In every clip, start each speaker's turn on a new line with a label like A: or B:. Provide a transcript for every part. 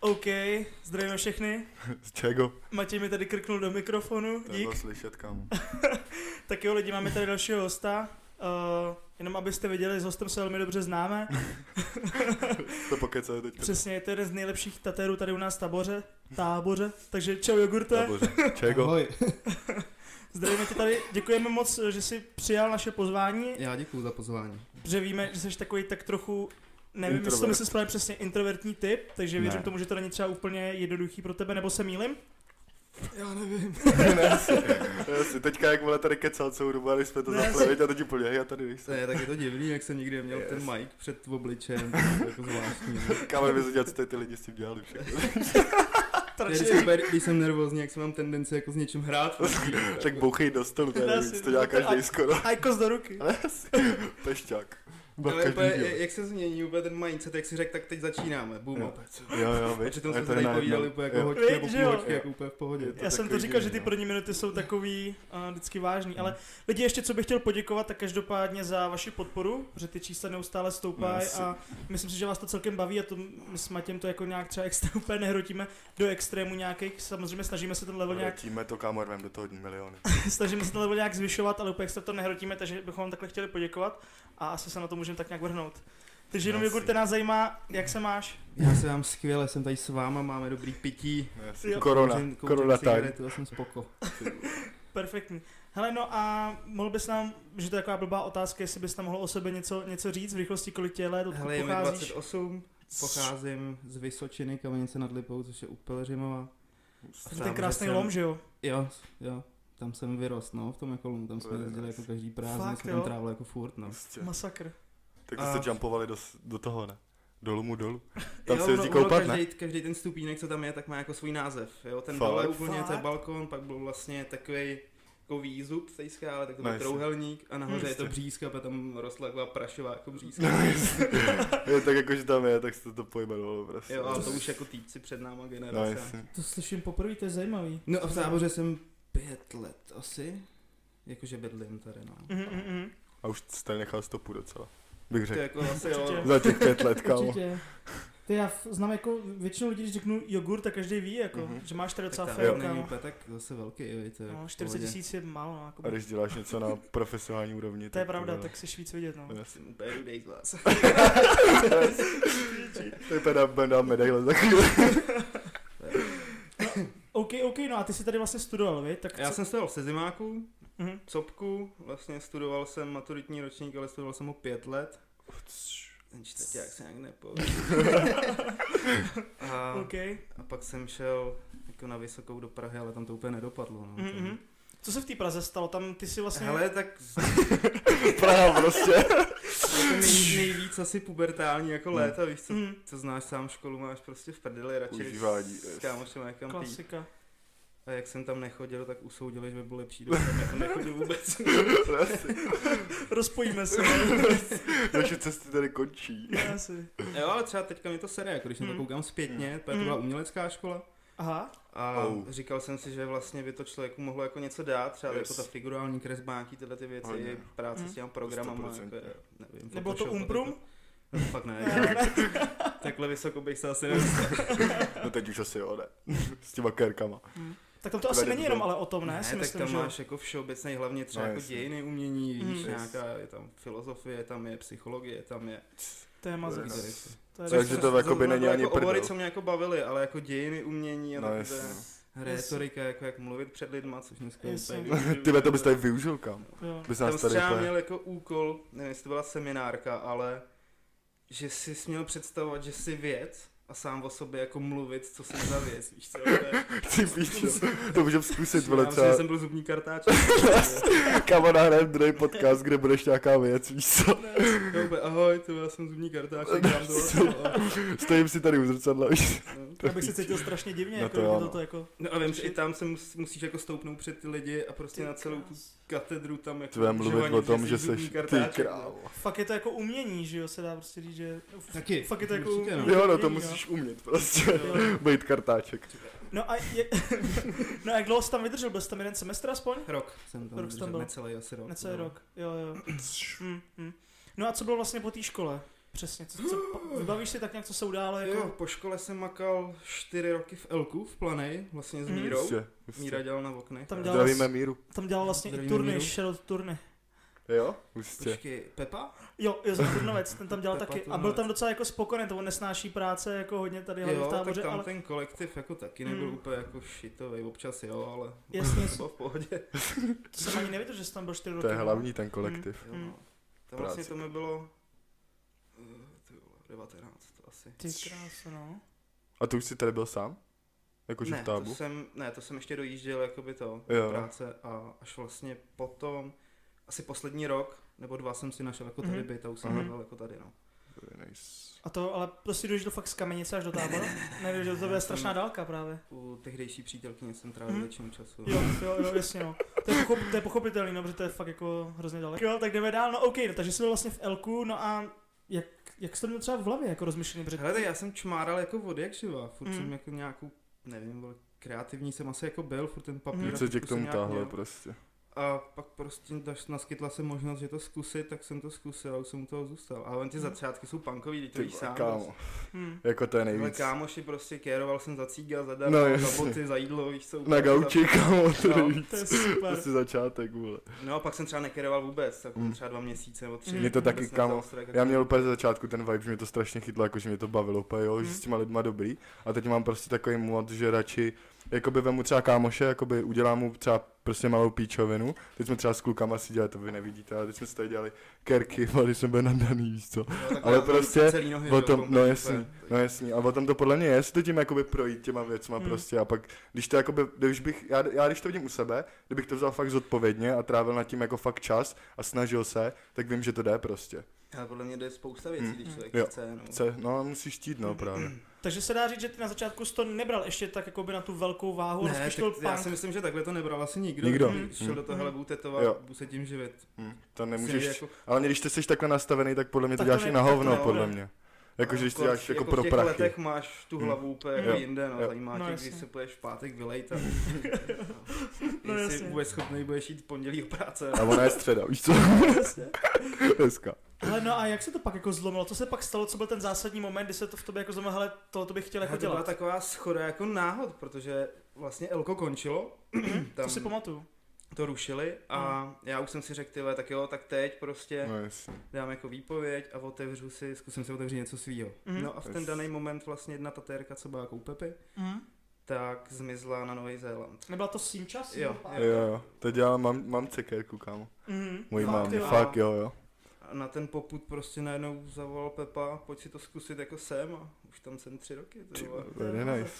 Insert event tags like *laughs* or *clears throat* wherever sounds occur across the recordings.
A: OK, zdravíme všechny.
B: Z čego?
A: Matěj mi tady krknul do mikrofonu,
B: To
A: dík.
B: bylo slyšet, kam.
A: Tak jo lidi, máme tady dalšího hosta. Uh, jenom abyste věděli, s hostem se velmi dobře
B: *laughs*
A: známe.
B: To pokecali teď.
A: Přesně, je to jeden z nejlepších tatérů tady u nás v táboře. Táboře, takže čau jogurte.
B: Táboře. Čego?
C: Ahoj. *laughs*
A: Zdravíme tě tady, děkujeme moc, eh, že jsi přijal naše pozvání,
C: Já děkuju za pozvání.
A: protože víme, že jsi takový tak trochu, nevím, jestli to
B: Introvert.
A: myslím správně přesně, introvertní typ, takže věřím
B: Ne.
A: tomu, že to není třeba úplně jednoduchý pro tebe, nebo se mýlim? Já nevím.
B: *laughs* Ne, si- ne, si, teďka jak vole tady kecal celou dobu, ale když jsme to
A: Ne,
B: zapli,
A: si-
B: viď, a teď úplně, hej, já tady
C: To
B: nejsem.
C: je, tak je to divný, jak jsem nikdy měl
B: Yes.
C: yes. ten mic před obličem, to je jako zvláštní.
B: *laughs*
C: ne?
B: Kámo, vězit, jak jste ty lidi s tím dělali
C: *laughs*
B: všechno. *laughs*
C: To je
A: *laughs*
C: vždycky super, když jsem nervózní, jak jsem mám tendenci jako s něčím hrát.
B: *laughs* tak bouchej do stolu, to je
A: Ne,
B: nejvíc,
A: si-
B: to dělá
A: to je-
B: každý skoro.
A: Ajkos do ruky.
B: Ne, si- Pešťák. Ba,
C: Ale
B: každý
C: úplně,
B: díl.
C: jak se změní úplně ten mindset, jak si řekl, tak teď začínáme, boom
B: Jo.
C: up.
B: Jo, jo, viď.
C: Přitom
B: a
C: jsme
B: to
C: se
B: je
C: tady
B: najednou.
C: povídali úplně jako
B: Jo.
C: hoďky
A: Víš,
C: nebo
A: že jo?
C: půl hoďky, jako úplně v pohodě.
B: to
A: Já jsem to
B: takový
A: říkal,
B: divný,
A: že ty
B: no.
A: první minuty jsou takový uh, vždycky vážný, ale lidi, ještě co bych chtěl poděkovat, tak každopádně za vaši podporu, protože ty čísla neustále stoupají
B: Yes.
A: a myslím si, že vás to celkem baví a to my s Matěm to jako nějak třeba extra *laughs* úplně nehrotíme do extrému nějakých, samozřejmě snažíme se ten level nějak,
B: Vrátíme to, kámo, rvem do toho hodně miliony.
A: snažíme se ten level nějak zvyšovat, ale úplně extra to nehrotíme, takže bychom vám takhle chtěli poděkovat a asi se na to můžeme tak nějak vrhnout. Takže jenom
B: Yes.
A: Jogurte nás zajímá, jak se máš?
C: Já se vám skvěle, jsem tady s váma, máme dobrý pití.
B: Ne, si-
A: Jo.
B: Korona,
C: Kouřím- kouřím
B: korona time.
C: cigaretu a jsem spoko.
A: Perfektní. Hele, no a mohl bys nám, že to je taková blbá otázka, jestli bys tam mohl o sobě něco, něco říct v rychlosti, kolik tě je let, odkud
C: Hele, je mi
A: pocházíš?
C: 28, pocházím z Vysočiny, Kamenice nad Lipou, což je u Pelřimova. A
A: Ten
C: sám, že
A: krásný
C: jsem-
A: lom, že jo?
C: Jo, jo. Tam jsem vyrost, no, v tom Ekolumu, tam
B: To
C: jsme
B: je
C: jezdili
B: nice.
C: jako každý prázdno,
A: Fakt,
C: jsme
A: jo?
C: tam trávili jako furt, no.
B: Prostě.
A: Masakr.
B: Tak
C: A-
B: jste jumpovali do, s- do toho, ne? Dolů mu dolů. Tam
C: jo,
B: se jezdí
C: ono- ono
B: koupat, ne?
C: každý, každý ten stupínek, co tam je, tak má jako svůj název, jo. Ten
B: Fakt?
C: dole úplně, to je
A: Fakt?
C: balkon, pak byl vlastně takový jako výzub z té skály, tak to byl
B: Nice.
C: trouhelník a nahoře
A: Hmm.
C: je to
B: Jistě.
C: břízka, pak tam rostla taková prašová jako
B: *laughs*
C: břízka.
B: No, jasně. je, tak jako, že tam je, tak se to pojmenovalo prostě.
C: jo, ale to už jako týpci před náma
B: No,
C: generace.
B: jasně.
A: To slyším poprvé, to je zajímavý.
C: No a v táboře jsem pět let asi, jakože bydlím tady, no.
A: Mhm, mhm, mhm.
B: A už jsi tady nechal stopu docela, bych
C: To
B: řekl.
C: jako asi jo.
A: Určitě.
B: Za těch pět let, kámo.
A: Určitě. Ty já f- znám jako většinu lidí, když řeknu jogurt, tak každý ví, jako,
B: Mhm.
A: že máš tady docela
C: Tak
A: fér,
C: tam není
A: kámo.
C: úplně tak zase velký, jo, je to jako
A: No,
C: v
A: 40
C: pohodě.
A: tisíc je málo, no, jako
B: A když děláš něco na profesionální úrovni,
A: To je
B: tak
A: pravda,
B: vole.
A: tak si víc vidět, no.
B: Yes.
C: Jsem úplně rudej z vás.
B: To je teda benda medaile za *laughs* chvíli.
A: OK, OK, no a ty jsi tady vlastně studoval, vy? Tak
C: *laughs* Já
A: co-
C: jsem studoval v Sezimáku,
A: Mhm.
C: Copku, vlastně studoval jsem maturitní ročník, ale studoval jsem ho pět let. Ten čtvrták se
A: *laughs*
C: nějak nepovedl. a,
A: OK.
C: a, pak jsem šel jako na vysokou do Prahy, ale tam to úplně nedopadlo. No.
A: Mhm, mhm. Co se v té Praze stalo? Tam ty si vlastně...
C: Hele, tak z-
B: *laughs* Praha prostě.
C: jako nej, nejvíc asi pubertální jako
B: Hmm.
C: léta, víš co?
A: Mhm.
C: Co znáš sám školu, máš prostě v prdeli radši než
B: Užívání,
C: s
B: yes.
C: kámošem někam pít.
A: Klasika.
C: A jak jsem tam nechodil, tak usoudili, že by bylo lepší, když jsem jako
B: *laughs*
C: nechodil vůbec.
A: Rozpojíme se.
B: Naše cesty tady končí.
A: Já si.
C: jo, ale třeba teďka mě to sere, jako když na to
A: Hmm.
C: koukám zpětně, to je to
A: Hmm.
C: byla umělecká škola,
A: Aha.
C: A
B: Au.
C: oh. říkal jsem si, že vlastně by to člověku mohlo jako něco dát, třeba
B: Yes.
C: yes. jako ta figurální kresbánky, tyhle ty věci,
B: Hodně.
C: Hodně. práce
A: Mm.
C: s těma programama,
B: 100%.
C: jako, je, nevím,
A: Nebylo to
C: Photoshop a
A: Umprum?
C: takhle. No, fakt ne,
A: Eh, *laughs*
C: takhle vysoko bych se asi nedostal.
B: No teď už asi jo, ne. S těma kérkama.
A: hm. Tak tam to asi
B: Tady
A: není
B: byl-
A: jenom ale o tom, ne?
C: ne
A: si
C: tak
A: myslím,
C: tam
A: že...
C: máš jako všeobecný, hlavně třeba
B: No,
C: jako
B: jasně.
C: dějiny umění,
A: Mm.
B: Yes.
C: víš, nějaká, je tam filozofie, tam je psychologie, tam je...
A: Téma
B: To je
A: zas.
B: nice.
A: To je
B: Takže
A: zas-
B: to jakoby
C: zrovna
B: není
C: to
B: ani
C: jako obory,
B: prdel.
C: co mě jako bavily, ale jako dějiny umění a
B: No
C: no,
B: jasně. *laughs*
C: takové
A: Jasně.
C: retorika, jako jak mluvit před lidma, což dneska
A: Jasně.
B: *laughs*
C: úplně...
B: Ty to bys tady využil, kam?
A: Jo.
B: Bys
C: Tam
B: nás
C: jsi
B: tady
C: třeba
B: úplně...
C: měl jako úkol, nevím, jestli to byla seminárka, ale že jsi měl představovat, že jsi věc a sám o sobě jako mluvit, co jsem za věc, víš co?
B: *laughs* Ty píčo, to můžem zkusit, vole,
C: Já myslím, že
B: třeba
C: jsem byl zubní Prostě. kartáč.
B: *laughs* kama nahrajem druhý podcast, kde budeš nějaká věc, víš co?
C: Dobře, ahoj, to já jsem zubní kartáč,
B: *laughs*
C: tak dám to.
B: Stojím si tady u zrcadla, víš
A: Já bych se cítil strašně divně,
B: No
A: jako
B: to jo,
A: kdyby
B: no.
A: toto jako...
C: No a vím, že i tam se mus- musíš jako stoupnout před ty lidi a prostě na celou tu katedru tam jako...
B: Tvé mluvit
C: užívaní,
B: o tom, že
C: jsi
B: seš
C: zubní
B: ty
C: kartáček, no.
B: král.
A: Fakt je to jako umění, že jo, se dá prostě říct, že...
C: Taky.
A: Fakt je to jako
C: Určitě, no.
A: umění.
B: Jo, no to
A: jo.
B: musíš umět prostě.
A: Jo.
B: Bejt kartáček.
A: No a je... *laughs* No a jak dlouho jsi tam vydržel? Byl jsi tam jeden semestr aspoň?
C: Rok jsem tam
A: Rok jsi tam
C: držel,
A: byl.
C: necelý asi rok.
A: Necelý
C: no.
A: rok, jo, jo. Hm, hm. No a co bylo vlastně po té škole? Přesně, co, co, po- vybavíš si tak nějak, co se událo, jako...
C: Jo, po škole jsem makal 4 roky v Elku, v Planej, vlastně s
A: Mhm.
C: Mírou.
B: Jistě, jistě.
C: Míra dělal na oknech.
A: Tam
C: a-
A: dělal-
B: Prostě. Zdravíme Míru.
A: Tam dělal vlastně i
C: Zdravím
A: turny,
C: Míru.
A: Shadow turny.
B: Jo, Prostě. jistě.
C: Počkej, Pepa?
A: Jo, Josef Turnovec, ten tam dělal
C: Pepa
A: taky. A byl
C: Turnovec.
A: tam docela jako spokojený, to on nesnáší práce, jako hodně tady hodně v
C: Jo,
A: táboře,
C: tak tam
A: ale
C: ten kolektiv jako taky nebyl
A: Mm.
C: úplně jako šitový, občas jo, ale
A: Jasně.
C: to *laughs* bylo v pohodě.
A: to jsem ani nevěděl, že jsi tam byl čtyři roky.
B: To je
A: no.
B: hlavní ten kolektiv.
C: Jo,
A: Mm.
C: no. To vlastně
B: Práce.
C: to mi bylo eh, ty vole, 19 to asi.
A: Ty krása, no.
B: A tu už jsi tady byl sám? Jakože
C: ne,
B: v tábu?
C: To jsem, ne, to jsem ještě dojížděl jakoby to
B: Jo.
C: jo. práce a až vlastně potom, asi poslední rok nebo dva jsem si našel jako tady
A: Mhm.
C: byt a už jsem
A: Mhm.
C: bydlel jako tady, no.
B: Very Nice.
A: A to, ale to si dojížděl fakt z kamenice až do
C: *laughs*
A: tábora? Nevěděl, to byla strašná dálka právě.
C: U tehdejší přítelkyně jsem trávil
A: Mhm.
C: většinu času.
A: Jo, jo, jo, jasně no. To je, pochop, to je pochopitelný, no, protože to je fakt jako hrozně daleko. Jo, tak jdeme dál, no OK, no, takže jsi byl vlastně v Elku, no a jak, jak jste měl třeba v hlavě jako rozmyšlený, protože
C: Hele, tak já jsem čmáral jako vody jak živa, furt
A: Mhm.
C: jsem jako nějakou, nevím, vole, kreativní jsem asi jako byl, furt ten papír.
A: Mhm.
C: a
B: Co tě
C: fotku
B: k
C: jsem
B: tomu
C: nějak
B: táhlo
C: měl.
B: prostě?
C: A pak prostě daš, naskytla se možnost, že to zkusit, tak jsem to zkusil a už jsem u toho zůstal. Ale on ty
A: Mhm.
C: začátky jsou punkový, teď to
B: Ty
C: víš
B: vole,
C: sám. prostě.
B: kámo,
A: hm,
B: jako to je
C: Tyhle
B: nejvíc.
C: kámoši prostě kéroval jsem za cíga, za dárno,
B: No,
C: za
B: jasně.
C: boty, za jídlo, víš co.
B: Na
C: úplně
B: gauči, kámo, to je
C: No,
B: nejvíc.
A: to je
C: *laughs*
A: super.
B: Prostě začátek, vole.
C: Za... No a pak jsem třeba nekéroval vůbec, tak
B: Mm.
C: třeba dva měsíce nebo tři.
A: Mě to
C: vůbec
B: taky, kámo,
C: nezaustrek, jako-
B: Já měl úplně ze začátku ten vibe, že mě to strašně chytlo, jakože mě to bavilo, úplně, jo, že
A: Hmm.
B: s těma lidma dobrý. A teď mám prostě takový mod, že radši jakoby vemu třeba kámoše, jakoby udělám mu třeba prostě malou píčovinu. Teď jsme třeba s klukama si dělali, to vy nevidíte, ale teď jsme si tady dělali kerky, *laughs* vole, když jsem byl nadaný, víš co.
C: No, tak
B: ale
C: já mám
B: prostě
C: celý nohy,
B: O
C: jo,
B: tom, no
C: komplet,
B: jasný,
C: úplně.
B: no jasný. A o tom to podle mě je, jestli to tím jakoby projít těma věcma
A: Hmm.
B: prostě a pak, když to jakoby, když bych, já, já když to vidím u sebe, kdybych to vzal fakt zodpovědně a trávil nad tím jako fakt čas a snažil se, tak vím, že to jde prostě.
C: Ale podle mě jde spousta věcí,
B: Mm.
C: když člověk
B: Jo.
C: chce. No.
B: Chce, no musíš štít, no právě.
A: Takže se dá říct, že ty na začátku jsi to nebral ještě tak jako by na tu velkou váhu, ale
C: Ne,
A: spíš to
C: tak, já
A: punk.
C: si myslím, že takhle to nebral asi nikdo.
B: Nikdo.
C: když Šel
B: Mm.
C: do toho, hele, budu
B: Jo.
C: tetovat, budu se tím živit.
B: Hm, to
C: Myslím,
B: nemůžeš,
C: že jako
B: ale když ty jsi takhle nastavený, tak podle mě to
A: Tak to
B: děláš
A: ne-
B: i na
A: tak to
B: hovno,
A: nebude.
B: podle mě. Jako, že
C: v
B: jsi děláš jako pro
C: v těch
B: prachy.
C: letech máš tu
B: Mm.
C: hlavu úplně jako
B: Jo.
C: jinde, no,
B: Jo.
C: zajímá
A: No
C: tě,
A: jasně.
C: když se půjdeš v pátek
A: *laughs*
C: vylejt a
A: No
C: no,
A: jasně.
C: jestli budeš schopný, budeš jít v pondělí do práce.
B: A ona je středa, víš co? *laughs* Dneska.
A: Ale no a jak se to pak jako zlomilo? Co se pak stalo? Co byl ten zásadní moment, kdy se to v tobě jako zlomilo? Hele, tohle to bych chtěl
C: Ale
A: jako
C: to byla
A: dělat.
C: taková schoda jako náhod, protože vlastně
A: *clears throat*
C: Elko končilo,
A: To
C: tam
A: si No. pamatuju.
C: to rušili a já už jsem si řekl, ty vole, tak jo, tak teď prostě
B: No jasně.
C: dám jako výpověď a otevřu si, zkusím si otevřít něco svýho.
A: Mhm.
C: No a v ten
B: Yes.
C: daný moment vlastně jedna tatérka, co byla jako u Pepy,
A: Mhm.
C: tak zmizla na Nový Zéland.
A: Nebyla to sím čas?
C: Jo,
A: Pár-
B: Jo, jo. To dělá mám, mám cekerku, kámo.
A: Mhm.
B: Můj
A: Fakt,
B: mám,
A: jo.
B: fakt jo, jo.
C: A na ten poput prostě najednou zavolal Pepa, pojď si to zkusit jako sem a už tam jsem tři roky. ty
B: Ty
C: vole.
B: vole, Very nice.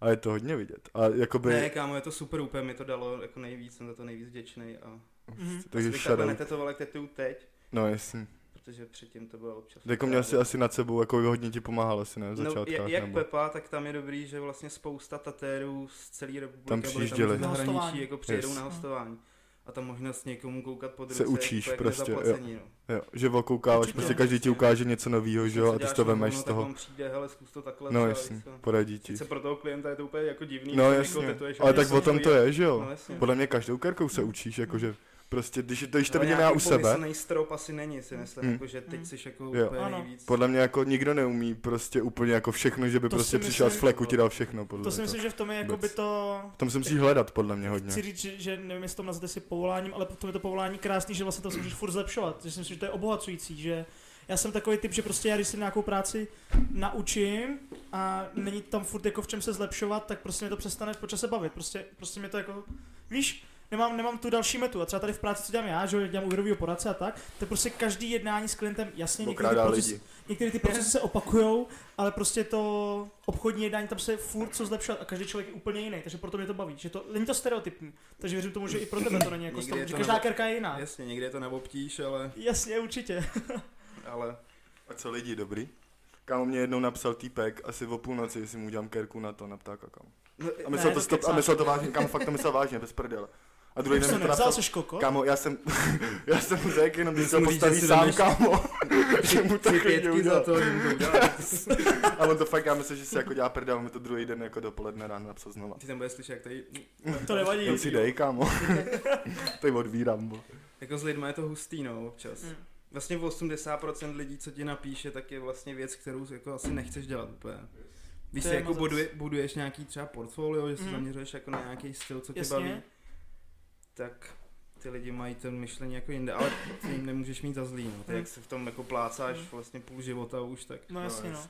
B: A je to hodně vidět. A jakoby...
C: Ne, kámo, je to super, úplně mi to dalo jako nejvíc, jsem za to nejvíc vděčný a
B: Prostě
A: Mhm.
B: takže
C: bych takhle
B: shadow.
C: netetoval jak tetuju teď,
B: No jasně.
C: protože předtím to bylo občas.
B: Jako měl jsi asi nad sebou, jako hodně ti pomáhal asi, ne? V
C: No,
B: začátkách,
C: je- jak
B: nebo...
C: Pepa, tak tam je dobrý, že vlastně spousta tatérů z celé republiky
B: Tam
C: byli
B: přijížděli.
C: z
A: Na
C: zahraničí
A: hostování.
C: jako přijedou
B: Yes.
C: na hostování. A tam možnost někomu koukat pod ruce,
B: Se učíš
C: jako jak
B: prostě, jo.
C: nezaplacení, no.
B: Jo, že okoukáváš,
A: Určitě.
B: prostě každý ti ukáže něco novýho, že jo? A ty
C: Když
B: si to
C: děláš
B: vemeš
C: hovno,
B: z
C: tak
B: toho.
C: on přijde, hele, zkus to takhle.
B: No
C: třeba,
B: jasný,
C: víš co.
B: poradí ti.
C: Sice pro toho klienta je to úplně jako divný,
B: No
C: že
B: jasně,
C: tetuješ,
B: ale
C: ale
B: tak
C: něco
B: o tom to
C: jiného.
B: je, že jo?
C: No jasně.
B: Podle mě každou kerkou se učíš, jakože prostě, když, to- když to
C: Ale
B: vidím já u
C: nějaký
B: sebe,
C: pomyslnej strop asi není, si myslím,
B: Mm.
C: jako, že
A: Mm.
C: teď jsi jako
B: Jo.
C: úplně
A: Ano.
C: nejvíc.
B: podle mě jako nikdo neumí prostě úplně jako všechno, že by
A: To
B: prostě
A: si
B: přišel z
A: myslím- no.
B: fleku, ti dal všechno, podle
A: To si
B: mě.
A: myslím, že v tom je jako by
B: Vůbec.
A: to...
B: to. Tam se musíš hledat, podle mě hodně.
A: Chci říct, že, že nevím, jestli to nazvete si povoláním, ale potom je to povolání krásný, že vlastně to se můžeš furt zlepšovat. Že si myslím, že to je obohacující, že já jsem takový typ, že prostě já když si nějakou práci naučím a není tam furt jako v čem se zlepšovat, tak prostě mě to přestane po čase bavit. Prostě, prostě mě to jako, víš, nemám, nemám tu další metu. A třeba tady v práci, co dělám já, že jo, dělám úvěrový poradce a tak, tak prostě každý jednání s klientem, jasně, některý ty,
B: Okrádá
A: procesy,
B: lidi.
A: některé ty procesy se opakujou, ale prostě to obchodní jednání tam se furt co zlepšovat a každý člověk je úplně jiný, takže proto mě to baví. Že to není to stereotypní, takže věřím tomu, že i pro tebe to není jako
C: Někdy
A: stereotypní,
C: je
A: že
C: to
A: každá
C: nebo-
A: kerka je jiná.
C: Jasně, někdy je to na obtíž, ale,
A: Jasně, určitě.
C: ale
B: A co lidi, dobrý? Kámo mě jednou napsal týpek, asi o půlnoci, jestli mu udělám kerku na to, na ptáka, kámo.
C: no,
B: A myslel,
A: Ne, to
B: to, stop, a
A: kecáš.
B: myslel to vážně, kámo, fakt to myslel vážně, bez prdele. A druhý den
A: Jsi
B: mi to
A: to nevzal
B: napsal,
A: seš koko?
B: Kámo, já jsem, *laughs* já jsem mu řekl, jenom když
C: Ty
B: to
C: jsi mu říct,
B: postaví
C: že si
B: sám,
C: jdeš-
B: kámo, *laughs* že mu to
C: tři
B: klidně
C: pětky
B: udělá.
C: za to, že mi to udělal.
B: A on to fakt, já myslím, že si jako dělá prdel, mi to druhý den jako dopoledne ráno napsal znova.
C: Ty tam budeš slyšet, jak tady...
A: To nevadí.
C: *laughs*
B: Jen si dej, kámo. Tady odvírám, bo.
C: Jako s lidma je to hustý, no, občas.
A: Mm.
C: vlastně 80% lidí, co ti napíše, tak je vlastně věc, kterou jako asi nechceš dělat úplně. Když
A: To
C: si
A: je
C: jako
A: moc-
C: buduje, buduješ nějaký třeba portfolio, že se
A: Mhm.
C: zaměřuješ jako na nějaký styl, co tě
A: Jasně. no
C: baví, tak ty lidi mají ten myšlení jako jinde, ale ty jim nemůžeš mít za zlý, no. Ty
A: Mhm.
C: jak se v tom jako plácáš
A: Mhm.
C: vlastně půl života už, tak
A: No jasně, no.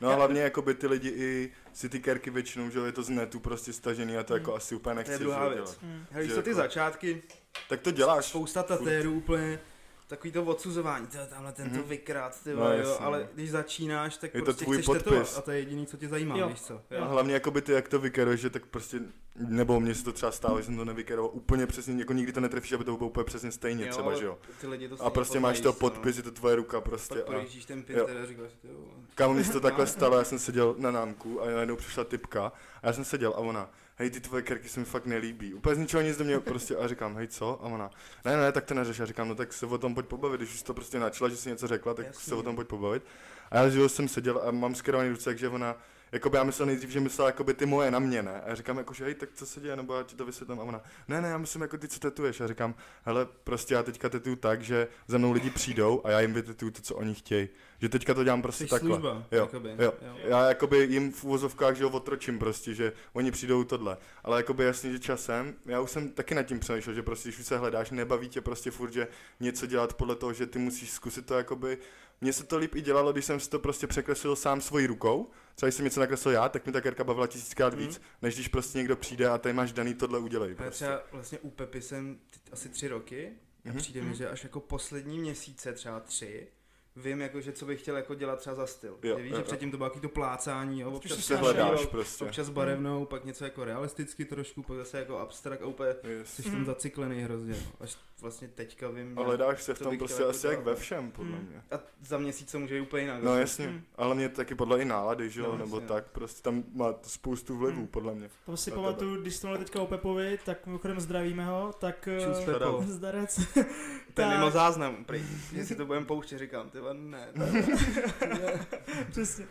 B: No a hlavně jakoby ty lidi i si ty kerky většinou, že jo, je to z netu prostě stažený a to jako
A: Hmm.
B: asi úplně nechci
C: Mm. druhá věc.
A: Hm.
C: Hele,
B: Že
C: víš co ty
B: jako-
C: začátky,
B: Tak to děláš.
C: spousta tatérů úplně, takový to odsuzování, tyjo, tamhle tento
B: Mhm.
C: mm-hmm. vykrát, ty
B: No,
C: vole, jo,
B: jasně.
C: ale když začínáš, tak
B: Je to
C: prostě
B: tvůj
C: chceš
B: podpis.
C: tetovat a to je jediný, co tě zajímá,
A: Jo.
C: víš co.
B: A
A: Jo.
B: hlavně jakoby ty, jak to vykeruješ, že tak prostě, nebo mně se to třeba stalo, že jsem to nevykeroval úplně přesně, jako nikdy to netrefíš, aby to bylo úplně přesně stejně
C: Jo,
B: třeba,
C: ale
B: že jo.
C: Ty lidi to no.
B: A
C: stejně
B: prostě máš
C: poznají,
B: to
C: co,
B: podpis, je to tvoje ruka
C: Pak
B: prostě a
C: projíždíš ten Pinterest a říkáš, ty vole.
B: Kámo, mně se to takhle stalo, já jsem seděl na námku a najednou přišla typka a já jsem seděl a ona, hej, ty tvoje kerky se mi fakt nelíbí. Úplně z ničeho nic do mě prostě a říkám, hej, co? A ona, ne, ne, tak to neřeš. A říkám, no tak se o tom pojď pobavit, když už to prostě načla, že si něco řekla, tak
C: Jasně.
B: se o tom pojď pobavit. A já že jsem seděl a mám skerovaný ruce, takže ona, Jakoby já myslel nejdřív, že myslela jakoby ty moje na mě, ne? A já říkám jako, že hej, tak co se děje, nebo já ti to vysvětlím. A ona, ne, ne, já myslím jako ty, co tetuješ. A říkám, hele, prostě já teďka tetuju tak, že za mnou lidi přijdou a já jim vytetuju to, co oni chtějí. Že teďka to dělám prostě
C: Jsi
B: takhle.
C: služba,
B: Jo,
C: jakoby,
B: jo. Já jakoby jim v úvozovkách, že jo, otročím prostě, že oni přijdou tohle. Ale jakoby jasně, že časem, já už jsem taky nad tím přemýšlel, že prostě, když už se hledáš, nebaví tě prostě furt, že něco dělat podle toho, že ty musíš zkusit to jakoby. Mně se to líp i dělalo, když jsem si to prostě překreslil sám svojí rukou. Třeba když jsem něco nakreslil já, tak mi ta kerka bavila tisíckrát
C: Mhm.
B: víc, než když prostě někdo přijde a tady máš daný tohle udělej.
C: Já
B: Prostě.
C: třeba vlastně u Pepy jsem t- asi tři roky a
B: Mhm.
C: přijde mi, že až jako poslední měsíce, třeba tři, vím jako, že co bych chtěl jako dělat třeba za styl.
B: Jo,
C: Jo, víš,
B: jo,
C: že
B: jo.
C: předtím to bylo jaký to plácání, jo, občas
A: Spíš
B: Se
A: Naše-
B: hledáš
C: jo,
B: prostě.
C: občas barevnou, pak něco jako realisticky trošku, pak zase jako abstrakt a úplně
B: Yes.
C: jsi v tom
A: Mhm.
C: zaciklený hrozně. no. Až vlastně teďka vím.
B: A
C: nějak-
B: hledáš se v
C: to
B: tom
C: bych chtěl
B: prostě
C: jako
B: asi jak
C: dělat,
B: ve
C: no.
B: všem, podle
A: Mhm.
B: mě.
C: A za měsíc to může být úplně jinak.
B: No jasně,
A: Hmm.
B: ale mě taky podle i nálady, že jo,
C: No,
B: nebo
C: jasně.
B: tak, prostě tam má to spoustu vlivů,
A: Hmm.
B: podle mě.
A: Tam si
C: No,
B: Na tebe.
A: pamatuju, když jsme mluvili teďka o Pepovi, tak mimochodem zdravíme ho, tak... eh,
C: Čus, Pepo.
A: Zdarec. *laughs*
C: To je
A: Tak.
C: mimo záznam, prý. Že si to budeme pouštět, říkám, ty vole, ne. to je-
A: Přesně.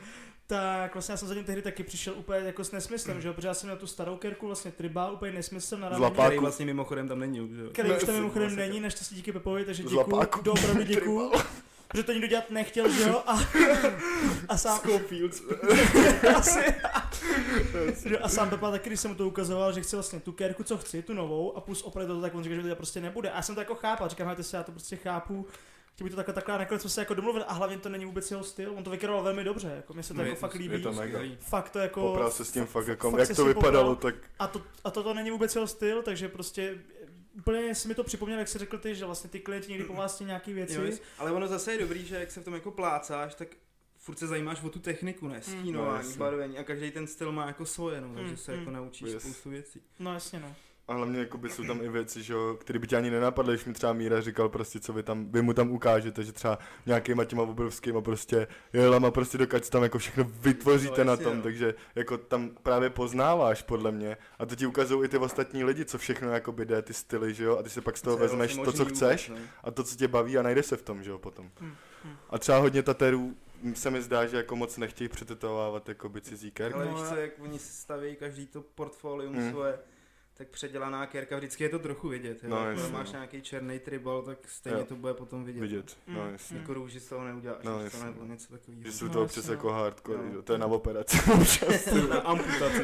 A: Tak vlastně já jsem za ním tehdy taky přišel úplně jako s nesmyslem, že jo, protože já jsem měl tu starou kerku, vlastně tribal, úplně nesmysl na rameni,
B: lapáku.
C: Který vlastně mimochodem tam není už, jo.
A: který už tam
B: Ne,
A: mimochodem
C: vlastně.
A: není, naštěstí díky Pepovi, takže
B: Z
A: děkuju,
B: lapáku.
A: to opravdu děkuju, protože to nikdo dělat nechtěl, že jo, a, a
C: *laughs*
A: sám,
C: Jako Schofields.
A: asi, že jo, a sám Pepa taky, když jsem mu to ukazoval, že chci vlastně tu kerku, co chci, tu novou, a plus opravdu to, tak on říkal, že to dělat prostě nebude. A já jsem to jako chápal, říkám, hejte se, já to prostě chápu, chtěl by to takhle, takhle, a nakonec jsme se jako domluvili, a hlavně to není vůbec jeho styl, on to vykeroval velmi dobře, jako mně se to
C: No,
A: jako
C: je-
A: fakt
C: je
A: líbí.
B: Je to mega.
A: Fakt to jako...
B: Popral se s tím fakt, jako,
A: fakt
B: jak
A: se
B: to
A: s tím
B: vypadalo, tak
A: A, to, a toto není vůbec jeho styl, takže prostě úplně si mi to připomněl, jak jsi řekl ty, že vlastně ty klienti někdy po vás chtějí nějaký
C: Jo,
A: věci.
C: jest- ale ono zase je dobrý, že jak se v tom jako plácáš, tak furt se zajímáš o tu techniku, ne?
B: No,
C: Stínování,
B: jasně.
C: barvení a každý ten styl má jako svoje, no, takže
A: Mm,
C: se jako
A: mm.
C: naučíš
B: Yes.
C: spoustu věcí.
A: No jasně no.
B: a hlavně jakoby, jsou tam i věci, že jo, které by tě ani nenapadly, když mi třeba Míra říkal prostě, co vy tam, vy mu tam ukážete, že třeba nějakýma těma obrovskýma prostě jelama prostě dokud tam jako všechno vytvoříte
C: No,
B: na
C: jasně,
B: tom,
C: no.
B: takže jako tam právě poznáváš podle mě a to ti ukazují i ty ostatní lidi, co všechno jakoby jde, ty styly, že jo, a ty se pak z toho
C: Co je
B: vezmeš
C: vlastně
B: to, co
C: možný
B: chceš
C: vůbec, no.
B: a to, co tě baví a najde se v tom, že jo, potom.
C: Mm,
A: Hmm, hmm.
B: A třeba hodně taterů se mi zdá, že jako moc nechtějí přetetovávat jako by cizí kerk.
C: Ale
A: No,
C: víš
A: a-
C: co, jak oni si staví každý to portfolium
B: Mm.
C: svoje, tak předělaná kerka, vždycky je to trochu vidět.
B: No,
C: No, Jakmile
B: jasně,
C: máš
B: no.
C: nějaký černý tribal, tak stejně
B: Jo.
C: to bude potom vidět.
B: Vidět, no
A: Mm,
B: jasně.
A: mm.
C: Jako růži z toho neuděláš,
B: No,
C: no, to
B: jasně.
C: nebo něco takového.
B: Že
C: Jsi...
B: jsou
A: No,
B: to občas
A: jasně, no.
B: jako hardcore,
C: Jo.
B: jo. to je na operaci
A: *laughs*
B: občas.
C: *laughs* Na amputaci.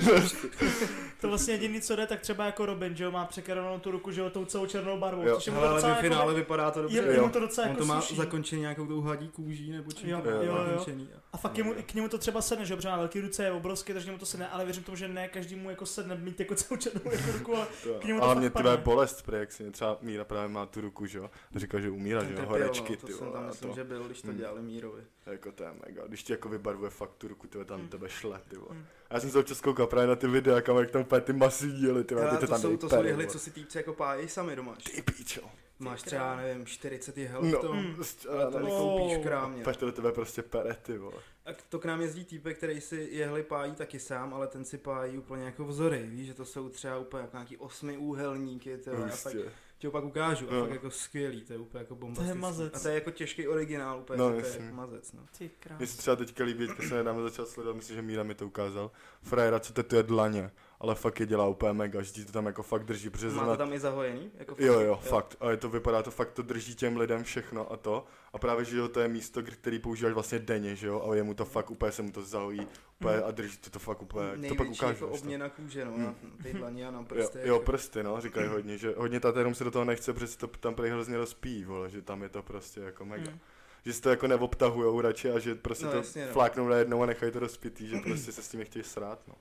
A: To vlastně jediný, co jde, tak třeba jako Robin, že jo, má překerovanou tu ruku, že jo, tou celou černou barvou.
B: Jo.
A: což je mu
C: Hele,
A: to
C: ale
A: docela
C: ve
A: jako,
C: finále vypadá to dobře.
A: je, je
B: jo.
A: mu to docela
C: On
A: jako
C: to má
A: sluší.
C: zakončený nějakou tou hadí kůží nebo čím
A: Jo,
C: to má
B: jo,
A: jo.
C: zakončený.
A: A fakt jemu, k němu to třeba sedne, že jo, protože má velký ruce, je obrovský, takže mu to sedne, ale věřím tomu, že ne každému jako sedne mít jako celou černou jako ruku, ale k němu to
B: Ale
A: fakt
B: mě
A: padne.
B: tyhle bolest, pre, jak si mě třeba Míra právě má tu ruku, že jo. A říkal, že umírá,
C: Ten
B: že jo,
C: trpěl,
B: horečky,
C: no,
B: ty
C: to jsem
B: vole,
C: tam
B: a
C: myslím,
B: to.
C: že byl, když to
B: Mm.
C: dělali Mírovi.
B: Jako to je mega, když ti jako vybarvuje fakt tu ruku, ty vole, tam
A: Mm.
B: tebe šle, ty vole.
A: Mm.
B: A já jsem se občas koukal právě na ty videa, kam jak tam úplně ty masí díly, ty vole,
C: Hele,
B: ty
C: to,
B: to tam
C: jsou,
B: dají
C: to jsou
B: pery,
C: jehly,
B: vole.
C: co si týpci jako pájí sami doma.
B: Ty píčo.
C: Máš
A: Ty
C: třeba,
A: krám.
C: nevím, 40 jehel v
B: No,
C: tom. jako
B: a
C: Ale to nekoupíš v krámě.
B: Petr tebe prostě pere, ty vole.
C: A k- to k nám jezdí týpek, který si jehly pájí taky sám, ale ten si pájí úplně jako vzory, víš, že to jsou třeba úplně jako nějaký osmiúhelníky, ty vole, a pak
B: Hustě.
C: ti ho pak ukážu, a
B: Prostě. No.
C: fakt jako skvělý, to je úplně jako bombastický.
A: mazec.
C: A to je jako těžký originál, úplně,
B: No,
C: no, to je
B: jasně.
C: mazec, no.
A: Ty krás.
B: Mně se třeba teďka líbí, teďka jsem nedávno začal sledovat, myslím, že Míra mi to ukázal. Frajera, co tetuje dlaně. ale fakt je dělá úplně mega, že ti to tam jako fakt drží, protože
C: Má to
B: zrovna
C: tam i zahojený? Jako
B: Jo, jo, fakt. A je to vypadá to fakt, to drží těm lidem všechno a to. A právě, že jo, to je místo, k- který používáš vlastně denně, že jo, a je mu to fakt úplně, se mu to zahojí úplně a drží to, to fakt úplně, to pak
C: Hmm. Největší
B: ukážu.
C: jako
B: víš to. Hmm.
C: obměna prostě, kůže, no, na na té dlaně a
B: *laughs*
C: na jako
B: Jo,
C: prstech.
B: jo, prsty, no, říkají hodně, že hodně tatérum se do toho nechce, protože se to tam prej hrozně rozpíjí, vole, že tam je to prostě jako mega.
A: Mm.
B: Že si to jako neobtahujou radši a že prostě
C: No,
B: to
C: jasně, no.
B: fláknou najednou a nechají to rozpitý, že prostě se s tím nechtějí srát, no.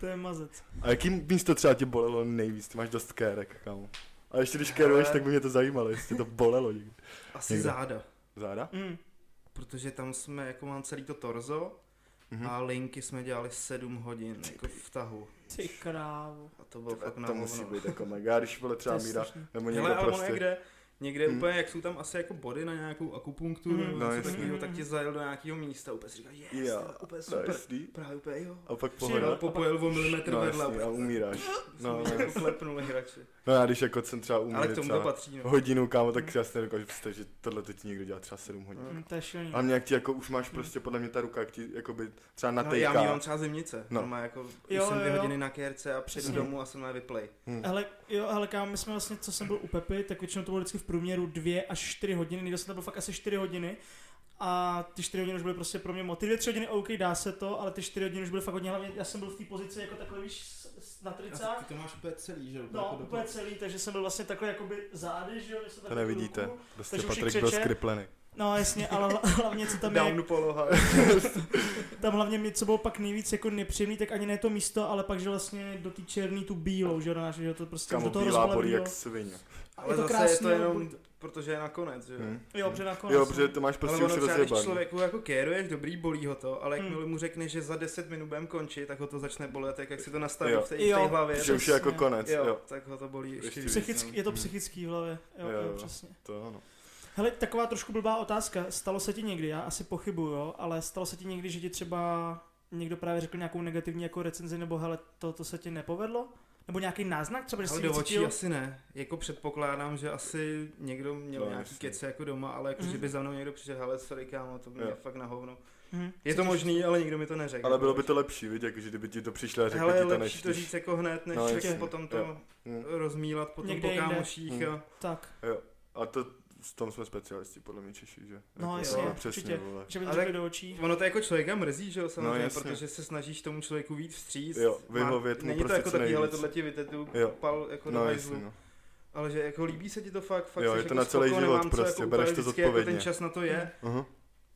A: To je mazec.
B: A jaký místo třeba tě bolelo nejvíc? Ty máš dost kérek, kámo. A ještě když kéruješ, tak by mě to zajímalo, jestli to bolelo někdy.
C: Asi
B: Někde.
C: záda,
B: Záda?
A: Mm.
C: protože tam jsme, jako mám celý to torzo
B: Mhm.
C: a linky jsme dělali 7 hodin, jako v tahu.
A: Ty krávo.
C: A to bylo
B: Tyhle,
C: fakt na
B: to
C: hovno.
B: musí být jako mega, když byla třeba
A: to je
B: míra,
A: strašný.
B: nebo někdo
C: Hele, ale ono je
B: prostě.
C: kde, někde
B: Hmm.
C: hmm. úplně, jak jsou tam asi jako body na nějakou akupunkturu,
A: Hmm.
C: nebo
B: No,
C: něco
B: jasně.
C: takového, tak tě zajel do nějakého místa, úplně si říkal, yes,
B: Jo,
C: tyhle, úplně
B: No,
C: super,
B: jasný.
C: právě úplně jo.
B: A pak
A: Přijel,
B: pohoda.
A: a pak-
C: Popojil o milimetr
B: No,
C: vedle,
B: jasný, a
C: úplně
B: umíráš. No,
C: no,
B: no,
C: jako klepnuli hradši.
B: No já když jako jsem třeba
C: Ale
B: umíral
C: k tomu to
B: třeba
C: patří, no.
B: hodinu, kámo, tak já si nedokážu představit, že tohle to ti někdo dělá třeba 7 hodin.
A: Mm, to je šílený.
B: A mě jak ti jako už máš prostě podle mě ta ruka, jak ti jakoby třeba
C: No, já
B: natejká.
C: mývám třeba zimnice,
B: No.
C: no. má jako,
A: Jo,
C: jo, jsem dvě
A: jo, jo.
C: hodiny na kérce a přijdu
A: Přesně.
C: domů a jsem na vyplay.
B: Hm.
A: Hele, jo, hele, kámo, my jsme vlastně, co jsem byl u Pepy, tak většinou to bylo vždycky v průměru 2 až 4 hodiny, někdo jsem tam byl fakt asi 4 hodiny. A ty 4 hodiny už byly prostě pro mě moc. Ty 2 3 hodiny OK, dá se to, ale ty 4 hodiny už byly fakt hodně, hlavně já jsem byl v té pozici jako takový, víš, s- s- na tricách.
C: to máš úplně celý, že? jako
A: No, úplně celý, takže jsem byl vlastně takhle jakoby zády, že jo, když jsem
B: To
A: takhle tu
B: nevidíte,
A: ruku-
B: prostě
A: Takže už
B: Patrik
A: ji
B: byl
A: křeče.
B: skriplený.
A: No jasně, ale hla- *laughs* hlavně co tam je,
B: Downu poloha.
A: tam hlavně mě, co bylo pak nejvíc jako nepříjemný, tak ani ne to místo, ale pak, že vlastně do té černý tu bílou, že jo, na že jo, to prostě
B: Kámo,
A: do toho
B: bílá
A: rozbala
B: bolí
A: bílo.
B: jak svině.
A: A
C: Ale
A: je to
C: zase
A: krásný, no.
C: je to
A: jo,
C: jenom,
A: buď-
C: protože je nakonec, že jo.
B: Hm.
A: Jo, protože nakonec.
B: Jo,
A: no.
B: protože to máš
C: ale
B: prostě už
C: ono třeba, když
B: rozjebaný.
C: člověku jako kéruješ, dobrý, bolí ho to, ale
A: Hmm.
C: jakmile mu řekne, že za 10 minut budem končit, tak ho to začne bolet, jak, jak si to nastaví
B: Jo.
C: v té v
A: Jo.
C: té hlavě.
B: Že už je jako
A: Přesně.
B: konec,
C: Jo,
B: jo.
C: tak ho to bolí ještě
B: Ještě
C: víc.
A: Psychický,
C: no.
A: je to
B: Hmm.
A: psychický v hlavě, jo,
B: Jo,
A: jo,
B: jo.
A: jo, přesně.
B: To ano.
A: Hele, taková trošku blbá otázka, stalo se ti někdy, já asi pochybuju, jo, ale stalo se ti někdy, že ti třeba někdo právě řekl nějakou negativní jako recenzi, nebo hele, to, to se ti nepovedlo? Nebo nějaký náznak třeba, že
C: Ale
A: jsi
C: do očí
A: vycítil?
C: asi ne. Jako předpokládám, že asi někdo měl
B: No,
C: no, nějaký
B: jasně.
C: kece jako doma, ale jako,
A: Mhm.
C: že by za mnou někdo přišel, hele, sorry, kámo, to mě
B: Jo.
C: fakt na hovno.
A: Hm.
C: Je to možný, ale nikdo mi to neřekl.
B: Ale bylo by to lepší, vidět, jako, že kdyby ti to přišlo a řekl
C: Hele,
B: ti
C: je
B: to
C: prostě- lepší to
B: nečteš.
C: říct jako hned, než
B: No,
C: no,
A: jasně.
C: potom to
B: Jo. Hm.
C: rozmílat potom
A: Někde
C: po
A: jinde.
C: kámoších
B: Hm.
C: a...
A: Tak,
B: A to, v tom jsme specialisti, podle mě Češi, že?
A: No,
B: Jako,
A: jasně,
B: jo, přesně,
A: určitě.
B: vole.
A: že by to
C: Ale
A: řekli
C: tak-
A: do očí.
C: Ono to jako člověka mrzí, že jo,
B: No,
C: samozřejmě,
B: jasně.
C: no, protože se snažíš tomu člověku víc vstříc.
B: Jo,
C: Má-
B: vyhovět mu
C: Není
B: prostě
C: to jako
B: co
C: taky, ale
B: nejvíc.
C: tohle ti vytetu,
B: Jo.
C: pal jako
B: No,
C: do
B: jasně,
C: hajzlu.
B: no.
C: Ale že jako líbí se ti to fakt, fakt
B: Jo,
C: seš
B: je to
C: jako
B: na celý
C: spoko,
B: život
C: nemám co
B: prostě,
C: jako
B: bereš to
C: úplně vždycky jako ten
B: zodpovědně.
C: čas na to je,
B: Aha.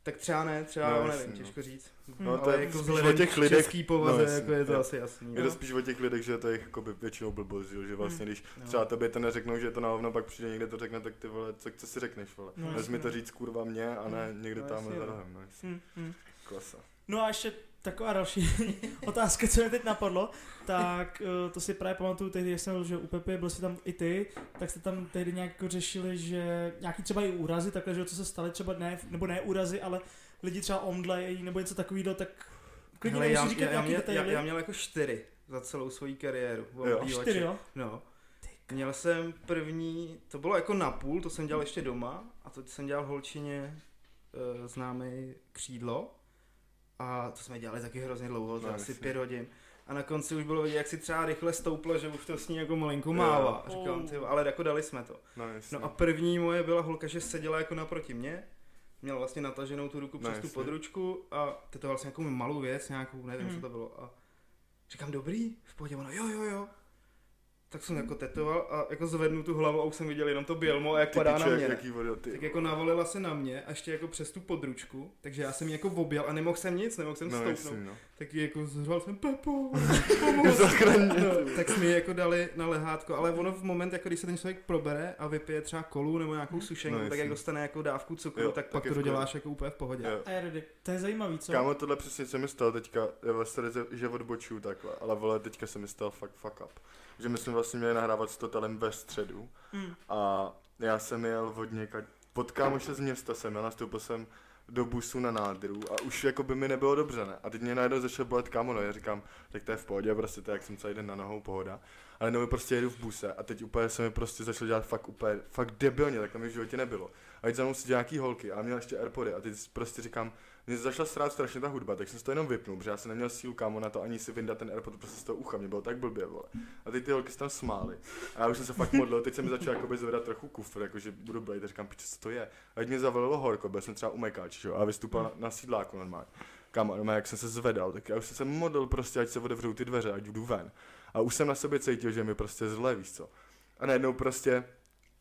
C: tak třeba ne, třeba,
B: No,
C: no,
B: jasně,
C: nevím,
B: no.
C: těžko říct.
A: Hm.
B: No,
C: No,
B: to
C: ale
B: je
C: jako
B: spíš
C: vzhledem
B: o
C: k
B: těch lidech-
C: český povaze,
B: no,
C: no,
B: jasně,
C: jako je to
B: jo.
C: asi jasný.
B: Je
C: no.
B: to spíš o těch lidech, že to je jakoby většinou blbost, že že vlastně, když
C: No.
B: třeba tobě to neřeknou, že je to na hovno, pak přijde někde to řekne, tak ty vole, co, co si řekneš, vole.
A: No,
B: Vezmi
A: jasně,
B: to
A: no.
B: říct kurva mě a ne
A: Hm.
B: někde
C: No,
B: tam
C: jasně,
B: za
C: no.
B: rohem, no, jasně.
A: Hm, hm.
B: klasa.
A: No a ještě taková další otázka, co mě teď napadlo, tak eh, to si právě pamatuju tehdy, jak jsem byl že u Pepe, byl jsi tam i ty, tak jste tam tehdy nějak jako řešili, že nějaký třeba i úrazy, takhle, že jo, co se staly třeba ne, nebo ne úrazy, ale lidi třeba omdlejí nebo něco takového, tak klidně
C: Hele, já,
A: nemusíš říkat
C: já, já,
A: nějaký
C: měl, já,
A: detaily.
C: já, měl jako čtyři za celou svoji kariéru.
B: Jo.
C: omdlívače.
A: Čtyři, jo?
C: No. Měl jsem první, to bylo jako na půl, to jsem dělal ještě doma a to jsem dělal holčině e, známý křídlo a to jsme dělali taky hrozně dlouho, to
B: No,
C: asi
B: jasně.
C: pět hodin. A na konci už bylo vidět, jak si třeba rychle stouplo, že už to s ní jako malinku
B: Jo.
C: mává. A Říkám,
A: Oh.
C: ty, vole, ale jako dali jsme to.
B: No, jasně.
C: No a první moje byla holka, že seděla jako naproti mě, měla vlastně nataženou tu ruku
B: No,
C: přes tu
B: jasně.
C: područku a tetoval jsem nějakou malou věc, nějakou, nevím,
A: Hmm.
C: co to bylo. A říkám, dobrý, v pohodě, ona, jo, jo, jo. Tak jsem jako tetoval a jako zvednu tu hlavu a už jsem viděl jenom to bělmo a jak
B: Ty
C: padá na
B: piče,
C: mě.
B: jak-
C: ne?
B: jaký vody, ty.
C: Tak jako navolila se na mě a ještě jako přes tu područku, takže já jsem ji jako objel a nemohl jsem nic, nemohl jsem
B: No,
C: stoupnout.
B: jasně, no.
C: Tak ji jako zhrval
B: *laughs*
C: jsem Pepo,
B: Zachraň mě,
C: No, tak jsme ji jako dali na lehátko, ale ono v moment, jako když se ten člověk probere a vypije třeba kolu nebo nějakou sušenku,
B: No,
C: no, tak
B: jasně.
C: jak dostane jako dávku cukru,
B: Jo,
C: jo, tak
B: tak
C: pak
B: je
C: to
B: v klidu.
C: doděláš jako úplně v pohodě.
B: Jo.
A: A je ready. To je zajímavý, co?
B: Kámo, tohle přesně se mi stalo teďka, já vás tady, ze- že odbočuju takhle, ale vole, teďka se mi stal fakt fuck up. Že my jsme vlastně měli nahrávat s Totalem ve středu
A: Mm.
B: a já jsem jel od něka, pod kámoše z města jsem jel, nastoupil jsem do busu na nádru a už jako by mi nebylo dobře, ne? A teď mě najednou začal bolet kámo, no já říkám, tak to je v pohodě, prostě to je, jak jsem celý den na nohou, pohoda. Ale nebo prostě jedu v buse a teď úplně se mi prostě začalo dělat fakt úplně, fakt debilně, tak to mi v životě nebylo. A teď za mnou si nějaký holky a měl ještě Airpody a teď prostě říkám, Mě začala srát strašně ta hudba, tak jsem si to jenom vypnul, protože já jsem neměl sílu kámo na to ani si vyndat ten AirPod prostě z toho ucha, mě bylo tak blbě, vole. A teď ty holky se tam smály. A já už jsem se fakt modlil, teď se mi začal jakoby zvedat trochu kufr, jakože budu blej, tak říkám, piče, co to je. A teď mě zavolilo horko, byl jsem třeba u Mekáči, jo, a vystupal na, na sídláku normálně. Kámo, no, jak jsem se zvedal, tak já už jsem se modlil prostě, ať se otevřou ty dveře, ať jdu ven. A už jsem na sobě cítil, že mi prostě zle, víš co. A najednou prostě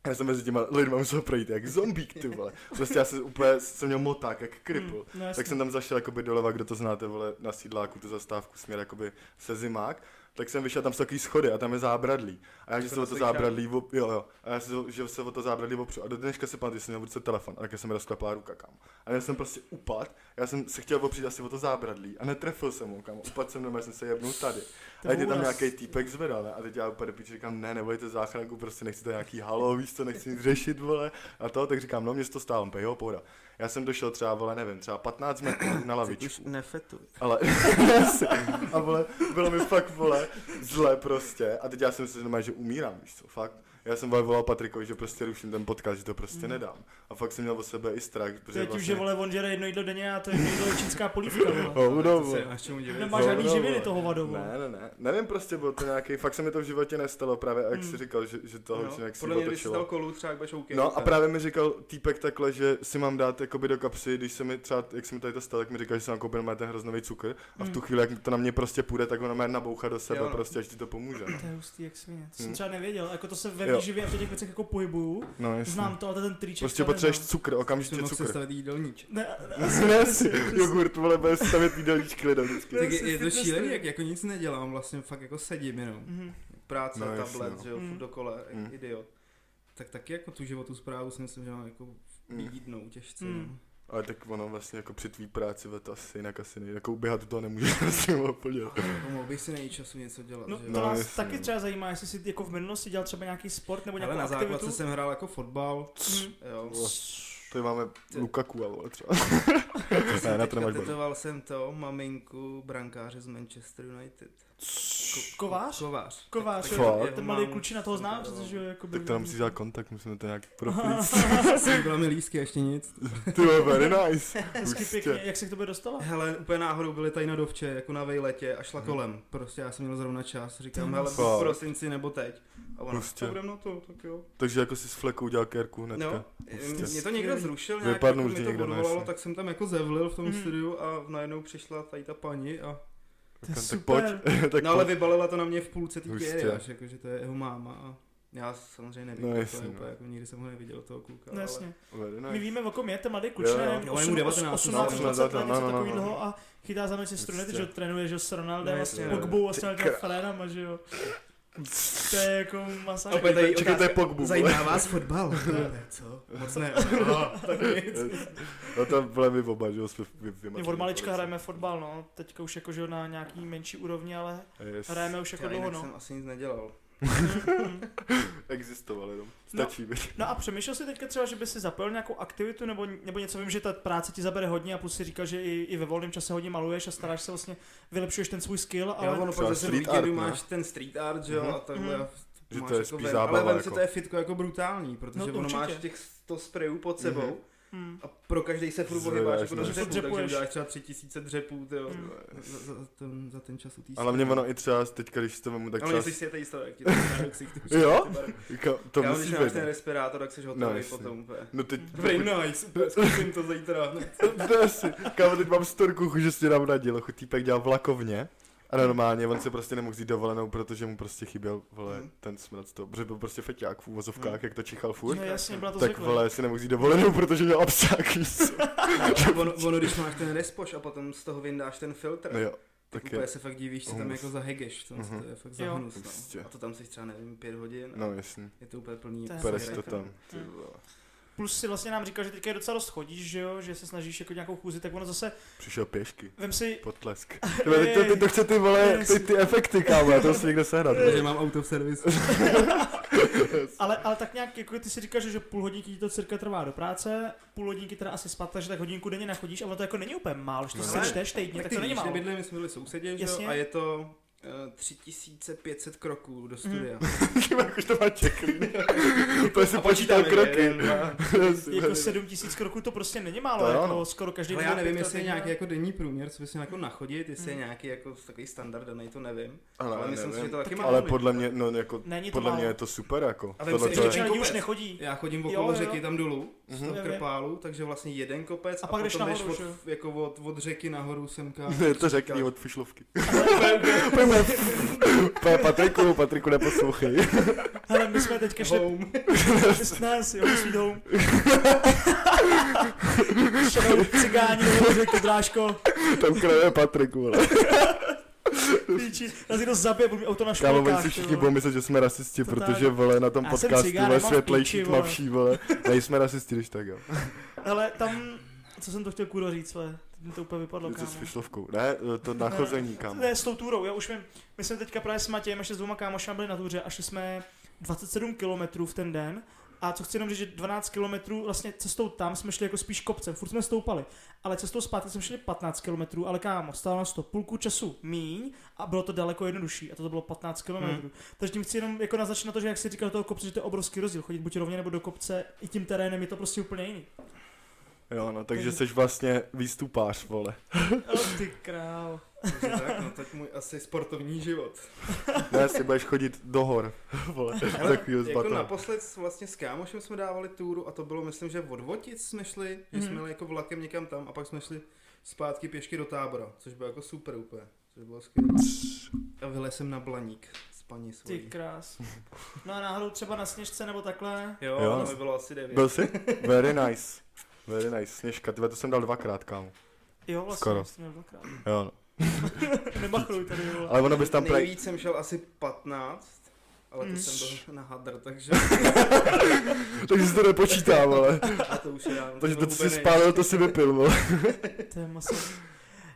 B: já jsem mezi těma lidma musel projít jak zombík, ty vole. Prostě já jsem úplně, jsem měl moták, jak kripl.
A: no jasně.
B: tak jsem tam zašel jakoby doleva, kdo to znáte, vole, na sídláku, tu zastávku, směr jakoby se zimák. Tak jsem vyšel, tam jsou takový schody a tam je zábradlí. A já, že se o
C: To
B: to
C: naslyšám.
B: zábradlí, op, jo, jo. A já se, že se o to zábradlí opřu. A do dneška si pamatuju, že jsem měl v ruce telefon, a tak jsem mi rozklepala ruka, kam. A já jsem prostě upad, já jsem se chtěl opřít asi o to zábradlí a netrefil jsem ho, kam. Upad jsem, doma, já jsem se jebnul tady.
A: To
B: A teď mě
A: byl
B: tam
A: úraz.
B: nějaký týpek zvedal, ne? A teď já úplně do píči říkám, ne, nebojte záchranku, prostě nechci to nějaký halo, víš co, nechci nic řešit, vole. A to, tak říkám, no mě to stálo, úplně, jo, pohoda. Já jsem došel třeba, vole, nevím, třeba 15 metrů na
C: Už
B: lavičku. *laughs*
C: nefetu.
B: Ale, a vole, bylo mi fakt, vole, zle prostě. A teď já jsem si znamená, že umírám, víš co, fakt. Já jsem vole, volal Patrikovi, že prostě ruším ten podcast, že to prostě nedám. A fakt jsem měl o sebe i strach, protože
A: Hmm.
B: vlastně-
A: Teď už je vole, on žere jedno jídlo denně a to jedno jídlo je čínská polívka,
B: *laughs*
A: vole.
B: Oh, no,
C: To se
B: vole.
C: nemáš čemu divit.
A: Nemáš
B: No,
A: žádný
B: no,
A: živiny
B: vole.
A: toho vadou, vole.
B: Ne, ne, ne. Nevím, prostě byl to nějaký, fakt se mi to v životě nestalo, právě jak
A: Hmm.
B: jsi říkal, že, že to no,
C: No,
B: jak si
C: podle mě, když jsi dal
B: otočilo.
C: kolu, třeba jak budeš OK.
B: No a
C: tak-
B: právě mi říkal týpek takhle, že si mám dát jakoby do kapsy, když se mi třeba, jak se mi tady to stalo, tak mi říkal, že jsem koupil má ten hroznový cukr a v tu chvíli, jak to na mě prostě půjde, tak ho na mě nabouchá do sebe
C: Hmm. Jo, no.
B: prostě, až ti to pomůže. no.
A: To je hustý, jak svině. To jsem
B: Hmm.
A: třeba nevěděl. Jako to se ve
B: Jo.
A: výživě a v těch věcech jako pohybuju.
B: No jasně.
A: Znám to, ale to je ten triček.
B: Prostě
A: co já
B: potřebuješ
A: nemám.
B: cukr,
C: Že
B: okamžitě *laughs*
C: mohl
B: cukr.
C: no. sestavit jídelníček.
A: Ne,
B: *laughs* Ne, asi. jogurt, vole, bude stavit jídelníčky lidem vždycky.
C: Tak je,
A: si
C: je to
A: fitness
C: šílený,
A: trenér.
C: jak jako nic nedělám, vlastně fakt jako sedím jenom.
A: Mhm.
C: práce,
B: No,
C: no,
B: jasně,
C: tablet,
B: no.
C: že jo,
A: Mm.
C: furt dokole, jak
B: Mm.
C: idiot. Tak taky jako tu životu zprávu si myslím, že mám jako
B: Mm.
C: výdnou těžce.
A: Mm.
C: Mm.
B: Ale tak ono vlastně jako při tvý práci, ve to asi jinak asi nejde. Jako uběhat do toho nemůžeš *laughs* prostě úplně.
C: Jako mohl bych si najít času něco dělat,
A: No,
C: že
A: to
C: jo.
B: No,
A: nás
B: jasně,
A: taky
B: no.
A: třeba zajímá, jestli jsi jako v minulosti dělal třeba nějaký sport nebo
C: Ale
A: nějakou
C: na
A: aktivitu.
C: základce jsem hrál jako fotbal,
A: Mhm.
C: jo.
B: Vole, Tady máme
C: Ty-
B: Lukaku a vole
C: *laughs*
B: třeba.
C: Co jsem
B: ne, na to
C: teďka
B: nemáš bod.
C: tetoval jsem to, maminku, brankáře z Manchester United.
A: Kovář?
C: Kovář.
A: Kovář,
B: Tak-
A: jo,
B: Fakt?
A: ten malý klučina toho zná, protože jako
B: Tak to
A: *laughs*
B: nám musí dát kontakt, musíme to
C: *laughs*
B: nějak proplít.
C: Jsem byla mi lísky, ještě nic.
B: Ty vole, very nice.
A: Hezky
B: Hustě.
A: pěkně, jak se k tobě dostala?
C: Hele, úplně náhodou byli tady na dovče, jako na vejletě a šla
B: Mhm.
C: kolem. Prostě já jsem měl zrovna čas, říkám, hele, buď
B: Fakt.
C: v prosinci nebo teď. A ona,
B: Hustě.
C: a budem na to, tak jo.
B: Takže jako si s flekou udělal kérku hnedka.
C: No,
A: Prostě
B: Hustě.
C: mě to někdo zrušil, nějak
B: Vypadnul
C: jako mi
B: ti
C: to
B: někdo, no
C: odvolalo,
B: jasně.
C: tak jsem tam jako zevlil v tom
A: Mm.
C: studiu a najednou přišla tady ta paní a...
A: To je
B: tak
A: super.
B: pojď. *laughs* tak
C: no ale
B: pojď.
C: vybalila to na mě v půlce té
B: Hustě.
C: kéry, až jako, že to je jeho máma a já samozřejmě nevím,
B: No
C: no, to
B: jasně,
C: je úplně,
B: no.
C: jako nikdy jsem ho neviděl toho kluka,
A: No,
C: ale...
A: jasně.
B: Very
A: My
B: nice.
A: víme, o kom je, ten mladý
B: Jo,
A: klučina,
B: jo.
A: nevím,
C: Jo, je mu
A: 18,
C: 19,
A: 18,
B: 18,
A: 20 let, něco
B: no, no, no.
A: takového a chytá za noci struny,
B: Prostě.
A: že trénuje, že s Ronaldem
C: No,
A: a
C: jasně,
A: s
C: no.
A: Pogbou a s
B: Ty
A: těma
B: kr-
A: Frenama, že
B: *laughs*
A: jo. To je jako masakr.
C: Opět tady
B: Čekaj, to je
C: otázka.
B: Pogbu. vole. *laughs*
C: Zajímá vás fotbal? Ne, co? Moc ne. No, tak
B: *laughs*
C: nic.
B: No to byly vy oba, že jo, jsme vy, vy,
A: My od malička hrajeme fotbal, no. Teďka už jako, že jo, na nějaký menší úrovni, ale
B: Yes.
A: hrajeme už jako
C: Já
A: dlouho,
C: jinak
A: no. Mhm.
C: jsem asi nic nedělal.
A: *laughs*
B: Existoval jenom. Stačí být.
A: No a přemýšlel jsi teďka třeba, že by si zapojil nějakou aktivitu nebo, nebo něco, vím, že ta práce ti zabere hodně a plus si říkal, že i, i ve volném čase hodně maluješ a staráš se vlastně, vylepšuješ ten svůj skill,
C: Ale
A: ale
C: ono
B: třeba
C: pak zase v
B: street
C: víkendu
B: art, ne?
C: máš ten street art, že jo,
B: Mhm.
C: a takhle.
A: Mhm.
C: a
B: Že
C: máš
B: to je
C: jako
B: spíš
C: ven.
B: zábava,
C: Ale vem si,
B: jako.
C: to je fitko jako brutální, protože
A: No,
C: ono
A: určitě.
C: máš těch 100 sprayů pod sebou
B: Mhm.
A: hm,
C: a pro každý se furt
B: Zvedáš,
C: ohybáš jako do
B: no.
C: dřepů,
A: Furt
C: takže
A: dřepuješ.
C: uděláš třeba 3000 dřepů, tyjo.
B: Hmm.
A: Mm.
C: Za, za, ten, za ten čas u té
B: *laughs* Ale mě ono i třeba teďka, když si to vemu, tak
C: Ale
B: třeba...
C: jsi si je tady jisto, jak ti No, to říká, jak si ty
B: Jo? Ka- To
C: Já vlastně- když
B: musíš
C: máš ten
B: vědět.
C: respirátor, tak jsi
B: No,
C: hotový
B: jasně.
C: potom úplně.
B: No teď...
C: Very nice, úplně, *laughs* zkusím to zítra.
B: *laughs* To asi, kámo, teď mám storku, chuť, že si nám nadil, chuť týpek dělal v lakovně. A normálně, on se prostě nemohl vzít dovolenou, protože mu prostě chyběl, vole,
C: Mhm.
B: ten smrad z toho, protože byl prostě feťák v úvozovkách, jak to čichal furt.
A: no jasně, byla to
B: tak
A: zvyklé.
B: vole, si nemohl vzít dovolenou, protože měl obsák, víš co?
C: ono, ono, když máš ten respoš a potom z toho vyndáš ten filtr,
B: No jo,
C: tak
B: tak
C: úplně
B: je.
C: se fakt divíš, co
B: Humus.
C: tam jako za hegeš, to,
B: Mhm.
C: to je fakt
A: Jo.
C: za hnus,
B: Prostě.
C: no. A to tam jsi třeba, nevím, pět hodin. a
B: No jasně,
C: Je to úplně plný. jako
A: To je
B: pereš
A: Asi
B: to
A: nejde.
B: tam. ty
A: Mhm.
B: vole.
A: Plus si vlastně nám říkal, že teďka je docela dost chodíš, že jo, že se snažíš jako nějakou chůzi, tak ono zase,
B: Přišel pěšky.
A: vem si, *laughs*
B: Potlesk. Ty, vole, teď to, teď to chce ty vole, ty, ty efekty, kámo, já to musím někde sehnat. *laughs*
C: Protože mám auto v servisu.
A: ale, ale tak nějak, jako ty si říkáš, že půl hodinky ti to cirka trvá do práce, půl hodinky teda asi spát, takže tak hodinku denně nachodíš, ale to jako není úplně málo, že to
B: No.
A: si čteš týdně,
C: tak
A: tak
C: ty
A: to není
C: víš, kde
A: málo.
C: bydlím, my jsme byli sousedi, že jo,
A: Jasně.
C: a je to eh, 3500 kroků
A: Mm.
C: do studia.
B: Chyba, jakož to má
A: *laughs*
B: čeklín. *laughs* to si
C: A
B: počítal
C: počítáme,
B: kroky. *laughs*
C: jeden, dva.
A: Jako 7 tisíc kroků to prostě není málo,
B: To jo,
A: jako
B: no.
A: skoro každý
C: Ale já
A: druhý
C: nevím,
A: pětka
C: jestli je
A: týdne.
C: nějaký jako denní průměr, co by se jako nachodit, jestli je
A: Hmm.
C: nějaký jako takový standard daný, to nevím.
B: Ale,
C: Ale myslím si, že to taky
A: Taky-
C: má.
B: ale
C: mluvit.
B: podle mě, no jako,
A: Není to
B: podle
A: málo.
B: mě je to super, jako.
C: A vem
B: Tohle
C: si,
B: to
A: Ještě
C: že
B: je...
C: jeden
A: lidi už
C: kopec. *laughs*
A: nechodí.
C: Já chodím
A: Jo,
C: okolo
A: jo.
C: řeky tam dolů,
B: Mhm.
C: v Krpálu, takže vlastně jeden kopec a,
A: A pak jdeš
C: potom jdeš
A: nahoru, že jo?
C: od, jako od, od řeky
B: *laughs*
C: nahoru semka.
B: *laughs* Ne, to řekni od fišlovky. Úplně Patriku, Patriku neposlouchej. *laughs*
A: Hele, my jsme teďka šli
C: Home.
A: Přesnes, jo, sweet home. *laughs* Šedou cigáni, nebo řekl drážko,
B: Tam kraje Patriku, vole.
A: píči, nás někdo zabije, budu mít auto na
B: Kámo, oni
A: školkách.
B: si
A: ty
B: všichni
A: vole.
B: budou myslet, že jsme rasisti,
A: To tak.
B: protože, vole, na tom
A: Já jsem
B: podcastu,
A: cigán,
B: vole,
A: nemám
B: světlejší,
A: piči, vole. *laughs*
B: tmavší, vole. Nejsme rasisti, když tak, jo.
A: Hele, tam, co jsem to chtěl kurva říct, vole, teď mi to úplně vypadlo,
B: Něco
A: kámo.
B: s fišlovkou. Ne, eh, to nachození, kámo.
A: Ne, s tou túrou, já už vím, my jsme teďka právě s Matějem ještě s dvěma kámošami byli na túře a šli jsme 27 kilometrů v ten den. A co chci jenom říct, že 12 kilometrů vlastně cestou tam jsme šli jako spíš kopcem, furt jsme stoupali, ale cestou zpátky jsme šli 15 kilometrů, ale kámo, stálo nás to půlku času míň a bylo to daleko jednodušší a to bylo 15 kilometrů. Takže tím chci jenom jako naznačit na to, že jak si říkal toho kopce, že to je obrovský rozdíl, chodit buď rovně nebo do kopce, i tím terénem je to prostě úplně jiný.
B: Jo, no, takže jsi vlastně výstupář, vole.
A: *laughs* O, *laughs* ty král.
C: *laughs* Takže tak, no tak můj asi sportovní život.
B: Ne, si budeš chodit do hor, *laughs* vole, takovýho z
C: Jako
B: batona.
C: naposled s- vlastně s kámošem jsme dávali túru a to bylo, myslím, že od Votic jsme šli, že
A: Mhm.
C: jsme jeli jako vlakem někam tam a pak jsme šli zpátky pěšky do tábora, což bylo jako super úplně. Což bylo skvělé. A vylez jsem na blaník s paní
A: Ty
C: svojí.
A: krás. No a náhodou třeba na sněžce nebo takhle.
C: Jo,
B: Jo.
C: jo. mi bylo asi devět.
B: Byl jsi? Very nice. Very nice, sněžka, tyhle to jsem dal dvakrát, kámo.
A: Jo, vlastně Skoro.
B: Skoro.
A: jsem měl dvakrát. *laughs*
B: Jo, no.
A: Nemachruj tady, vole.
B: Ale ono bys tam prej...
C: Nejvíc jsem šel asi 15, ale to
A: Mm.
C: jsem byl na hadr, *laughs* takže
B: Takže jsi to
A: *laughs*
B: nepočítá, vole.
C: a to už je dávno.
B: Takže
C: jsem
B: to, co jsi
C: hubenej.
B: spálil, to si vypil, vole.
A: To je maso.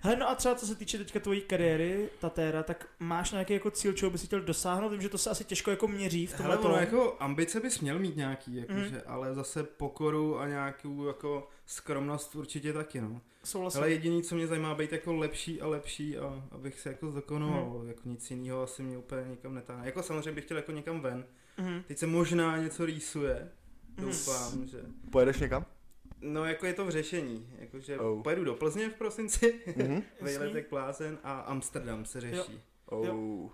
A: Hele, no a třeba co se týče teďka tvojí kariéry, Tatéra, tak máš nějaký jako cíl, čeho bys chtěl dosáhnout? Vím, že to se asi těžko jako měří v tomhle
C: Hele, ono
A: tom.
C: jako ambice bys měl mít nějaký,
A: Mhm.
C: jakože, ale zase pokoru a nějakou jako skromnost určitě taky, no.
A: Souhlasím.
C: Ale jediný, co mě zajímá, být jako lepší a lepší a abych se jako zdokonoval,
A: Hmm.
C: jako nic jiného asi mě úplně nikam netáhne. Jako samozřejmě bych chtěl jako někam ven.
A: Mhm.
C: Teď se možná něco rýsuje,
A: Mhm.
C: doufám, že...
B: Pojedeš někam?
C: No jako je to v řešení, jakože
B: Oh.
C: oh. pojedu do Plzně v prosinci, *laughs*
B: Mhm.
C: vejlet
A: Jasný.
C: jak blázen a Amsterdam se řeší.
B: Oh.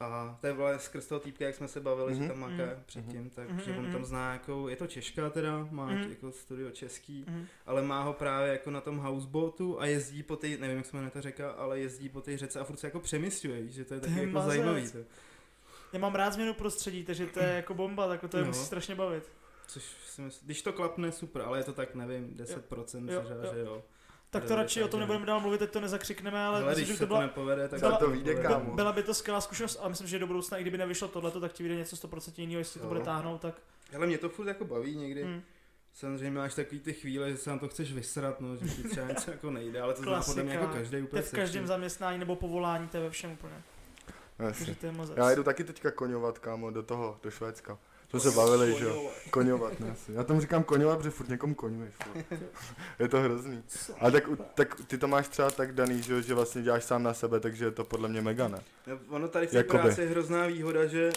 C: A to je vlastně skrz toho týpka, jak jsme se bavili,
B: Mhm.
C: že tam maká
A: Mhm.
C: předtím, tak
A: Mhm,
C: že on
A: mhm.
C: tam zná jako, je to Češka teda, má
A: Mhm.
C: jako studio český,
A: Mhm.
C: ale má ho právě jako na tom houseboatu a jezdí po té, nevím jak se jmenuje ta řeka, ale jezdí po té řece a furt se jako přemysťuje, víš, že to je
A: To
C: taky
A: je
C: jako
A: mazec.
C: zajímavý, to,
A: Já mám rád změnu prostředí, takže to je jako bomba, tak to je
C: No.
A: musí strašně bavit.
C: což si myslím, když to klapne, super, ale je to tak, nevím, 10%
A: Jo,
C: jo,
A: jo.
C: jo, že jo.
A: Tak to
C: Dobrý,
A: radši o tom
C: Eh, takže-
A: nebudeme dál mluvit, teď to nezakřikneme, ale
C: Ale
A: myslím,
C: když
A: že
C: se
A: to
C: to,
A: byla,
C: nepovede, tak
A: byla-
C: to
B: to vyjde,
C: nepovede.
B: kámo.
A: byla by to skvělá zkušenost a myslím, že do budoucna, i kdyby nevyšlo tohleto, tak ti vyjde něco 100% jiného, jestli to
C: Jo.
A: bude táhnout, tak...
C: Hele, mě to furt jako baví někdy.
A: Mm.
C: Samozřejmě máš takový ty chvíle, že se na to chceš vysrat, no, že ti třeba něco jako nejde, ale to zná
A: Klasika.
C: podle mě jako každý
A: To je
C: úplně
A: v každém
C: se vším.
A: zaměstnání nebo povolání, to je ve všem úplně. Takže
B: Jasně.
A: to je mazec.
B: Já jdu taky teďka koňovat, kámo, do toho, do Švédska. To se bavili, že jo. Koňovat, ne? asi. Já tomu říkám koňovat, protože furt někomu koňuješ. vole. Je to hrozný. A tak, tak ty to máš třeba tak daný, že, jo, že vlastně děláš sám na sebe, takže je to podle mě mega, ne?
C: No, ono tady v té
B: Jakoby.
C: práci je hrozná výhoda, že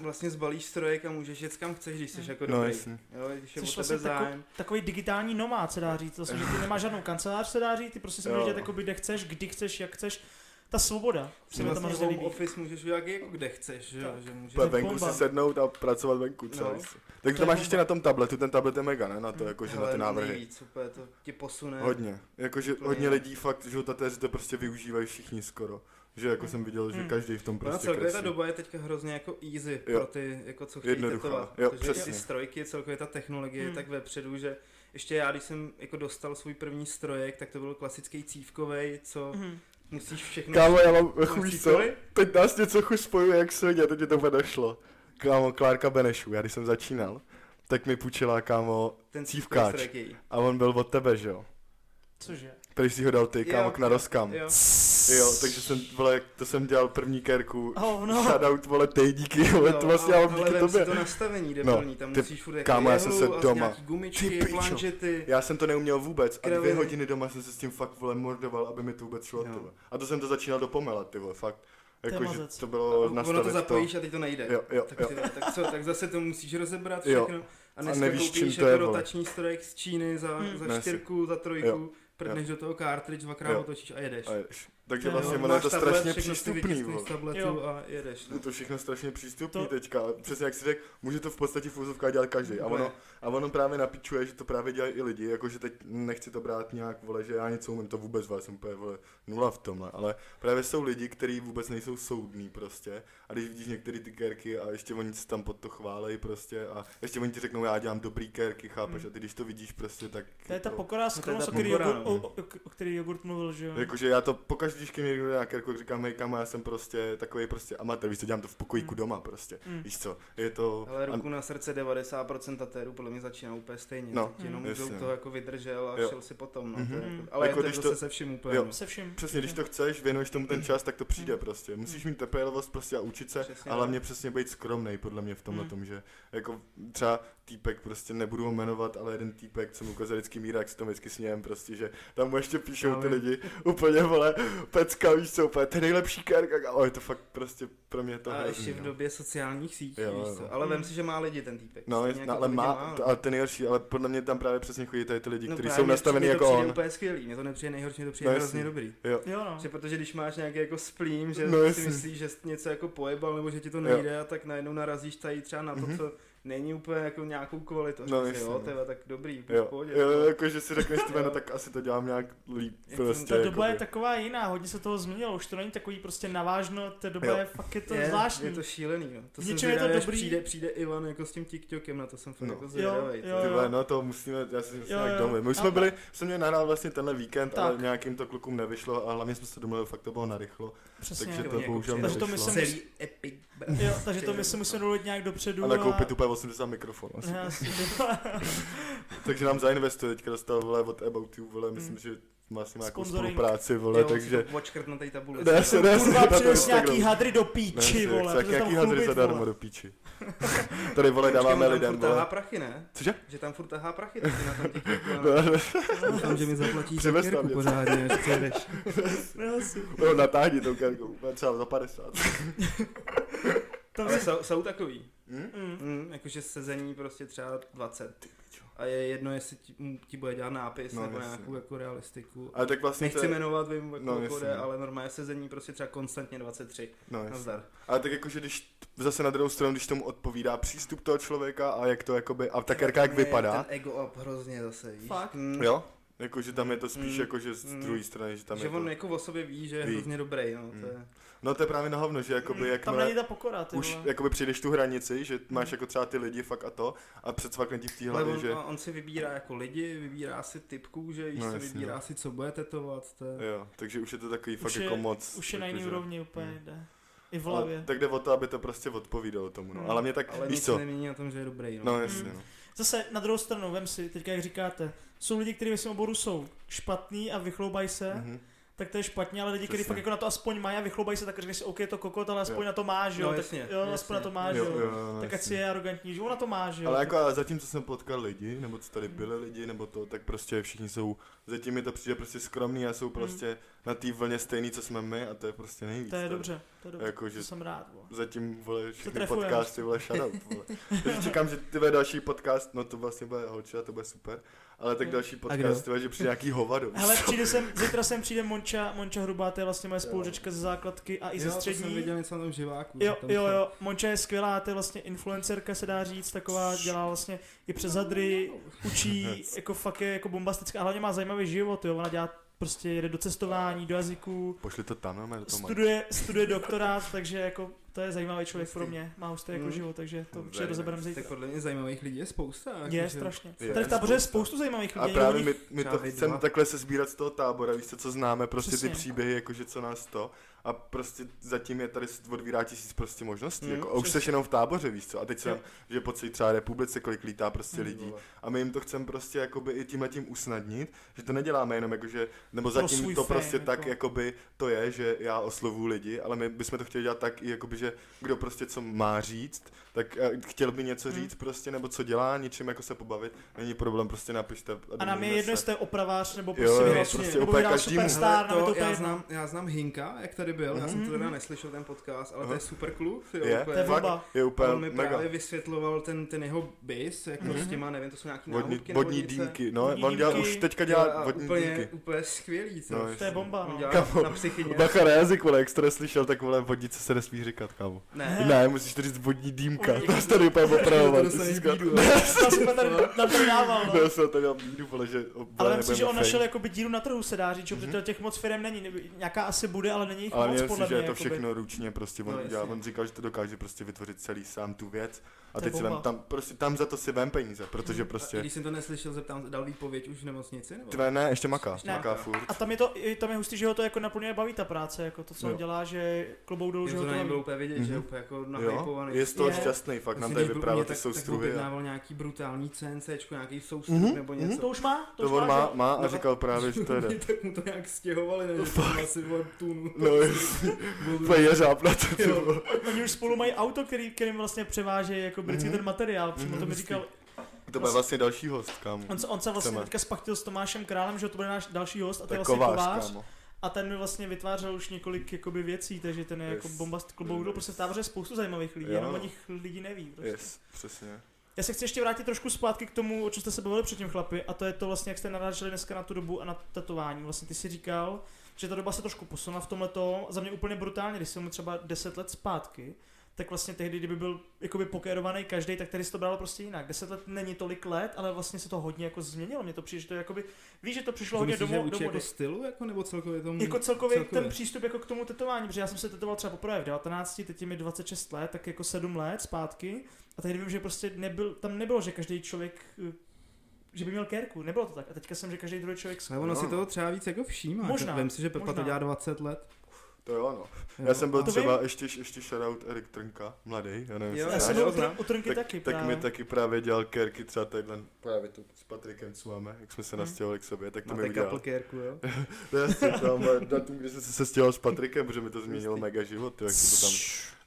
C: vlastně zbalíš strojek a můžeš jet kam chceš, když
A: Hmm.
C: jsi jako
B: No
C: dobrý.
B: jasně.
C: Jo, když je
A: Jsi
C: o
A: vlastně
C: tebe
A: tako-
C: zájem.
A: Takový digitální nomád se dá říct, to že ty nemáš žádnou kancelář se dá říct, ty prostě si
B: Jo.
A: můžeš dělat jakoby kde chceš, kdy chceš, jak chceš. Ta svoboda se mi tam
C: Vlastně
A: hrozně
C: home
A: líbí.
C: office můžeš udělat jako kde chceš, že, jo,
A: Tak.
C: že můžeš... jako-
B: Úplně
A: je
B: venku
A: bomba.
B: si sednout a pracovat venku celý.
C: No.
B: si.
A: To
B: Takže to
A: je
B: máš
A: bomba.
B: ještě na tom tabletu, ten tablet je mega, ne? Na to,
A: Hmm.
B: jakože na
C: Hele,
B: ty návrhy.
C: no, Nejvíc, úplně to tě posune.
B: Hodně. Jakože
C: Úplně.
B: hodně lidí fakt, že tatéři to prostě využívají všichni skoro. Že jako
A: Hmm.
B: jsem viděl, že
A: Hmm.
B: každý v tom
C: Prostě no,
B: prostě
C: celkově ta
B: kreslí.
C: doba je teďka hrozně jako easy
B: Jo.
C: jo. pro ty, jako co chtějí
B: Jednoduchá.
C: tetovat.
B: Jo,
C: Protože
B: přesně.
C: ty strojky, celkově ta technologie
A: Hmm.
C: je tak vepředu, že ještě já, když jsem jako dostal svůj první strojek, tak to byl klasický cívkovej, co
A: Mhm.
C: musíš všechno...
B: Kámo, já mám,
C: Máš
B: chuj, co?
C: cívkovej?
B: Teď nás něco chuj spojuje, jak se mě, teď mě to úplně došlo. Kámo, Klárka Benešů, já když jsem začínal, tak mi půjčila, kámo,
C: Ten
B: Cívkač.
C: cívkový strojek její.
B: a on byl od tebe, že jo?
A: Cože?
B: Tady si ho dal ty, kámo,
C: Jo,
B: k naroskám. Jo.
C: Jo.
B: jo, takže jsem, vole, to jsem dělal první kerku.
A: Oh,
B: No.
A: no.
B: Shoutout, vole, tej, díky, vole, to vlastně já mám
C: ale
B: díky
C: No, vem si
B: tobě.
C: to nastavení debilní, no, tam
B: ty-
C: musíš furt jako
B: kámo, já jsem
C: jehlu
B: se
C: a
B: doma-
C: nějaký
B: Ty
C: gumičky,
B: pičo.
C: planžety.
B: Já jsem to neuměl vůbec a dvě
C: Kraviny.
B: hodiny doma jsem se s tím fakt vole mordoval, aby mi to vůbec šlo.
C: Jo.
B: No. A to jsem to začínal dopomela, ty vole, fakt. Jako, že
A: mazec.
B: to
C: A
B: bylo
C: ono to
B: nastavit to.
C: zapojíš a teď to nejde.
B: Jo, jo,
C: tak,
B: jo.
C: ty, tak, co, tak zase to musíš rozebrat
B: Jo.
C: všechno. A
B: A
C: dneska
B: nevíš,
C: koupíš
B: čím to je,
C: jako
B: vole. Hmm.
C: rotační strojek z Číny za,
A: Mm.
C: za
B: Ne,
C: čtyřku, za
B: Jo.
C: trojku, prdneš do toho cartridge, dvakrát
B: Jo.
C: otočíš a jedeš.
B: A jedeš. Takže
A: Jo,
B: vlastně
A: jo,
B: ono je
C: máš
B: to
C: tablet,
B: strašně
C: všechno si
B: přístupný.
C: vytiskneš
B: vole.
C: z tabletu
A: Jo.
C: a jedeš. No.
B: Je to všechno strašně přístupný
A: To-
B: teďka. Přesně jak si řekl, může to v podstatě v úzovkách dělat každý. A ono, a ono právě napičuje, že to právě dělají i lidi, jakože teď nechci to brát nějak, vole, že já něco umím, to vůbec vole, jsem úplně, vole, nula v tomhle, ale právě jsou lidi, kteří vůbec nejsou soudní prostě a když vidíš některé ty kerky a ještě oni se tam pod to chválej prostě a ještě oni ti řeknou, já dělám dobrý kerky, chápeš,
A: Mm.
B: a ty když to vidíš prostě, tak
A: To je ta
B: jako-
A: pokora,
C: ta
A: skromnost, o
C: pokora,
A: který, jogurt,
C: no.
A: o, o, o který jogurt mluvil, že jo.
B: Jakože já to pokaždé, když ke mně někdo dá kerku, tak říkám, hej kamo, já jsem prostě takový prostě amatér, víš co, dělám to v pokojíku
A: Mm.
B: doma prostě,
A: Mm.
B: víš co, je to...
C: Ale
B: a-
C: ruku na srdce 90% tatérů podle mě začíná úplně stejně.
B: No.
C: No. Teď jenom
B: Mm.
C: kdo
B: Jasně.
C: to jako vydržel a
B: Jo.
C: šel si potom. No.
B: Mhm.
C: To je
A: Mm.
C: Jako, ale
B: Jako
C: jako je
B: když
C: to
B: to-
C: zase se vším úplně.
B: Jo.
C: no.
A: Se vším.
B: Přesně, když to chceš, věnuješ tomu
C: Mm.
B: ten čas, tak to přijde prostě. Musíš mít trpělivost prostě a učit se
C: Přesně,
B: a
C: no.
B: hlavně přesně být skromný podle mě v tomhle
A: Mm.
B: tom, že jako třeba týpek, prostě nebudu ho jmenovat, ale jeden týpek, co mu ukazuje vždycky míra, jak se tam vždycky sněm, prostě, že tam mu ještě píšou
C: Já
B: ty
C: vím.
B: lidi, úplně vole, pecka, víš co, úplně, to je nejlepší kérka, ale je to fakt prostě pro mě je to
C: a
B: hrozný,
C: ještě v
B: no.
C: době sociálních sítí,
B: Jo,
C: víš
B: jo.
C: co. Ale vem
A: Mm.
C: si, že má lidi ten týpek.
B: No,
C: Stejně
B: je,
C: jako
B: ale
C: lidi
B: má, to, ale ten nejhorší, ale podle mě tam právě přesně chodí tady ty lidi,
C: No
B: kteří
C: právě
B: jsou
C: mě to-
B: nastaveni
C: mě
B: jako
C: to přijde
B: on.
C: úplně skvělý, mě to nepřijde nejhorší, mě to přijde
B: No,
C: hrozně
B: jasně.
C: dobrý.
B: Jo,
A: Jo no.
C: Že protože když máš nějaký jako splím, že
B: No,
C: no, si
B: jasně.
C: myslíš, že jsi něco jako pojebal nebo že ti to nejde a tak najednou narazíš tady třeba na to,
B: Mhm.
C: co není úplně jako nějakou kvalitu.
B: No,
C: No,
B: jasně,
C: jo,
B: no.
C: tebe, tak dobrý,
B: jo,
C: pohodě. jako.
B: jo, jako- jakože si řekneš, ty
C: *laughs* Jo.
B: no tak asi to dělám nějak líp,
C: Je to-
B: prostě.
A: Ta doba je
B: jakoby.
A: taková jiná, hodně se toho změnilo, už to není takový prostě navážno, ta doba
B: Jo.
A: je fakt je to
C: je,
A: zvláštní.
C: je to šílený, no. To
A: V
C: jsem
A: něčem je to
C: zvědavý, až
A: dobrý.
C: Přijde, přijde Ivan jako s tím TikTokem, na to jsem fakt
B: No.
C: jako
B: Jo,
C: zvědavý.
A: jo,
C: to-
B: Ty vole, no to musíme, já si musím
A: Jo,
B: nějak
A: jo.
B: domluvit. My už
A: A-
B: jsme byli, jsem mě nahrál vlastně tenhle víkend, ale
A: Tak.
B: nějakým to klukům nevyšlo a hlavně jsme se domluvili, fakt to bylo narychlo,
A: Přesně.
B: takže to
C: Jako
B: bohužel
A: přijde. Takže to
B: nevyšlo.
A: myslím-
C: Celý epic.
A: Jo, takže to my si musíme domluvit nějak dopředu.
B: A nakoupit úplně 80 mikrofon asi.
A: Já si-
B: *laughs* Takže nám zainvestuje, teďka dostal vole od About You, vole, myslím,
A: Mm.
B: že má s ním nějakou
A: Sponsoring.
B: spolupráci, vole, takže...
C: Počkrt na té tabuli.
B: Ne, se- ne, prostě se-
A: Kurva,
B: na to
A: přines
B: Instagram.
A: nějaký hadry do
B: Ne,
A: píči,
B: si
A: vole,
B: chce,
A: protože tam
B: jaký hadry
A: chlubit,
B: zadarmo
A: vole. *laughs*
B: do píči. Tady vole dáváme lidem,
C: tahá
B: vole.
C: prachy, ne?
B: Cože?
C: Že tam furt tahá prachy, tak ty na tom jako- TikToku.
B: No, *laughs* no,
C: Doufám, že mi zaplatíš
B: Přivez nám něco.
C: pořádně, až přijedeš.
A: Jo, si-
B: no, natáhni tou karkou, úplně třeba za 50.
A: Tam
C: *laughs* Ale
A: si-
C: jsou, jsou takový.
B: Hm?
A: Mm.
C: Mm, jakože sezení prostě třeba 20. A je jedno, jestli ti, mu- ti bude dělat nápis
B: No,
C: nebo
B: jasně.
C: nějakou jako realistiku.
B: Ale tak vlastně to
C: Nechci
B: je,
C: jmenovat, vím, jako
B: No,
C: no,
B: jasně.
C: jde, ale normálně sezení prostě třeba konstantně 23.
B: no, jasně.
C: Nazdar.
B: Ale tak jakože když zase na druhou stranu, když tomu odpovídá přístup toho člověka a jak to jakoby, a ta kerka jak
C: Mě
B: vypadá,
C: Ten ego up hrozně zase, víš?
A: Fakt?
C: Mm,
B: jo? Jakože tam je to spíš
C: Mm.
B: jakože z
C: Mm.
B: druhé strany, že tam
C: že
B: je
C: on
B: to...
C: jako o sobě ví, že je
B: Ví.
C: hrozně dobrý, no.
B: Mm.
C: To je,
B: No to je právě na hovno, že jakoby
A: Mm, Tam
B: jakmile
A: není ta pokora, ty
B: už
A: vole.
B: jakoby přijdeš tu hranici, že máš jako třeba ty lidi fakt a to a předsvakne ti v té
C: ale
B: hlavě,
C: on,
B: že...
C: a on, si vybírá jako lidi, vybírá si typku, že víš,
B: No,
C: no,
B: jasně,
C: vybírá
B: no.
C: si, co bude tetovat, to je...
B: Jo, takže už je to takový fakt
A: je-
B: jako moc...
A: Už je na jiný
B: jakože-
A: úrovni úplně,
B: Mm.
A: jde. I v
B: Ale
A: hlavě.
B: Tak jde o to, aby to prostě odpovídalo tomu,
A: Mm.
B: no. Ale mě tak,
C: Ale
B: víš
C: nic
B: co,
C: nemění na tom, že je dobrý, no.
B: no jasně,
A: Mm.
B: no.
A: Zase na druhou stranu, vem si, teďka jak říkáte, jsou lidi, kteří ve svém oboru jsou špatný a vychloubají se,
B: Mhm.
A: tak to je špatně, ale lidi, kteří
B: Přesně.
A: fakt jako na to aspoň mají a vychloubají se, tak řekneš si, OK, je to kokot, ale aspoň
B: Jo.
A: na to má, že jo,
C: No,
A: tak-
C: jasně,
A: jo
C: jasně.
A: aspoň na to má, že
B: Jo,
A: jo.
B: jo, jo,
A: Tak ať
B: jasně.
A: si je arrogantní, že ona to má, že jo.
B: Ale jako a zatím, co jsem potkal lidi, nebo co tady byli lidi, nebo to, tak prostě všichni jsou, zatím mi to přijde prostě skromný a jsou
A: Hmm.
B: prostě na té vlně stejný, co jsme my a to je prostě nejvíc.
A: to je
B: tady.
A: dobře, to je dobře,
B: Jako,
A: jako,
B: že-
A: že... jsem rád, vole.
B: Zatím, vole, všechny
A: trefujeme.
B: podcasty, vole, shoutout,
A: *laughs*
B: vole. Takže čekám, že ty vole, další podcast, no to vlastně bude holčina, to bude super, ale tak
A: Jo.
B: další
C: kdo?
B: podcast, ty vole, že přijde nějaký hovado. víš
A: Hele,
B: co?
A: přijde sem, zítra sem přijde Monča, Monča Hrubá, to je vlastně moje
B: Jo.
A: spolužečka ze základky a i
C: Jo,
A: ze
C: to jsem
A: střední.
C: viděl něco na tom živáku.
A: Jo,
C: že tam
A: jo,
C: jsou-
A: jo, Monča je skvělá, to je vlastně influencerka, se dá říct, taková, dělá vlastně i přes hadry,
B: *laughs*
A: učí, jako fakt je jako bombastická, a hlavně má zajímavý život, jo, ona dělá prostě jede do cestování, do jazyků,
B: Pošli to tam, no, do toho mají.
A: studuje, studuje doktorát, *laughs* takže jako to je zajímavý člověk pro mě, má hustý jako
B: Hmm.
C: Mm.
A: život, takže to
B: Very
A: určitě rozebereme
C: Tak
A: zítra.
C: podle mě zajímavých lidí je spousta.
A: Je
C: jakože-
A: strašně.
B: Je
A: Tak tam pořád je
B: spousta.
A: spoustu zajímavých
B: A
A: lidí. jenom
B: právě
A: o nich-
B: my, my to
C: třeba vy
B: chceme
C: dva.
B: takhle se sbírat z toho tábora, víš co, co známe, prostě Přesně. ty
A: Přesně.
B: příběhy, jakože co nás to. A prostě zatím je tady odvírá tisíc prostě možností,
C: Mm,
B: jako, a už
A: Hmm, přesně.
B: seš jenom v táboře, víš co. A teď
A: Jo. Hmm,
B: jsem, že po celé třeba republice, kolik lítá prostě
C: Ty
B: lidí.
C: vole.
B: A my jim to chceme prostě jakoby i tímhle tím usnadnit, že to neděláme jenom jakože, nebo
A: Pro
B: zatím
A: svůj
B: to
A: fame,
B: prostě
A: jako.
B: tak jakoby to je, že já oslovuju lidi, ale my bychom to chtěli dělat tak i jakoby, že kdo prostě co má říct, tak eh, chtěl by něco
A: Hmm.
B: říct prostě, nebo co dělá, něčím jako se pobavit, není problém, prostě napište.
A: A nám je
B: domluvíme
A: jedno,
B: se.
A: jestli to je opravář, nebo
B: Jo,
A: prostě,
B: jo,
A: vyhrál
B: prostě
A: super- nebo
B: úplně
A: vyhrál
B: každému.
A: superstar,
C: Hele,
A: nebo to,
C: to,
A: to je
C: já,
A: jedno.
C: znám, já znám Hinka, jak tady tady byl, já jsem to teda
A: Mhm.
C: neslyšel ten podcast, ale to je super kluk, ty
B: Je?
A: To je *laughs*
B: Fakt?
A: volba.
B: Je
C: A
B: úplně
C: On mi
B: mega.
C: právě vysvětloval ten, ten jeho bis, jako
A: Mhm.
C: s těma, nevím, to jsou nějaký
B: Vodní,
C: náhubky nebo
B: vodní
C: něco.
B: dýmky, no,
A: Vodní
B: on dělal,
A: dýmky.
B: už teďka
C: Dělá
B: dělá vodní
C: úplně,
B: dýmky.
C: úplně skvělý, co?
B: No,
A: To je bomba,
C: On
A: no.
C: dělá
B: Kámo,
C: na psychyně.
B: Bacha na jazyk, vole, jak jsi to neslyšel, tak vole, vodnice se nesmí říkat, kámo.
A: Ne.
C: Ne.
B: Ne, musíš to říct vodní dýmka,
A: Vodní
B: to se tady úplně opravovat.
C: To dostaneš bídu,
B: Ne,
C: ale-
A: To jsem tady na to dával, no.
B: *laughs* já jsem tady mám bídu, vole, že... vole,
A: Ale
B: nebudeme
A: myslím, že on
B: fake.
A: našel jakoby díru na trhu, se dá říct, že
B: Mhm.
A: protože těch moc firm není, nebo- nějaká asi bude, ale není jich
B: Ale
A: moc
B: myslím,
A: podle
B: že
A: mě.
B: je to
A: jakoby.
B: všechno ručně, prostě on,
C: No,
B: no, dělá,
C: jasně.
B: on říkal, že to dokáže prostě vytvořit celý sám tu věc. A
A: To je
B: teď si vem,
A: bomba.
B: tam, prostě, tam za to si vem peníze, protože
A: Mhm.
C: A
B: prostě...
C: Když jsem to neslyšel, zeptám, dal výpověď už v nemocnici? Nebo?
B: Tvé ne, ještě maká,
C: Ještě
B: maká
C: maká.
B: furt.
A: A tam je to, i tam je hustý, že ho to jako naplně baví ta práce, jako to, co on
B: Jo.
A: dělá, že klobou dolů, že
C: Jen
A: ho
C: to
A: to
C: na něm bylo
A: baví.
C: úplně vidět, že je
B: Mhm.
C: úplně jako
B: Jo,
C: nahypovaný.
B: je z toho
A: Je.
B: šťastný, fakt nám
C: Vlastně,
B: tady
C: když byl u
B: vyprávěl
C: mě,
B: ty
C: tak-
B: soustruhy. a-
C: Tak objednával nějaký brutální CNCčko, nějaký soustruh
B: Mhm,
C: nebo
B: mhm.
C: něco.
A: To už má? To,
B: To
A: už
B: on
A: má,
B: má,
A: že?
B: má a
C: No,
B: říkal právě, že to *laughs* jde.
C: *laughs* tak mu to nějak stěhovali, ne? Že to má asi vole tunu.
B: No, to je řáb na to, ty
C: Jo.
B: vole.
A: Oni už spolu mají auto, který, kterým vlastně převáže jako britský
B: Mhm.
A: ten materiál, přímo
B: Mhm,
A: to mi
B: hustý.
A: říkal,
B: To bude vlastně další host, kámo.
A: on se, on se vlastně
B: Chceme.
A: teďka spachtil s Tomášem Králem, že to bude náš další host a to
B: To
A: je
B: je
A: vlastně
B: kovář,
A: kovář
B: kámo.
A: a ten mi vlastně vytvářel už několik jakoby věcí, takže ten je jako
B: Yes.
A: bomba s klobou dolů, prostě v táboře je spoustu zajímavých lidí,
B: Jo.
A: jenom o nich lidi neví. Prostě.
B: Yes, přesně.
A: Já se chci ještě vrátit trošku zpátky k tomu, o čem jste se bavili předtím, chlapi, a to je to vlastně, jak jste naráželi dneska na tu dobu a na tetování. Vlastně ty si říkal, že ta doba se trošku posunula v tomhle za mě úplně brutálně, když jsem mu třeba 10 let zpátky, tak vlastně tehdy, kdyby byl jakoby pokérovaný každý, tak tady se to bralo prostě jinak. 10 let není tolik let, ale vlastně se to hodně jako změnilo. Mně to přijde, že to je jakoby, víš, že to přišlo hodně
C: Myslíš, že
A: domů,
C: vůči
A: domů
C: jako stylu, jako, nebo celkově tomu?
A: jako celkově, celkově,
C: celkově.
A: ten přístup jako k tomu tetování, protože já jsem se tetoval třeba poprvé v 19, teď je mi 26 let, tak jako 7 let zpátky a tehdy vím, že prostě nebyl, tam nebylo, že každý člověk eh, že by měl kérku, nebylo to tak. A teďka jsem, že každý druhý člověk
C: Ale ono
B: No,
C: si
B: no.
C: toho třeba víc jako všímá.
A: Možná,
C: Vem si, že Pepa
A: možná.
C: to dělá 20 let.
B: To jo, no.
C: jo.
B: Já jsem byl
C: A-
A: to
B: třeba ještě, ještě shoutout Erik Trnka, mladý, já nevím,
C: Jo,
B: jestli
A: Já
C: já
A: jsem
B: znáš.
C: ho
A: byl u
C: znám.
A: tr- u trnky
B: tak,
A: taky
B: tak mi
A: právě.
B: taky právě dělal kerky třeba tadyhle, právě tu s Patrikem Cuame, jak jsme se
A: Mhm.
B: nastěhovali k sobě, tak to mi
C: Máte
B: udělal.
C: couple
B: *laughs*
C: kérku, jo?
B: To je jasně, tam, ale na tom, když jsem se stěhoval s Patrikem, protože mi to změnilo
C: Jistý.
B: mega život, jo, jak se to tam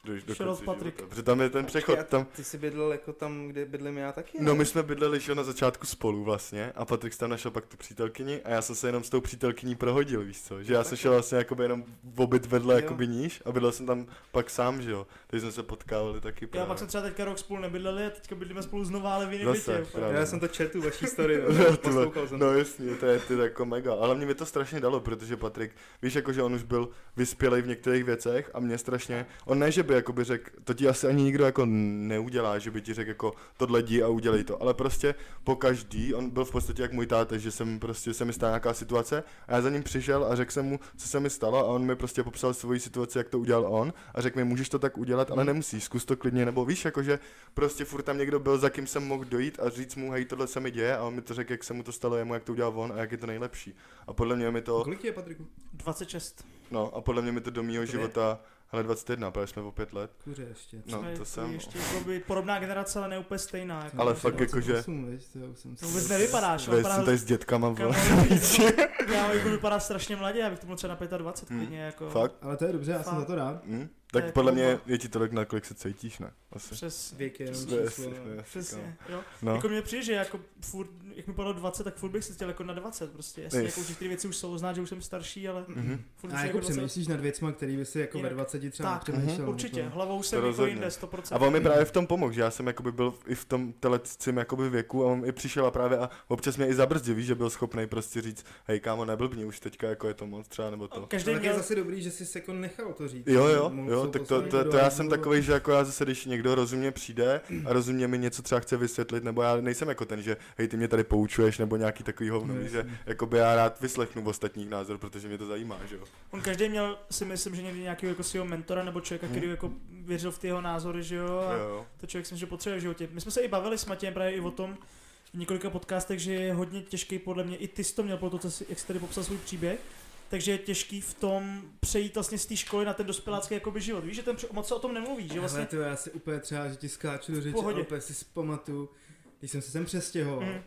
B: jdeš do
A: Shoutout
B: konce
A: Patrik.
B: života. Protože tam je ten přechod,
C: Počkej, a
B: tam,
C: Ty jsi bydlel jako tam, kde bydlím já taky?
B: No
C: ne?
B: my jsme bydleli že jo, na začátku spolu vlastně a Patrik si tam našel pak tu přítelkyni a já jsem se jenom s tou přítelkyní prohodil, víš co? Že já
A: No,
B: jsem šel vlastně jakoby jenom v obyt vedle
C: Jo.
B: jakoby níž a bydlel jsem tam pak sám, že jo? Takže jsme se potkávali taky
A: Já
B: právě.
A: pak jsem třeba teďka rok spolu nebydleli a teďka bydlíme spolu znova, ale v jiném
B: Zase,
A: bytě.
B: právě.
C: Já jsem to četl,
B: *laughs*
C: vaší story,
B: Ty vole,
C: no. poslouchal jsem.
B: No
C: to.
B: jasně, to je to je jako mega, ale mě mi to strašně dalo, protože Patrik, víš jako, že on už byl vyspělej v některých věcech a mě strašně, on ne, že by jakoby řekl, to ti asi ani nikdo jako neudělá, že by ti řekl jako tohle dí a udělej to, ale prostě po každý, on byl v podstatě jak můj táta, že jsem prostě, se mi stala nějaká situace a já za ním přišel a řekl jsem mu, co se mi stalo a on mi prostě popsal svoji situaci, jak to udělal on a řekl mi, můžeš to tak udělat, ale nemusíš, zkus to klidně, nebo víš, jakože prostě furt tam někdo byl, za kým jsem mohl dojít a říct mu, hej, tohle se mi děje a on mi to řekl, jak se mu to stalo jemu, jak to udělal on a jak je to nejlepší. A podle mě mi to,
C: Kolik je, Patriku?
A: 26.
B: no a podle mě mi to do mýho
C: Mhm. To je-
B: života, hele 21, právě jsme o 5 let,
C: Kuře ještě.
B: no
A: Jsme
B: to
A: jako
B: jsem,
A: Ještě jakoby podobná generace, ale ne úplně stejná. Jako.
B: Ale fakt jako, že-
C: 28, viď, to já už jsem
A: To vůbec nevypadá, že?
B: no, jsem tady s dětkama,
A: Kámo,
B: vole.
A: *laughs* Já jako vypadá strašně mladě, já bych to byl třeba na 25
B: Hmm.
A: klidně, jako.
B: *laughs* Fakt?
C: Ale to je dobře, já jsem
A: Fakt.
C: za to rád.
B: Hm?
A: To je
B: Tak podle mě
A: bomba.
B: je ti tolik, na kolik se cítíš, ne? Asi.
A: Přes,
C: Věk je jenom
B: To je
C: číslo.
B: asi, to je
C: no.
B: asi, kámo.
A: přesně, jo.
B: No.
A: Jako mně přijde, že jako furt, jak mi padlo 20, tak furt bych se chtěl jako na 20 prostě. Jasně,
B: Yes.
A: jako už některé věci už jsou, znát, že už jsem starší, ale
B: Mhm.
A: furt už
C: A jako
A: jako 20.
C: přemýšlíš nad věcma, který by si jako ve
A: Jinak.
C: 20 třeba
A: Tak. mhm,
C: nepřemýšlel.
A: Určitě,
C: nebo-
A: hlavou jsem jako
B: rozhodně.
A: jinde,
B: A
A: 100%.
B: on mi právě v tom pomohl, že já jsem jakoby byl v- i v tom telecím jakoby věku a on i přišel a právě a občas mě i zabrzdil, víš, že byl schopný prostě říct, hej kámo, neblbni už teďka, jako je to moc třeba, nebo to.
A: Každý
C: Ale tak je
A: měl,
C: zase dobrý, že jsi se jako nechal to říct.
B: Jo, jo,
C: Mohl
B: jo,
C: jsou
B: tak to,
C: poslední
B: to, to
C: dva
B: já jsem
C: díly.
B: takový, že jako já zase, když někdo rozumně přijde a rozumně mi něco třeba chce vysvětlit, nebo já nejsem jako ten, že hej, ty mě tady poučuješ, nebo nějaký takový hovno,
C: No,
B: víš, že jakoby já rád vyslechnu ostatních názor, protože mě to zajímá, že jo.
A: on každý měl, si myslím, že někdy nějakého jako svého mentora nebo člověka,
B: Hm.
A: který jako věřil v ty jeho názory, že jo. A
B: jo. jo.
A: to člověk si myslím, že potřebuje v životě. My jsme se i bavili s Matějem právě i o tom v několika podcastech, že je hodně těžký podle mě, i ty jsi to měl, proto co jsi, jak jsi tady popsal svůj příběh, takže je těžký v tom přejít vlastně z té školy na ten dospělácký jakoby život. Víš, že ten při- moc se o tom nemluví, že
C: Hele,
A: vlastně...
C: to já si úplně třeba, že ti skáču do řeči,
A: pohodě.
C: ale úplně si zpamatuju, když jsem se sem přestěhoval,
A: Mm,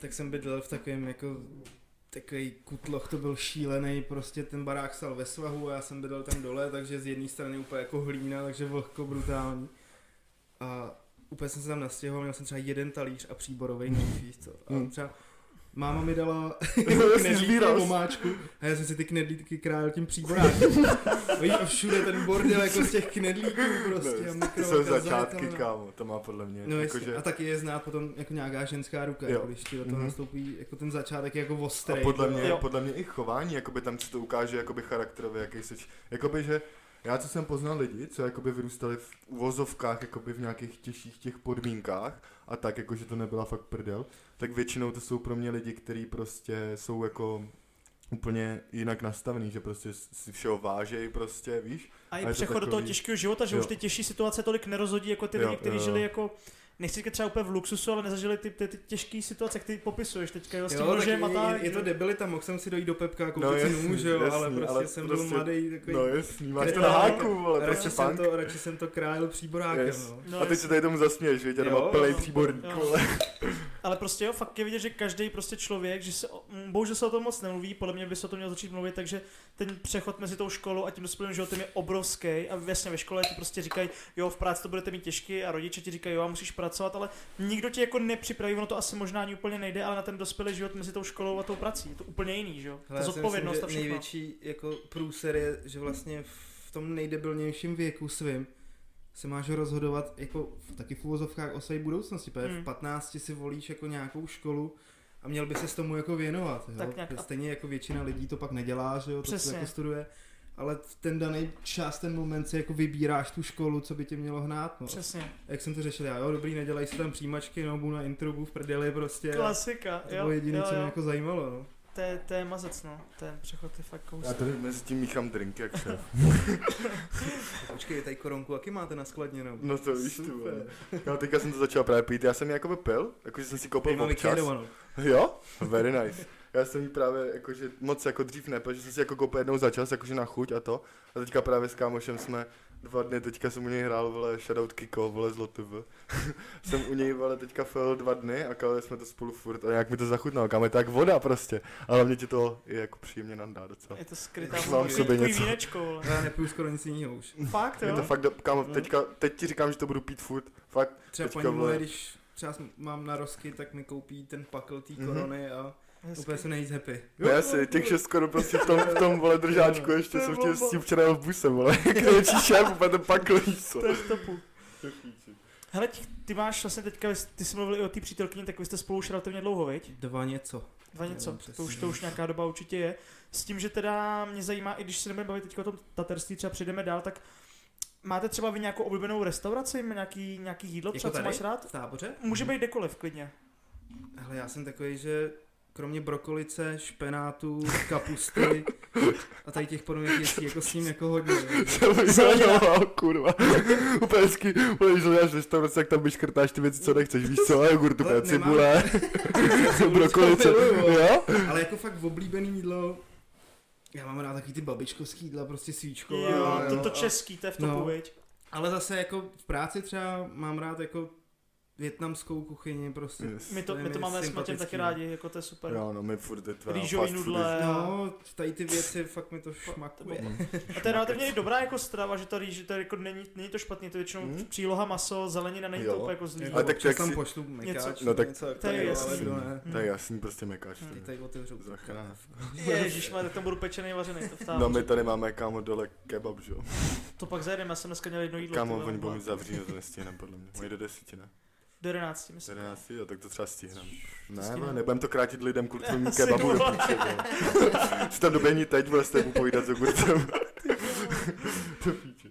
C: tak jsem bydlel v takovém jako takový kutloch, to byl šílený, prostě ten barák stal ve svahu a já jsem bydlel tam dole, takže z jedné strany úplně jako hlína, takže vlhko brutální. A úplně jsem se tam nastěhoval, měl jsem třeba jeden talíř a příborový nůž, víš co. A
B: Hmm.
C: třeba Máma
B: *laughs*
C: mi dala *laughs* jako
B: jsi
C: knedlíky
B: sbíral.
C: v omáčku a já jsem si ty knedlíky král
B: *laughs*
C: tím příborákem. Víš, a všude ten bordel jako z těch knedlíků prostě.
B: Ne,
C: a
B: to jsou
C: mikrovlnka,
B: začátky,
C: zajatelná.
B: kámo, to má podle mě. jako,
C: No jasně,
B: jakože-
C: a taky je znát potom jako nějaká ženská ruka,
B: Jo.
C: jako když ti do toho
B: Mhm.
C: nastoupí, jako ten začátek je jako ostrý.
B: A podle mě,
A: Jo.
B: podle mě i chování, jakoby tam se to ukáže jakoby charakterově, jaký seč. Jakoby, že já co jsem poznal lidi, co jakoby vyrůstali v uvozovkách, jakoby v nějakých těžších těch podmínkách a tak, jakože to nebyla fakt prdel, tak většinou to jsou pro mě lidi, kteří prostě jsou jako úplně jinak nastavený, že prostě si všeho vážej prostě, víš?
A: A
B: A
A: i
B: je to
A: přechod do toho
B: takový-
A: těžkého života, že
B: Jo.
A: už ty těžší situace tolik nerozhodí, jako ty
B: Jo,
A: lidi, kteří
B: jo, jo.
A: žili jako, nechci říkat třeba úplně v luxusu, ale nezažili ty, ty, ty těžké situace, jak ty popisuješ teďka, jo, s tím
C: Jo, tak je,
A: nožem a tak.
C: je, je to
A: že-
C: debilita, mohl jsem si dojít do Pepka a koupit
B: No
C: no, si
B: jasný,
C: nůž, jo, ale
B: jasný,
C: prostě
B: ale
C: jsem byl
B: prostě-
C: mladý takový.
B: No jasný, máš to
C: Kretén.
B: na háku, ale
C: radši,
B: prostě
C: jsem
B: funk.
C: to, radši jsem to krájel příborákem,
B: Yes.
C: yes. no.
A: No,
B: A teď se tady tomu zasměješ, víš, já
C: Jo,
B: mám plej
A: jo,
B: příborník,
A: jo.
B: vole.
A: Ale prostě jo, fakt je vidět, že každý prostě člověk, že se, o- mm, bohužel se o tom moc nemluví, podle mě by se o tom měl začít mluvit, takže ten přechod mezi tou školou a tím dospělým životem je obrovský. A jasně ve škole ti prostě říkají, jo, v práci to budete mít těžké a rodiče ti říkají, jo, a musíš pracovat, ale nikdo tě jako nepřipraví, ono to asi možná ani úplně nejde, ale na ten dospělý život mezi tou školou a tou prací. Je to úplně jiný, že jo?
C: Hele,
A: Ta
C: já si
A: zodpovědnost a
C: myslím, že
A: všechno.
C: největší jako průser je, že vlastně v tom nejdebilnějším věku svým se máš rozhodovat jako v, taky v uvozovkách o své budoucnosti, protože
A: Hmm.
C: v 15 si volíš jako nějakou školu a měl by se tomu jako věnovat. Jo?
A: Tak nějak-
C: Stejně jako většina lidí to pak nedělá, že jo, to
A: Přesně.
C: se jako studuje. Ale ten daný čas, ten moment si jako vybíráš tu školu, co by tě mělo hnát. No.
A: Přesně.
C: Jak jsem to řešil já, jo, dobrý, nedělej si tam přijímačky, no, bu na introbu v prdeli prostě. a
A: Klasika,
C: To
A: jo.
C: bylo jediné,
A: jo,
C: co mě
A: jo.
C: jako zajímalo. No.
A: To je- to je mazec, no. Ten přechod je fakt kous.
B: Já tady mezi tím míchám drink, jak šéf.
C: Počkej, tady koronku, jaký máte na skladně? No,
B: No to víš, ty vole. No teďka jsem to začal právě pít, já jsem ji jakoby pil, jakože jsem si koupil
C: Mám
B: občas.
A: no.
C: vykérovanou.
B: Jo? Very nice. Já jsem ji právě jakože moc jako dřív nepil, že jsem si jako koupil jednou za čas, jakože na chuť a to. A teďka právě s kámošem jsme dva dny, teďka jsem u něj hrál, vole, shoutout Kiko, vole, zlotiv. *laughs* jsem u něj, vole, teďka fel dva dny a kali jsme to spolu furt a jak mi to zachutnalo, kámo, je to jak voda prostě. Ale hlavně ti to je jako příjemně nandá docela.
A: Je to skrytá
C: Mám v
A: vůbec,
B: sobě
A: takový
B: něco.
A: vínečko, vole.
C: Já nepiju skoro nic jiného už.
A: Fakt,
B: Je
A: jo. No.
B: to fakt, do, kámo,
C: Mhm.
B: teďka, teď ti říkám, že to budu pít furt, fakt.
C: Třeba
B: Teďka,
C: paní moje,
B: vole.
C: když třeba mám na rozky, tak mi koupí ten pakl té
B: Mhm.
C: korony a
A: Hezky.
C: úplně jsem nejvíc happy.
B: No já si těch 6 korun prostě v tom, v tom vole držáčku ještě
A: To je
B: jsem tě
A: bomba.
B: s tím včera jel v buse, vole. *laughs* Krejčí šéf, úplně to pak co.
A: To je v topu. Hele, ty, ty máš vlastně teďka, vy- ty jsi mluvil i o té přítelkyni, tak vy jste spolu už relativně dlouho, viď?
C: Dva něco.
A: Dva
C: Jo,
A: něco, to
C: přesně.
A: už, to už nějaká doba určitě je. S tím, že teda mě zajímá, i když se nebudeme bavit teď o tom taterství, třeba přijdeme dál, tak máte třeba vy nějakou oblíbenou restauraci, nějaký, nějaký jídlo,
C: Jako
A: třeba co
C: tady? Mhm.
A: máš rád?
C: V táboře?
A: Může být kdekoliv, klidně.
C: Hele, já jsem takový, že kromě brokolice, špenátu, kapusty a tady těch podobných věcí, jako s ním jako hodně.
B: *laughs* Jsem vyhledal, kurva. *laughs* Úplně hezky, vole, když hledáš restauraci, tak tam vyškrtáš ty věci, co nechceš, víš co, a jogurt,
C: Ale
B: úplně
C: nemám-
B: cibule,
C: *laughs*
B: *laughs* brokolice,
C: miluju, vole.
B: jo?
C: Ale jako fakt oblíbený jídlo, já mám rád takový ty babičkovský jídla, prostě svíčková.
A: Jo, to, to
C: a-
A: český, to je v topu,
C: No.
A: viď?
C: Ale zase jako v práci třeba mám rád jako větnamskou kuchyni prostě.
B: Yes.
A: My to,
C: je
A: my to
C: mi
A: máme s Matěm taky
C: sympatický.
A: rádi, jako to je super.
B: Jo, no my furt je tvé
A: Rýžový nudle.
C: No, tady ty věci, fakt mi to šmakuje.
B: Mm.
A: A to je relativně i dobrá jako strava, že to, rýž- že to jako není, není to špatný, to je většinou
B: Hmm.
A: příloha, maso, zelenina, není
B: Jo.
A: to úplně jako zlý.
B: Ale tak
C: občas
B: jak
C: tam
B: si-
C: pošlu mekáč,
B: No tak-
C: něco
A: to je
C: takového,
A: jasný. Mm.
C: ale kdo ne.
B: To je jasný, prostě mekáč. to
A: Hmm.
B: je.
C: Ty tady otevřu.
B: Zachrana.
A: Ježíš, tak tam budu pečený, vařený, to vtávám.
B: No my tady máme, kámo, dole kebab, že jo?
A: To pak zajedeme, já jsem dneska měl jedno jídlo.
B: Kámo,
A: ty vole,
B: oni budou
A: byla-
B: mít zavřít, no to nestihneme, podle mě. Mají do desíti, ne?
A: Do 11, myslím.
B: 11, jo, tak to třeba stihneme. Ne,
A: stihneme.
B: vole, nebudem to krátit lidem kvůli tvým
A: Asi
B: kebabu do
A: jo.
B: piče, vole. *laughs* Si tam doběhni teď, bude s tebou povídat s jogurtem. Do piče.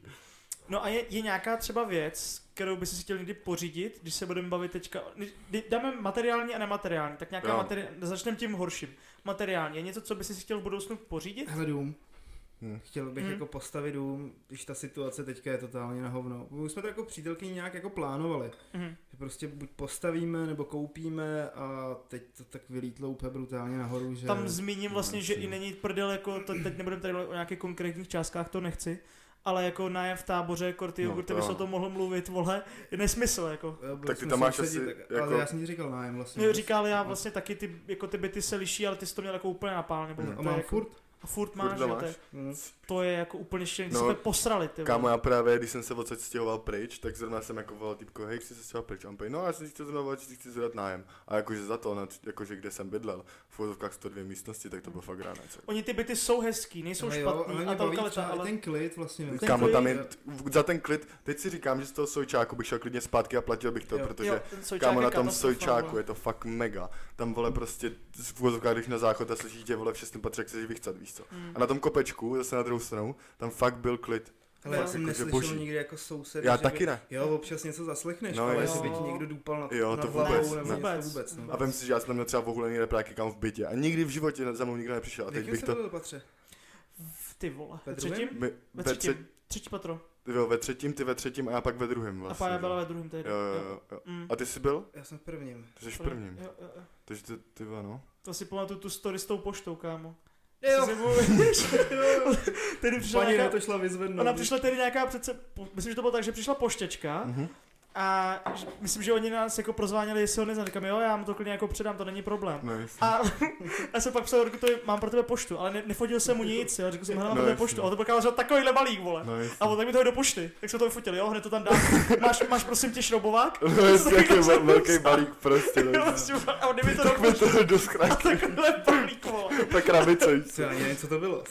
A: No a je, je nějaká třeba věc, kterou by si chtěl někdy pořídit, když se budeme bavit teďka, kdy- dáme materiální a nemateriální, tak nějaká
B: Jo.
A: materi... začneme tím horším. Materiální, je něco, co by si chtěl v budoucnu pořídit?
C: Hele dům.
B: Hm.
C: Chtěl bych
A: Hm.
C: jako postavit dům, když ta situace teďka je totálně na hovno. My už jsme to jako přítelky nějak jako plánovali.
A: Mhm.
C: Že prostě buď postavíme, nebo koupíme a teď to tak vylítlo úplně brutálně nahoru, že...
A: Tam zmíním vlastně, že i
B: jasně.
A: není prdel, jako to, teď nebudeme tady mluvit o nějakých konkrétních částkách, to nechci, ale jako nájem v táboře, korty,
B: No,
A: no,
B: to
A: by se o
B: jo.
A: tom mohl mluvit, vole, je nesmysl, jako.
C: Jo, byli
B: Tak ty
C: jsme
B: tam máš
C: sousedi,
B: asi
C: tak,
B: jako-
C: Ale já jsem ti říkal nájem vlastně.
A: Mě říkal já vlastně taky, ty, jako ty byty se liší, ale ty jsi to měl jako úplně napál, nebo
B: No,
A: to
C: A
A: je
C: mám
A: jako,
C: furt
A: a furt máš,
B: Furt
A: jo,
B: to
A: to, je,
B: máš.
C: Hm.
A: to je jako úplně šílený, no,
B: No,
A: jsme posrali, ty vole.
B: Kámo, já právě, když jsem se odsaď stěhoval pryč, tak zrovna jsem jako volal typko, hej, chci se stěhovat pryč. A on pej, no já jsem si chtěl zrovna volat, že si chci zvedat nájem. A jakože za to, na- jakože kde jsem bydlel, v úvodovkách 102 místnosti, tak to bylo fakt rána.
A: Oni ty byty jsou hezký, nejsou
C: Ale
A: špatný
C: ale mě
A: a ta
C: baví
A: lokalita,
C: třeba i
A: ale...
C: ten klid vlastně. no.
A: Ten
B: Kámo,
A: klid-
B: tam je, za ten klid, teď si říkám, že z toho sojčáku bych šel klidně zpátky a platil bych to,
C: Jo.
B: protože
A: jo, ten sojčák
B: Kámo,
A: je
B: na tom
A: katastrofa,
B: sojčáku
A: vole.
B: je to fakt mega. Tam vole prostě v úvozovkách jdeš na záchod a slyšíš tě vole v šestém patře, jak chceš vychcat, víš co.
A: Mm.
B: A na tom kopečku, zase na druhou stranu, tam fakt byl klid.
C: Ale já
A: Fakt,
C: jsem
B: jakože
C: neslyšel
B: boží.
C: nikdy jako soused.
B: Já
C: že
B: taky
C: by...
B: ne.
C: Jo, občas něco zaslechneš,
B: No,
C: no, ale
B: jo.
C: jestli by ti někdo dúpal na,
B: Jo,
C: na
B: to
C: hlavou,
B: vůbec,
C: nebo
A: ne.
C: něco
A: Vůbec.
C: vůbec. No.
B: A vem si, že já jsem tam měl třeba vohulený repráky kam v bytě. A nikdy v životě za mnou nikdo nepřišel. A
C: V
B: teď
C: jakém
B: bych
C: jsi
B: to...
C: byl patře?
A: V- Ty vole,
C: Ve
A: ve
C: druhém?
A: třetím?
B: My,
A: Ve
B: ve, tře,
A: třetím, třetí patro.
B: jo, ve třetím, ty ve třetím a já pak ve druhém
A: A
B: vlastně.
A: Pája
B: že?
A: byla ve druhém tehdy.
B: jo, jo, jo, jo.
A: Mm.
B: A ty jsi byl?
C: Já jsem v prvním.
B: Ty jsi v prvním.
A: Jo, jo, jo.
B: Takže ty, ty vole, no.
A: To si pamatuju tu story s tou poštou, kámo. *laughs*
C: Jo.
A: Si pamatuješ? Tehdy přišla
C: Paní na
A: nějaká,
C: to šla
B: No,
C: vyzvednout.
A: ona přišla tedy nějaká přece, po- myslím, že to bylo tak, že přišla poštěčka
B: Mhm.
A: a ž- myslím, že oni nás jako prozváněli, jestli ho neznám. Říkám, jo, já mu to klidně jako předám, to není problém.
B: No,
A: *laughs*
B: jasně.
A: A já jsem pak psal, to mám pro tebe poštu, ale ne, nefotil jsem mu nic, jo, řekl jsem, hele, mám
B: No,
A: pro tebe
B: jasně.
A: poštu, ale to byl kámo takovýhle balík, vole.
B: no, jasně.
A: A on tak mi to je do pošty, tak jsme to vyfotili, jo, hned to tam dám. Máš, máš prosím tě šroubovák?
B: *laughs* No, jasně,
A: *laughs*
B: jaký vel- velký balík prostě.
A: Jo,
B: No,
A: prostě, a on mi to do
B: tak mi
A: pošty.
B: to do
A: A
B: skrátky.
A: takhle balík, vole.
B: Ta krabice, víš co.
C: Co, já ani nevím, co
A: *laughs*
C: to bylo.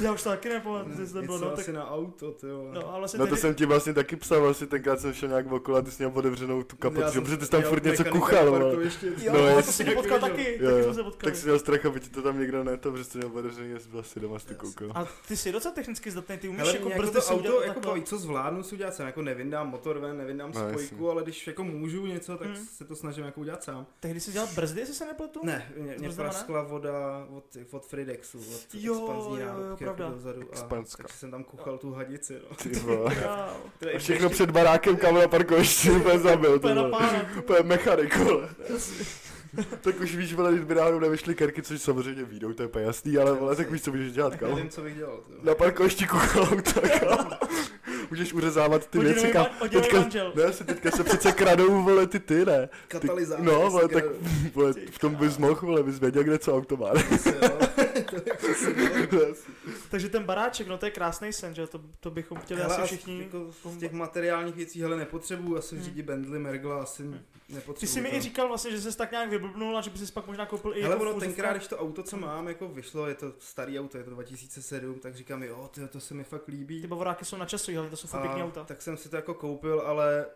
A: Já už to taky nepamatuju, co to bylo,
C: Něco
A: no, tak,
C: asi na auto, ty jo.
A: no, a vlastně
B: No to
A: tehdy-
B: jsem ti vlastně taky psal, vlastně tenkrát jsem šel nějak okolo a ty jsi měl podevřenou tu kapotu, že? protože ty jsi tam furt něco kuchal, vole.
A: Jo,
B: No,
A: no, to
B: jasně.
A: se mě potkal taky,
B: Jo,
A: taky jsme se
B: jo.
A: potkali.
B: Tak jsi měl strach, aby ti to tam někdo ne, to prostě měl podevřený, jestli byl asi doma si to
C: Jasně.
B: koukal.
A: A ty jsi docela technicky zdatný, ty umíš
C: Hele,
A: jako
C: jako
A: brzdy
C: to
A: si
C: auto
A: udělat
C: jako
A: takhle.
C: baví, co zvládnu si udělat sám, jako nevindám motor ven, nevindám
B: No,
C: spojku,
B: jasně.
C: ale když jako můžu něco, tak
A: Hmm.
C: se to snažím jako udělat sám.
A: Tehdy jsi dělal brzdy, jestli se nepletu?
C: Ne, mě, mě
A: To znamená?
C: praskla voda od, od Fridexu, od
A: Jo,
C: expanzní
A: jo, jo,
C: nádobky
A: pravda.
C: jako dozadu a
B: Expanzka.
C: takže jsem tam kuchal tu hadici, no.
A: *laughs*
B: Ty vole.
C: *laughs*
A: Wow.
C: Teda
B: A
C: i
B: všechno
C: ještě-
B: před barákem, kam na parkovišti, úplně zabil, ty
A: Úplně na
B: vole.
A: pána.
B: Úplně mechanik, vole. Tak už víš, vole, když by náhodou nevyšly kerky, což samozřejmě výjdou, to je úplně jasný, ale vole, tak víš, co můžeš dělat, kámo.
C: Nevím, co bych dělal, no. ty jo.
B: Na parkovišti kuchal auta, kámo. Můžeš uřezávat ty
A: Hodinový
B: věci,
A: man-
B: kámo.
A: hodinový
B: teďka-
A: manžel.
B: Ne, si teďka se přece kradou, vole, ty ty, ne.
C: Katalyzátor.
B: No,
C: jestli
B: ale tak
C: kradu.
B: vole, v tom bys mohl, ale bys věděl, kde co auto má.
C: *laughs* Asi, jo. To je jako asi, no.
B: *laughs*
C: jo.
A: Takže ten baráček, no to je krásný sen, že jo, to, to bychom chtěli
C: Hele,
A: asi
C: a
A: všichni. Hmm.
C: Jako z těch materiálních věcí, hele, nepotřebuju, asi v řídí Bentley, Mergla, asi nepotřebuju.
A: Ty jsi mi
C: no.
A: i říkal vlastně, že jsi tak nějak vyblbnul a že bys pak možná koupil i
C: Hele,
A: jako
C: ono
A: vozovku.
C: tenkrát, když to auto, co mám, jako vyšlo, je to starý auto, je to 2007, tak říkám, jo, tyjo, to se mi fakt líbí.
A: Ty bavoráky jsou na času, ale to jsou fakt
C: A
A: pěkný auta.
C: Tak jsem si to jako koupil, ale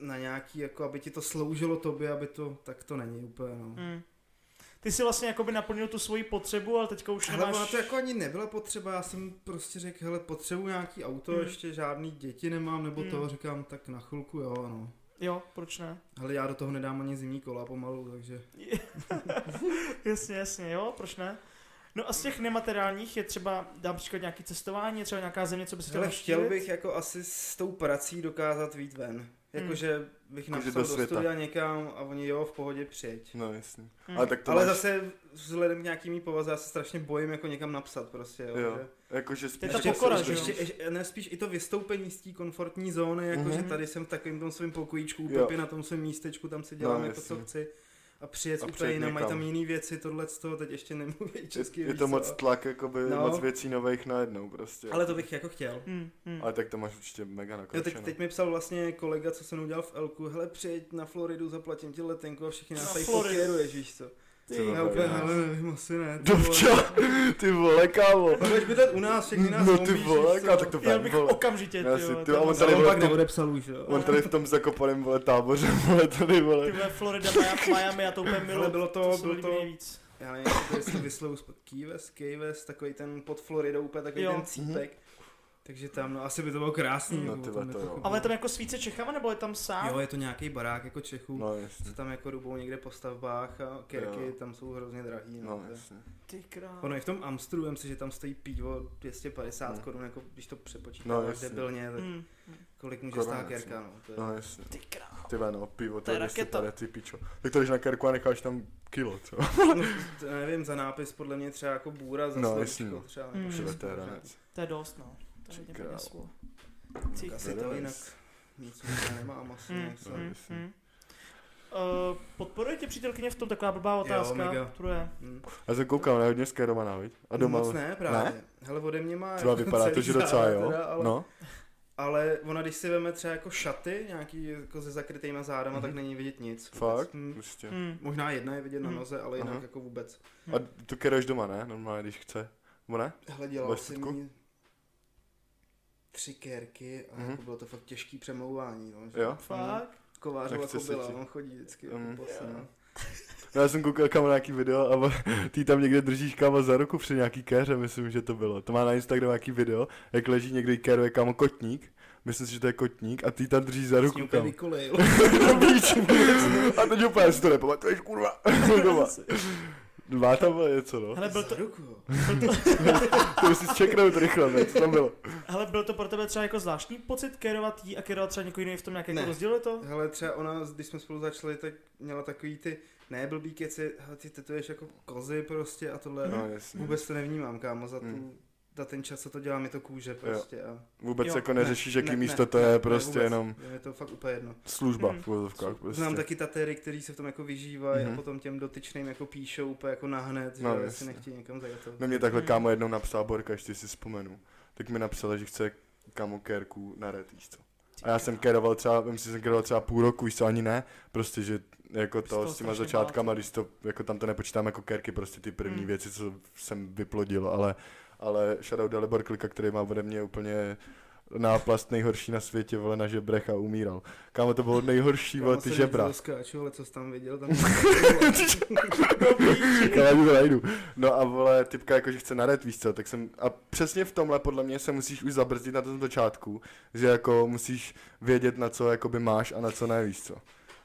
C: na nějaký, jako aby ti to sloužilo tobě, aby to, tak to není úplně, no.
A: Mm. Ty jsi vlastně jakoby naplnil tu svoji potřebu, ale teďka už
C: Hele, ona
A: nemáš...
C: to jako ani nebyla potřeba, já jsem prostě řekl, hele, potřebuji nějaký auto,
A: Mm.
C: ještě žádný děti nemám, nebo
A: Mm.
C: to, říkám, tak na chvilku, jo, no.
A: Jo, proč ne?
C: Hele, já do toho nedám ani zimní kola pomalu, takže...
A: jasně, jasně, jo, proč ne? No a z těch nemateriálních je třeba, dám příklad nějaký cestování, je třeba nějaká země, co by si chtěl
C: Ale chtěl
A: navštívit?
C: bych jako asi s tou prací dokázat výjít ven. Jakože bych
B: Jakože
C: napsal
B: do
C: do,
B: světa.
C: studia někam a oni jo, v pohodě přijeď.
B: No jasně.
A: Hm.
B: Ale tak to
C: Hmm. Ale
B: ale máš, zase...
C: zase vzhledem k nějaký mý povaze, já se strašně bojím jako někam napsat prostě, jo.
B: Jo.
C: že-
B: jakože
A: je
B: spíš...
A: ta
B: jako
A: pokora,
B: se
A: že jo?
C: ještě, ještě, ne, spíš i to vystoupení z té komfortní zóny, jakože
B: Mhm.
C: mm-hmm. tady jsem v takovém tom svém pokojíčku u
B: Jo.
C: Pepy, na tom svém místečku, tam si dělám
B: No,
C: no, jako co
B: jasně.
C: chci. A přijet
B: A
C: úplně
B: přijet
C: jinam, mají
B: někam.
C: tam jiný věci, tohle z toho, teď ještě nemluví česky.
B: Je, je
C: víš
B: to
C: co.
B: moc tlak, jakoby
C: No.
B: moc věcí nových najednou prostě.
C: Ale to bych jako chtěl.
A: Hm, hm.
B: Ale tak to máš určitě mega no.
C: Jo,
B: nakročeno.
C: teď, teď mi psal vlastně kolega, co jsem udělal v Elku, hele přijeď na Floridu, zaplatím ti letenku a všichni
A: Na
C: nás tady
A: Floridu.
C: pokěru, ježíš co.
B: Ty
C: Já
B: vole,
C: úplně,
B: ne.
C: hele, nevím, asi ne. ty
B: Do
C: vole.
B: vča, ty vole, kámo.
C: Budeš bydlet u nás, všechny nás
B: No ty
C: zombíš,
B: vole,
C: víš co.
B: kámo, tak to
A: Já
B: vem,
A: bych
B: vole.
A: okamžitě,
B: Já
A: ty
B: si-
A: vole,
B: ty-
A: to
B: a
A: je
B: on
A: moc-
B: tady
C: Ale on
B: vole,
C: pak
B: to-
C: neodepsal už, jo.
B: On tady v tom zakopaném, vole, táboře, vole, tady,
A: Ty
B: vole.
A: vole, Florida, Miami- Miami, já to úplně
C: Ale
A: miluju.
C: bylo
A: To se
C: to,
A: mi
C: byl
A: líbí
C: to,
A: nejvíc.
C: já nevím, jestli to vyslovu Key West, Key West, takový ten pod Floridou, úplně takový
A: Jo.
C: ten cípek. Takže tam, no asi by to bylo krásný.
B: No,
C: jako,
B: ty
C: tam
B: vole, to jo.
C: nepochopím.
A: A on je tam jako svíce Čechama, nebo je tam sám?
C: Jo, je to nějaký barák jako Čechů,
B: No jasně,
C: co tam jako rubou někde po stavbách a
B: Jo.
C: kerky tam jsou hrozně drahý.
B: no
C: to je-
B: jasně.
A: Ty král.
C: Ono i v tom Amstru, vím si, že tam stojí pivo 250
B: No.
C: no. korun, jako když to přepočítáš
B: No,
C: no,
B: jasně.
C: debilně, tak
A: Hm,
C: kolik může
B: Korun,
C: stát
B: jasně.
C: kerka, no. To je...
B: No jasně.
A: Ty král.
B: Ty vole, no, pivo, to
A: To je
B: je 200
A: raketa.
B: tady, ty pičo. Tak to jdeš na kerku a necháš tam kilo, co?
C: *laughs* no, to nevím, za nápis podle mě třeba jako bůra za
B: No,
C: slovíčko,
B: jasně, no.
C: třeba
A: Mm.
C: nebo
A: Že
B: Šele,
C: šest
B: to je
C: korun.
B: ranec.
A: To je dost, no. To je
B: Ty
A: hodně
B: král.
A: peněz, vole.
C: Tak
A: Ty
C: asi to
B: Ranec.
C: jinak nic už nemám asi.
A: Hm,
C: Mm.
B: No,
A: hm,
B: jasně.
A: hm. Uh, podporuje tě přítelkyně v tom taková blbá otázka,
C: mega.
A: kterou je.
C: Hm.
B: Já jsem koukal, ne, hodně skerovaná, viď? A doma,
C: Moc ne, právě.
B: Ne?
C: Ne? Hele, ode mě má...
B: třeba
C: jako
B: vypadá to,
C: *laughs* celý
B: že docela
C: záda
B: jo.
C: Teda, ale, no.
B: No,
C: ale ona, když si veme třeba jako šaty, nějaký jako se zakrytýma zádama,
B: Mhm.
C: tak není vidět nic. vůbec.
B: fakt,
C: Hm.
B: prostě.
A: Hmm.
C: Možná jedna je vidět na
A: Mhm.
C: noze, ale jinak
B: Aha.
C: jako vůbec.
B: A to kereš doma, ne? Normálně, když chce. Nebo ne?
C: Hele, dělal
B: Máš
C: jsem
B: fotku?
C: jí tři kérky a
B: Mhm.
C: jako bylo to fakt těžký přemlouvání. No, že?
B: Jo?
A: Fakt?
C: Kovářova
B: Nechce se
C: kobila,
B: ti.
C: on chodí vždycky
B: Mm.
C: jako posa.
A: Jo.
C: no.
B: No, já jsem koukal kam na nějaký video a ty tam někde držíš kámo za ruku při nějaký kéře, myslím, že to bylo. To má na Instagramu nějaký video, jak leží někde kéruje kámo kotník. Myslím si, že to je kotník a ty tam drží za
C: S ní
B: ruku
C: úplně
B: *laughs*
A: *laughs*
B: kam.
C: vykolejil.
B: Do píči. *laughs* a teď úplně si to nepamatuješ,
C: *laughs*
B: kurva. Doma. Má tam bylo něco, no.
A: Hele, byl to,
C: Za ruku. jo.
B: To musíš čeknout rychle, ne? Co tam
C: *laughs*
B: bylo?
A: hele, byl to pro tebe třeba jako zvláštní pocit kerovat jí a kerovat třeba někoho jiného v tom nějak jako
C: Ne.
A: rozděluje to?
C: Hele, třeba ona, když jsme spolu začali, tak měla takový ty neblbý keci, hele, ty tetuješ jako kozy prostě a tohle.
B: No, jasně.
C: Vůbec to nevnímám, kámo, za, tu,
B: Mm.
C: za ten čas, co to dělám, je to kůže prostě. A...
B: Vůbec
A: Jo,
B: jako neřešíš, jaký
C: ne,
B: místo to
C: ne,
B: je,
C: ne,
B: prostě
C: vůbec.
B: jenom
C: Je to fakt úplně jedno.
B: služba
A: Mm.
B: v uvozovkách. Prostě.
C: Znám taky tatéry, který se v tom jako vyžívají
B: Mhm.
C: a potom těm dotyčným jako píšou úplně jako nahned,
B: No,
C: že
B: jasně.
C: si nechtějí někam zajet.
B: No mě takhle
A: Mm.
B: kámo jednou napsala Borka, ještě si vzpomenu. Tak mi napsala, že chce kámo kérku na red, víš co. A já jsem keroval třeba, myslím, že jsem keroval třeba půl roku, víš co, ani ne. Prostě, že jako
A: Jsi toho
B: to s těma
A: strašně
B: začátkama, když to, jako tam to nepočítám jako kerky, prostě ty první
A: Mm.
B: věci, co jsem vyplodil, ale, ale shoutout Dalibor Klika, který má ode mě úplně náplast nejhorší na světě, vole, na žebrech a umíral. Kámo, to bylo nejhorší, vole, ty žebra.
C: Skáču, ale co jsi tam
B: *laughs*
C: viděl, tam
B: Já to najdu. No a vole, typka jako, že chce naret, víš co, tak jsem, a přesně v tomhle podle mě se musíš už zabrzdit na tom začátku, že jako musíš vědět, na co jakoby máš a na co ne, víš co.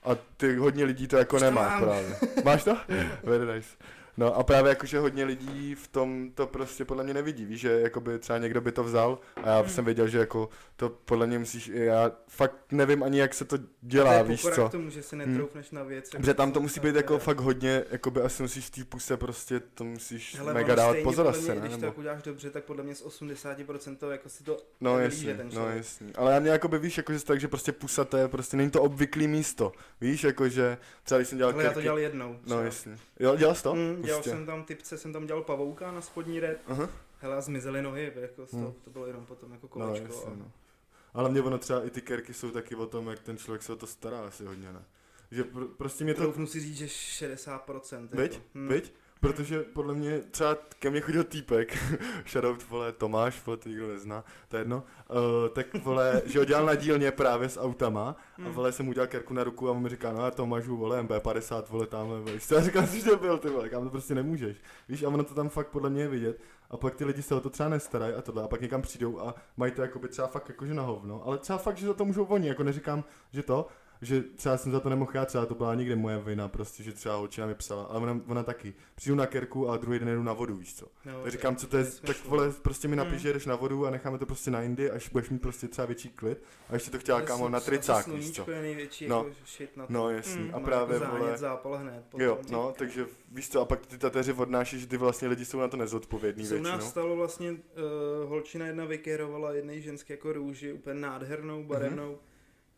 B: A ty hodně lidí to jako
C: Už to
B: nemá
C: mám.
B: právě. Máš to? Very nice. No a právě jakože hodně lidí v tom to prostě podle mě nevidí, víš, že jakoby třeba někdo by to vzal a já
A: Hmm.
B: jsem věděl, že jako to podle mě musíš, já fakt nevím ani jak se to
C: To
B: dělá,
C: je
B: víš
C: pokora
B: co. Hm.
C: K tomu, že si netroufneš na věc.
B: Protože tam to musí být jako
C: teda-
B: fakt hodně, jakoby asi musíš v té puse prostě, to musíš
C: Hele,
B: mega
C: ono
B: dávat
C: stejně
B: pozor
C: podle
B: asi,
C: mě,
B: ne?
C: Když to
B: Nebo...
C: jako uděláš dobře, tak podle mě z 80% to jako si to
B: No
C: nevylíže
B: jasně,
C: ten
B: no
C: člověk.
B: jasně. Ale já mě jakoby víš, jakože tak, že prostě pusa to je prostě, není to obvyklý místo. Víš, jakože třeba když jsem dělal
C: Ale já to
B: kerky-
C: dělal jednou.
B: No
C: třeba.
B: jasně. Jo, dělal jsi to? Prostě. No,
C: Mm, dělal
B: Hustě.
C: jsem tam typce, jsem tam dělal pavouka na spodní red.
B: Aha.
C: Hele, a zmizely nohy, jako z toho,
B: Mm.
C: to bylo jenom potom jako
B: No,
C: kolečko.
B: jasně,
C: a...
B: no. Ale mě ono třeba i ty kerky jsou taky o tom, jak ten člověk se o to stará asi hodně, ne? Že pr- prostě mě to
C: Troufnu si říct, že 60%.
B: Viď?
C: Jako. Hm.
B: Hmm. Viď? Protože podle mě třeba ke mně chodil týpek, *laughs* shoutout vole Tomáš, vole to nikdo nezná, to je jedno, uh, tak vole, že ho dělal na dílně právě s autama a vole jsem mu udělal kerku na ruku a on mi říká, no já Tomášu vole MB50 vole tamhle, vole. víš co, já říkám, že to byl ty vole, kam to prostě nemůžeš, víš, a ono to tam fakt podle mě je vidět a pak ty lidi se o to třeba nestarají a tohle a pak někam přijdou a mají to jakoby třeba fakt jakože na hovno, ale třeba fakt, že za to můžou oni, jako neříkám, že to, že třeba jsem za to nemohl já, třeba to byla někde moje vina, prostě, že třeba holčina mi psala, ale ona, ona taky. Přijdu na kerku a druhý den jdu na vodu, víš co.
C: No,
B: Tak říkám, co to je,
C: nesmysl.
B: tak vole, prostě mi napiš,
A: Hmm.
B: že jdeš na vodu a necháme to prostě na jindy, až budeš mít prostě třeba větší klid. A ještě to chtěla
C: To je
B: kámo
C: slu-
B: na
C: asi
B: tricák, víš co.
C: Sluníčko je největší
B: No.
C: no. jako shit na to.
B: No jasný,
A: Hmm.
B: a
C: Máš
B: právě
C: jako zánět,
B: vole,
C: zápal hned. potom.
B: jo, no, takže víš co, a pak ty tateři odnáší, že ty vlastně lidi jsou na to nezodpovědní
C: Se u nás
B: většinou.
C: stalo vlastně, uh, holčina jedna vykérovala jednej ženské jako růži, úplně
B: Mhm.
C: nádhernou, barevnou.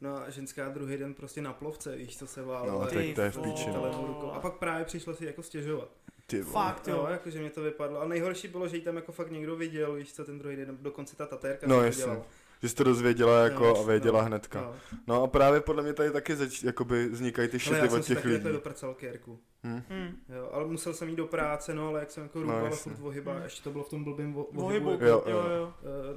C: No a ženská druhý den prostě na plovce, víš, co se
B: No,
C: válela.
B: tak to je v
A: vole.
B: píči, no.
C: levou rukou. A pak právě přišla si jako stěžovat.
B: Ty vole.
A: Fakt
C: Jo,
A: jo.
C: jakože mě to vypadlo. A nejhorší bylo, že ji tam jako fakt někdo viděl, víš co, ten druhý den, dokonce ta tatérka
B: No,
C: si to
B: jasně.
C: dělala.
B: Že jsi to dozvěděla jako
C: No,
B: a věděla
C: no,
B: hnedka.
C: No.
B: No a právě podle mě tady taky zač, jakoby vznikají ty
C: Ale
B: šity
C: já jsem
B: od
C: si
B: těch
C: taky takhle
B: lidí.
C: doprcal kérku.
B: Hm.
A: Hmm.
C: Jo, ale musel jsem jít do práce, no, ale jak jsem jako růbal
B: jasně.
C: furt vohyba,
A: Mm.
C: ještě to bylo v tom blbým vo-
A: Pohybu,
C: vohybu
A: jo,
B: jo,
A: jo,
B: jo.
A: jo.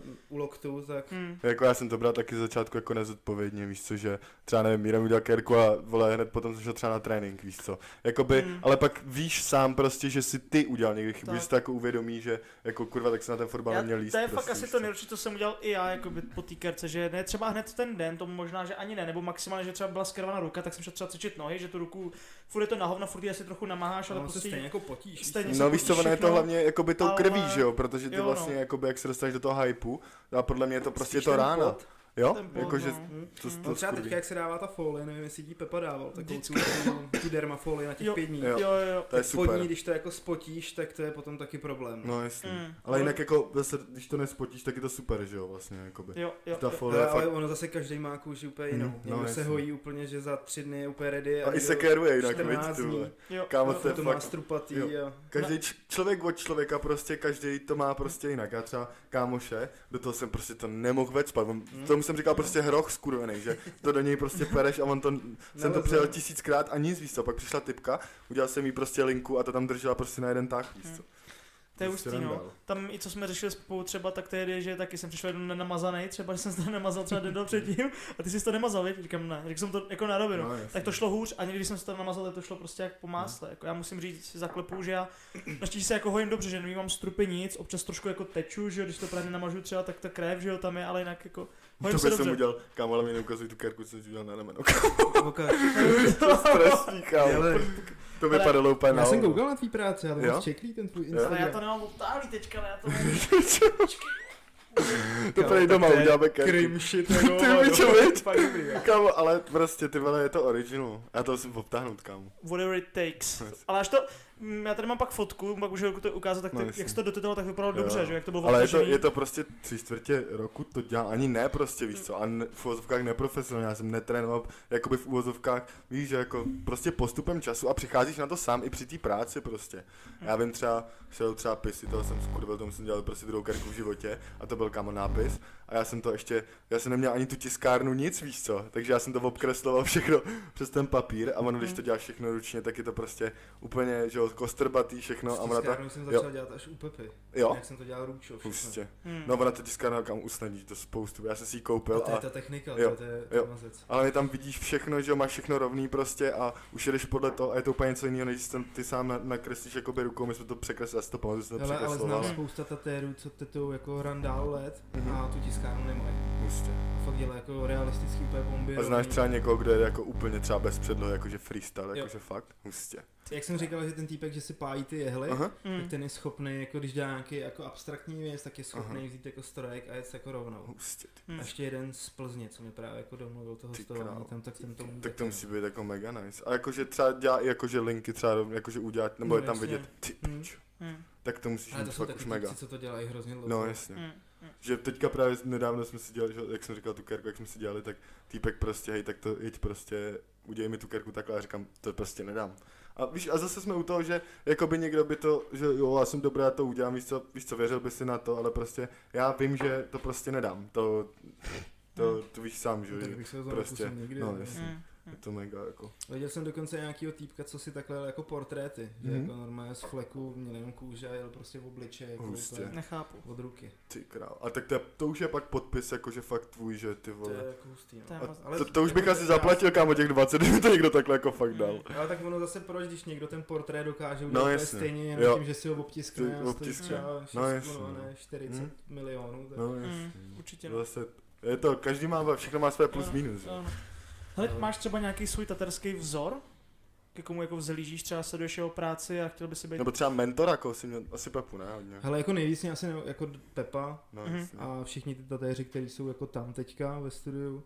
C: eh, u loktu, tak
A: Hmm.
B: Jako já jsem to bral taky z začátku jako nezodpovědně, víš co, že třeba nevím, Míra mi udělal kerku a vole, hned potom jsem šel třeba na trénink, víš co. Jakoby,
A: Mm.
B: mm. ale pak víš sám prostě, že si ty udělal někdy chybu,
A: Tak.
B: že si to jako uvědomí, že jako kurva, tak se na ten fotbal
A: Já,
B: neměl líst.
A: to je
B: prostě,
A: fakt asi
B: víš
A: to
B: co.
A: nejlepší, co jsem udělal i já jako by po té kerce, že ne třeba hned ten den, to možná, že ani ne, nebo maximálně, že třeba byla skrvaná ruka, tak jsem šel třeba cvičit nohy, že tu ruku, furt je to na hovno, furt ji asi trochu namaháš, ale
C: no, se
A: prostě
C: stejně jako potíš. víš
A: stejně
C: co.
A: se
B: No víš co, ono je to
A: všechno,
B: hlavně jakoby tou
A: ale-
B: krví, že jo, protože ty
A: jo, no.
B: vlastně jakoby jak se dostaneš do toho hypu, a podle mě je to prostě je
C: Spíš
B: to
C: ten
B: rána.
C: pot.
B: Jo?
A: Ten bod,
B: Jakože
A: no.
B: to,
A: Mm.
B: to
C: No třeba
B: skurví.
C: teďka, jak se dává ta folie, nevím, jestli ti Pepa dával, takovou tu,
A: Vždycky.
C: tu, tu derma folie na těch pět dní.
A: Jo, jo, jo.
B: To je
C: Tak
B: super.
C: Pod ní, když to jako spotíš, tak to je potom taky problém.
B: No jasně.
A: Mm.
B: Ale jinak jako zase, když to nespotíš, tak je to super, že jo, vlastně, jakoby.
A: Jo, jo.
B: Ta
A: jo.
B: folie je
C: ale, ale
B: fakt...
C: ono zase každý má kůži úplně jinou.
B: Mhm,
C: Mm,
B: no,
C: Někdo no, se
B: jasně.
C: hojí úplně, že za tři dny je úplně ready.
B: A i
C: někdo
B: se keruje jinak,
C: 14
B: viď, ty
C: dní.
B: vole.
A: jo.
B: Kámo,
C: No,
B: to je
C: to má
B: fakt...
C: strupatý
B: jo.
C: a...
B: Každý č- člověk od člověka prostě, každý to má prostě jinak. Já třeba kámoše, do toho jsem prostě to nemohl vecpat. On,
C: Hmm.
B: tomu jsem říkal prostě hroch skurvený, že to do něj prostě pereš a on to, jsem to
C: Neleze.
B: přijel tisíckrát a nic víc co. Pak přišla typka, udělal jsem jí prostě linku a ta tam držela prostě na jeden tah,
C: Hmm.
B: víc co.
A: To je
B: Prostě
A: hustý, no.
B: randál.
A: Tam i co jsme řešili spolu třeba, tak tehdy, že taky jsem přišel jeden nenamazaný, třeba, že jsem se to nemazal třeba den předtím a ty jsi to nemazal, viď? Říkám ne, řekl jsem to jako na rovinu.
B: No, jasně. No.
A: Tak to šlo hůř, ani když jsem se to namazal, tak to šlo prostě jak po másle. Jako já musím říct, si zaklepu, že já naštěstí se jako hojím dobře, že nemám strupy nic, občas trošku jako teču, že jo, když to právě namažu třeba, tak ta krev, že jo, tam je, ale jinak jako
B: To
A: hojím
B: by
A: se
B: jsem
A: dobře.
B: udělal, kámo, ale mi neukazuj tu kerku, co jsem ti udělal na
C: *laughs*
B: rameno.
C: Vokáč.
B: to je strašný, kámo.
C: Ale-
B: To vypadalo úplně na
C: Já jsem
B: hovno.
C: koukal na tvý práci, já to
B: No. Jo?
C: moc čeklý ten tvůj
A: Ale já
C: Instagram.
A: to nemám obtáhlý teďka, ale já
B: *laughs*
A: to nemám.
B: To
C: Kámo,
B: prej
C: tak
B: doma
C: to je
B: uděláme kerku.
C: Krim shit,
B: Ty pičo, viď?
C: Fakt dobrý, jo.
B: Kámo, ale prostě ty vole, je to original. Já to musím obtáhnout, kámo.
A: Whatever it takes. Ale až to, mm, já tady mám pak fotku, pak už jako to ukázat, tak
B: No,
A: ty,
B: jasně.
A: jak se to dotetoval, tak vypadalo
B: Jo.
A: dobře, že jo, jak to bylo
B: Ale je to,
A: odložený.
B: je to prostě tři čtvrtě roku to dělám, ani ne prostě, víš co, a ne, v uvozovkách neprofesionálně, já jsem netrénoval, jakoby v uvozovkách, víš, že jako prostě postupem času a přicházíš na to sám i při té práci prostě. Já vím třeba, šel třeba pisy, toho jsem skurvil, tomu jsem dělal prostě druhou kerku v životě a to byl kamo nápis a já jsem to ještě, já jsem neměl ani tu tiskárnu nic, víš co, takže já jsem to obkresloval všechno *laughs* přes ten papír a ono, když to děláš všechno ručně, tak je to prostě úplně, že jo, kostrbatý všechno a ona ta,
C: Tiskárnu jsem začal dělat až u Pepy.
B: no, jo,
C: Jak jsem to dělal růčo. všechno.
B: prostě.
A: Hmm.
B: No ona to tiskárna kam usnadní, to spoustu, já jsem si ji koupil
C: A to je
B: a...
C: ta technika,
B: Jo,
C: to je- to je
B: jo.
C: to je mazec.
B: Ale tam vidíš všechno, že jo, máš všechno rovný prostě a už jedeš podle toho a je to úplně něco jiného, než jsem ty sám na- nakreslíš jakoby rukou, my jsme to překreslili, já si to pamatuju, že jsem to
C: Hele, ale znám
B: překresloval.
A: ale-
C: spousta tatérů, co tetou jako randál let
B: Mhm.
C: a tu tiskárnu nemají.
B: Hustě.
C: A fakt dělá jako realistický úplně bomby.
B: A znáš
C: rovný.
B: třeba někoho, kdo je jako úplně třeba bez předlohy, jakože freestyle,
C: Jo.
B: jakože fakt, hustě.
C: Jak jsem říkal, že ten týpek, že si pájí ty jehly,
B: Aha,
A: Hmm.
C: tak ten je schopný, jako když dělá nějaký jako abstraktní věc, tak je schopný
B: Aha. Mhm.
C: vzít jako strojek a jet jako rovnou.
B: hustě. ty.
A: Hmm.
C: A ještě jeden z Plzně, co mi právě jako domluvil
B: Ty
C: to hostování,
B: krávo.
C: tam tak ten to
B: Tak to musí být jako mega nice. A jakože třeba dělá i jakože linky třeba rovně, jakože udělat, nebo
C: No,
B: je tam
C: jasně.
B: vidět, ty
C: Hmm.
B: pičo.
A: Hmm.
B: Tak to musíš
C: Ale to
B: mít
C: jsou
B: fakt už
C: takový
B: mega.
C: týpci, co to dělají hrozně dlouho.
B: No jasně.
A: Hmm. Hmm.
B: Že teďka právě nedávno jsme si dělali, že, jak jsem říkal tu kerku, jak jsme si dělali, tak týpek prostě, hej, tak to jeď prostě, udělej mi tu kerku takhle a říkám, to prostě nedám. A, víš, a zase jsme u toho, že jakoby někdo by to, že jo, já jsem dobrý, já to udělám, víš co, víš co, věřil by si na to, ale prostě já vím, že to prostě nedám, to, to, to víš sám, že
C: No,
B: jo,
C: tak
B: je
C: bych se to
B: prostě,
C: prostě, nikdy.
B: no,
C: no.
B: jasně.
A: Hmm.
B: to mega jako,
C: Viděl jsem dokonce nějakýho týpka, co si takhle jel jako portréty, že
B: Mhm.
C: jako normálně z fleku měl jenom kůže a jel prostě v obličeji, jako
B: Hustě.
C: úplně
A: Nechápu.
C: od ruky.
B: ty král. A tak to, je- to už je pak podpis, jakože fakt tvůj, že ty
C: To je
B: vole.
C: jako hustý,
A: To
C: no.
A: je moc-
B: To, to už bych asi zaplatil, kámo, těch 20, kdyby to někdo takhle jako fakt dal.
C: Ale tak ono zase proč, když někdo ten portrét dokáže
B: No
C: udělat no,
B: jasně.
C: stejně
B: Jo.
C: jenom tím, že si ho
B: Ty
C: obtiskne a stojí
B: obtiskne.
C: třeba
B: No
C: 6
B: jasně,
C: no,
B: no.
C: ne 40
B: Mhm.
C: milionů. Tak.
B: No,
A: Hmm.
B: jasně.
A: Určitě.
B: To
A: No.
B: Zase, je to, každý má, všechno má své
C: No,
B: plus
A: Ano,
B: minus. jo.
A: ano. Hele, máš třeba nějaký svůj tatarský vzor? Ke komu jako vzlížíš, třeba sleduješ jeho práci a chtěl by si být...
B: Nebo třeba mentora, jako si měl, asi Pepu, ne, hodně.
C: Hele, jako nejvíc mě asi ne, jako Pepa
B: No,
A: Mhm.
B: jasně.
C: a všichni ty tatéři, kteří jsou jako tam teďka ve studiu.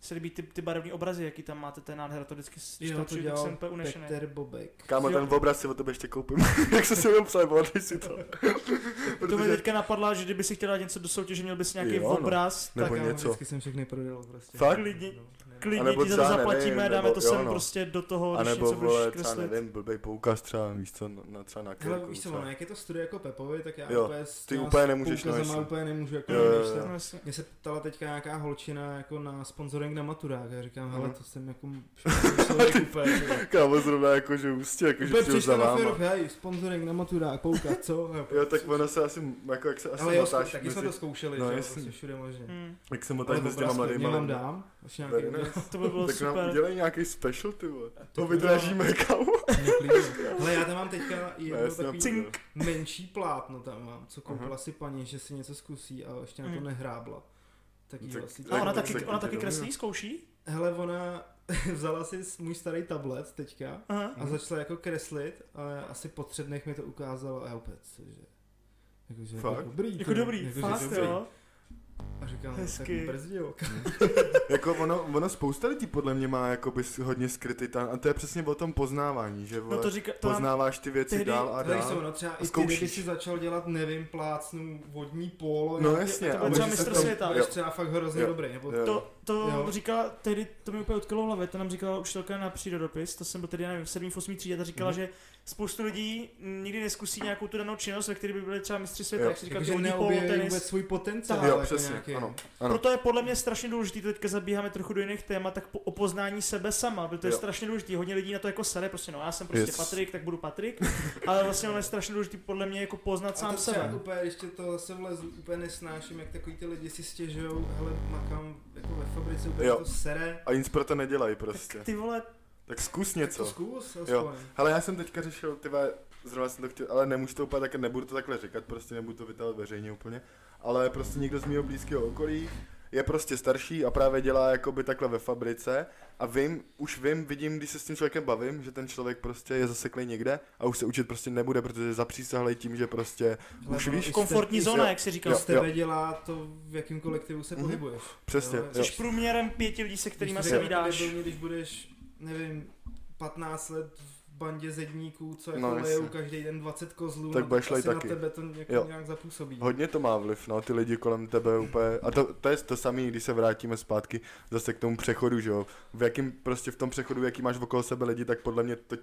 A: Se líbí ty, ty barevné obrazy, jaký tam máte, ten nádhera, to vždycky, když
C: Jo,
A: tam
C: to
A: přijdu, tak jsem
C: dělal
A: úplně unešený.
C: Petr Bobek.
B: Kámo,
A: Jo.
B: ten obraz si o tebe ještě koupím. *laughs* Jak se si ho psal, pamatuj si to.
A: To mi
B: Protože,
A: teďka napadlo, že kdyby si chtěl dát něco do soutěže, měl bys nějaký
B: Jo,
A: jo,
B: no.
A: obraz,
B: Nebo
A: tak
C: Kámo,
B: něco.
C: Vždycky jsem všechny prodal prostě.
B: Fakt?
A: Klidně.
C: No, ne-
B: A
A: klidně
B: nebo
A: ti za to
B: třeba, nevím,
A: zaplatíme a dáme
B: nebo-
A: to
B: jo,
A: sem
B: no.
A: prostě do toho,
B: a
A: když
B: nebo
A: něco budeš
B: vole, třeba
A: kreslit.
B: nevím, blbej poukaz třeba, víš co, na, na třeba na
C: Hele,
B: krku.
C: víš co,
B: třeba.
C: ono, jak je to studio jako Pepovi, tak já
B: Jo,
C: úplně s
B: ty
C: těma
B: úplně nemůžeš, no
C: poukazama
B: jasně.
C: úplně nemůžu, jako
B: Jo, jo,
C: nemůžeš
B: jo.
C: se-
A: No, jasně.
C: Mě se ptala teďka nějaká holčina jako na sponsoring na maturák a já říkám, hele,
B: Mhm.
C: to jsem jako *laughs* špatný člověk
B: *laughs*
C: úplně. že jo.
B: Kámo, zrovna jakože ústě, jakože
C: Úplně
B: přijdu
C: přišla
B: za
C: na
B: váma.
C: Ferov, hej, sponsoring na maturák,
B: *laughs*
C: koukat, co? A
B: Jo, tak ono se asi, jako jak se asi
C: Ale jo,
B: motáš
C: taky
B: mezi-
C: jsme to zkoušeli,
B: No,
C: že jo,
B: jasně.
C: prostě všude možně.
A: Hmm.
B: jak se
C: Ale
B: motáš mezi těma
C: obraz klidně
B: mladýma.
C: vám
B: lidma.
C: dám, až nějaký
B: Very
C: obraz.
B: nice.
C: *laughs*
A: To by bylo
B: *laughs* Tak nám
A: super.
B: udělej nějaký special, ty vole. To
C: To
B: vydražíme, kámo.
C: Neklidně. Ale já tam mám teďka
B: No,
C: jedno
B: jasně,
C: takový
A: Cink.
C: menší plátno tam mám, co koupila
B: Aha. Mhm.
C: si paní, že si něco zkusí a ještě na to
A: Mm.
C: nehrábla. Tak jí
B: Tak-
C: vlastně
A: A ona
B: Tak-
A: taky,
B: tak-
A: ona
B: tak-
A: taky
B: tak-
A: kreslí, zkouší?
C: Hele, ona *laughs* vzala si s- můj starý tablet teďka
A: Aha.
B: Mhm.
C: a začala jako kreslit a asi po třech dnech mi to ukázalo a já opět, cože. Jakože
B: Fakt?
C: Jako dobrý.
A: Jako
C: to-
A: dobrý,
C: jakože
A: fakt
C: dobrý.
A: jo.
C: A říkám, "No,
A: Hezky.
C: tak brzdí, jo.
B: Jako ono, ono spousta lidí podle mě má jakoby s- hodně skrytý tam a to je přesně o tom poznávání, že vole,
A: No to říká, to nám,
B: poznáváš ty věci
A: tehdy-
B: dál a
C: Ale jsou,
B: dál.
C: no třeba i ty,
B: zkoušíš.
C: kdyby si začal dělat, nevím, plácnu vodní polo,
B: No
C: jak-
B: jasně.
A: to
B: a
A: byl
B: oni
A: třeba
B: se
A: mistr
B: tam-
A: světa. prostě.
B: jo,
C: budeš třeba fakt hrozně
B: Jo.
C: dobrý, nebo
B: jo.
A: to, to
C: Jo.
A: říká, tehdy to mi úplně utkalo v hlavě, to nám říkala učitelka na přírodopis, to jsem byl tedy, já nevím, v 7. v 8. třídě, ta říkala,
B: Mhm.
A: že spoustu lidí mm, nikdy neskusí nějakou tu danou činnost, ve které by byly třeba mistři světa,
B: Jo.
A: jak si říkal,
C: Jakože
A: že polo,
C: neobjeví vůbec
A: tenis.
C: svůj potenciál.
B: Jo,
C: jako
B: přesně,
C: nějaký.
B: ano. ano.
A: Proto je podle mě strašně důležité, to teďka zabíháme trochu do jiných témat, tak po, o poznání sebe sama, protože to je
B: Jo.
A: strašně důležité. Hodně lidí na to jako sere, prostě no, já jsem prostě
B: Yes.
A: Patrik, tak budu Patrik, *laughs* ale vlastně ono je strašně důležité podle mě jako poznat
C: A
A: sám
C: to třeba
A: sebe.
C: úplně, ještě to zase vlezu, úplně nesnáším, jak takový ty lidi si stěžují, hele, makám jako ve fabrice, úplně
B: Jo.
C: to sere.
B: A nic pro to nedělají prostě.
A: Ty vole,
B: Tak zkus
C: Tak to
B: něco.
C: Jako zkus, aspoň.
B: Hele, já jsem teďka řešil, ty vole, zrovna jsem to chtěl, ale nemůžu to úplně tak, nebudu to takhle říkat, prostě nebudu to vytahovat veřejně úplně, ale prostě někdo z mého blízkého okolí je prostě starší a právě dělá jakoby takhle ve fabrice a vím, už vím, vidím, když se s tím člověkem bavím, že ten člověk prostě je zaseklý někde a už se učit prostě nebude, protože je zapřísahlej tím, že prostě
C: Hele,
B: Už
C: ono,
B: víš?
C: i z
A: komfortní
C: te-
A: zóna,
B: jo,
A: jak si
C: i
A: říkal.
B: jo.
C: Z tebe dělá to, v jakém kolektivu se
B: Mhm.
C: pohybuješ.
B: přesně,
C: Jo,
B: jo,
A: Jsi průměrem pěti lidí, se kterými
C: Když
A: se
C: to
A: vydáš.
C: nebyl mě, Když budeš, nevím, 15 let v bandě zedníků, co jako
B: No,
C: no,
B: jasně.
C: lejou každý den 20 kozlů,
B: Tak
C: no,
B: budeš lej
C: asi na
B: taky.
C: tebe to nějak,
B: Jo.
C: nějak zapůsobí.
B: Hodně to má vliv, no, ty lidi kolem tebe úplně, a to, to je to samé, když se vrátíme zpátky zase k tomu přechodu, že jo, v jakým, prostě v tom přechodu, jaký máš okolo sebe lidi, tak podle mě to,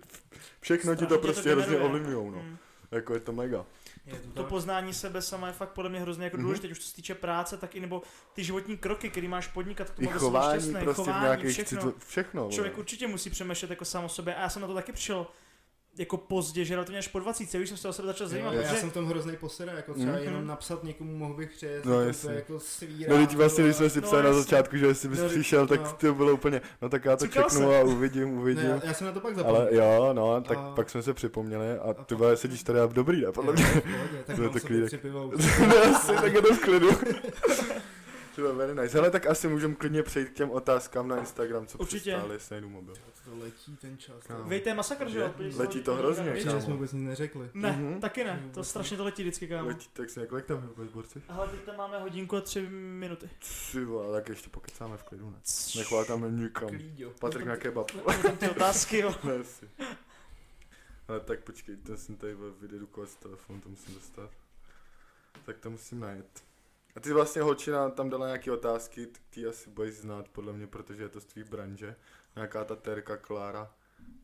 B: všechno ti
A: Strašně
B: to
A: tě
B: prostě hrozně
A: generuje.
B: ovlivňují, no,
A: Mm.
B: jako je to mega.
C: Je to
A: To
C: tak.
A: poznání sebe sama je fakt podle mě hrozně jako
B: Mhm.
A: důležité, mm-hmm. už co se týče práce, tak i nebo ty životní kroky, které máš podnikat, k
B: I
A: tomu, aby chování,
B: chování
A: šťastný,
B: prostě v
A: chování,
B: nějakých,
A: všechno.
B: citl- všechno, vole.
A: Člověk určitě musí přemýšlet jako sám o sobě a já jsem na to taky přišel jako pozdě, že relativně až po 20, když jsem se o sebe začal zajímat,
C: Jo, já
A: protože
C: jsem v tom hrozný posera, jako třeba
B: Mhm.
C: jenom napsat někomu mohl bych přijet,
B: No,
C: no,
B: jasně.
C: jasně. jako svírá.
B: No teď vlastně, když jsme si
A: No,
B: psali na
A: jasně.
B: začátku, že jestli bys
C: No,
B: přišel, tak
C: no.
B: to bylo úplně, no tak já to
A: Cukal
B: čeknu a uvidím,
C: ne,
B: uvidím.
C: já, já, jsem na to pak zapomněl.
B: Ale jo, no, tak
C: A-
B: pak jsme se připomněli a
C: a
B: ty
C: pak-
B: vole, sedíš tady a dobrý, ne, podle mě.
C: Jo,
B: *laughs*
C: v pohodě, tak
B: To je
C: mám
B: takový
C: sobě
B: tak-
C: tři piva.
B: *laughs* ne, asi tak je to v klidu. *laughs* Třeba very nice. Hele, tak asi můžeme klidně přejít k těm otázkám na Instagram, co
A: Určitě.
B: přistáli, jestli najdu mobil.
C: To letí ten čas.
B: Kámo.
C: no.
A: vej, to je masakr, že jo? Podívej se,
B: Letí to
A: kolik-
B: hrozně,
A: kolik-
C: Určitě
B: kámo.
C: jsme vůbec nic neřekli.
A: Ne,
B: Mhm.
A: taky ne, to strašně to letí vždycky, kámo.
B: Letí, tak se jak tam vůbec borci?
A: Hele, teď tam máme hodinku a tři minuty.
B: Tři vole, tak ještě pokecáme v klidu, ne?
A: *laughs*
B: Nechvátáme nikam.
C: Klíďo.
B: Patrik na kebab.
A: Tam ty otázky, jo.
B: Ne, asi. Ale tak počkej, to jsem tady vole, vydedukovat z telefonu, to musím dostat. Tak to musím najít. A ty vlastně holčina tam dala nějaké otázky, t- ty asi budeš znát podle mě, protože je to z tvý branže. Nějaká ta terka Klára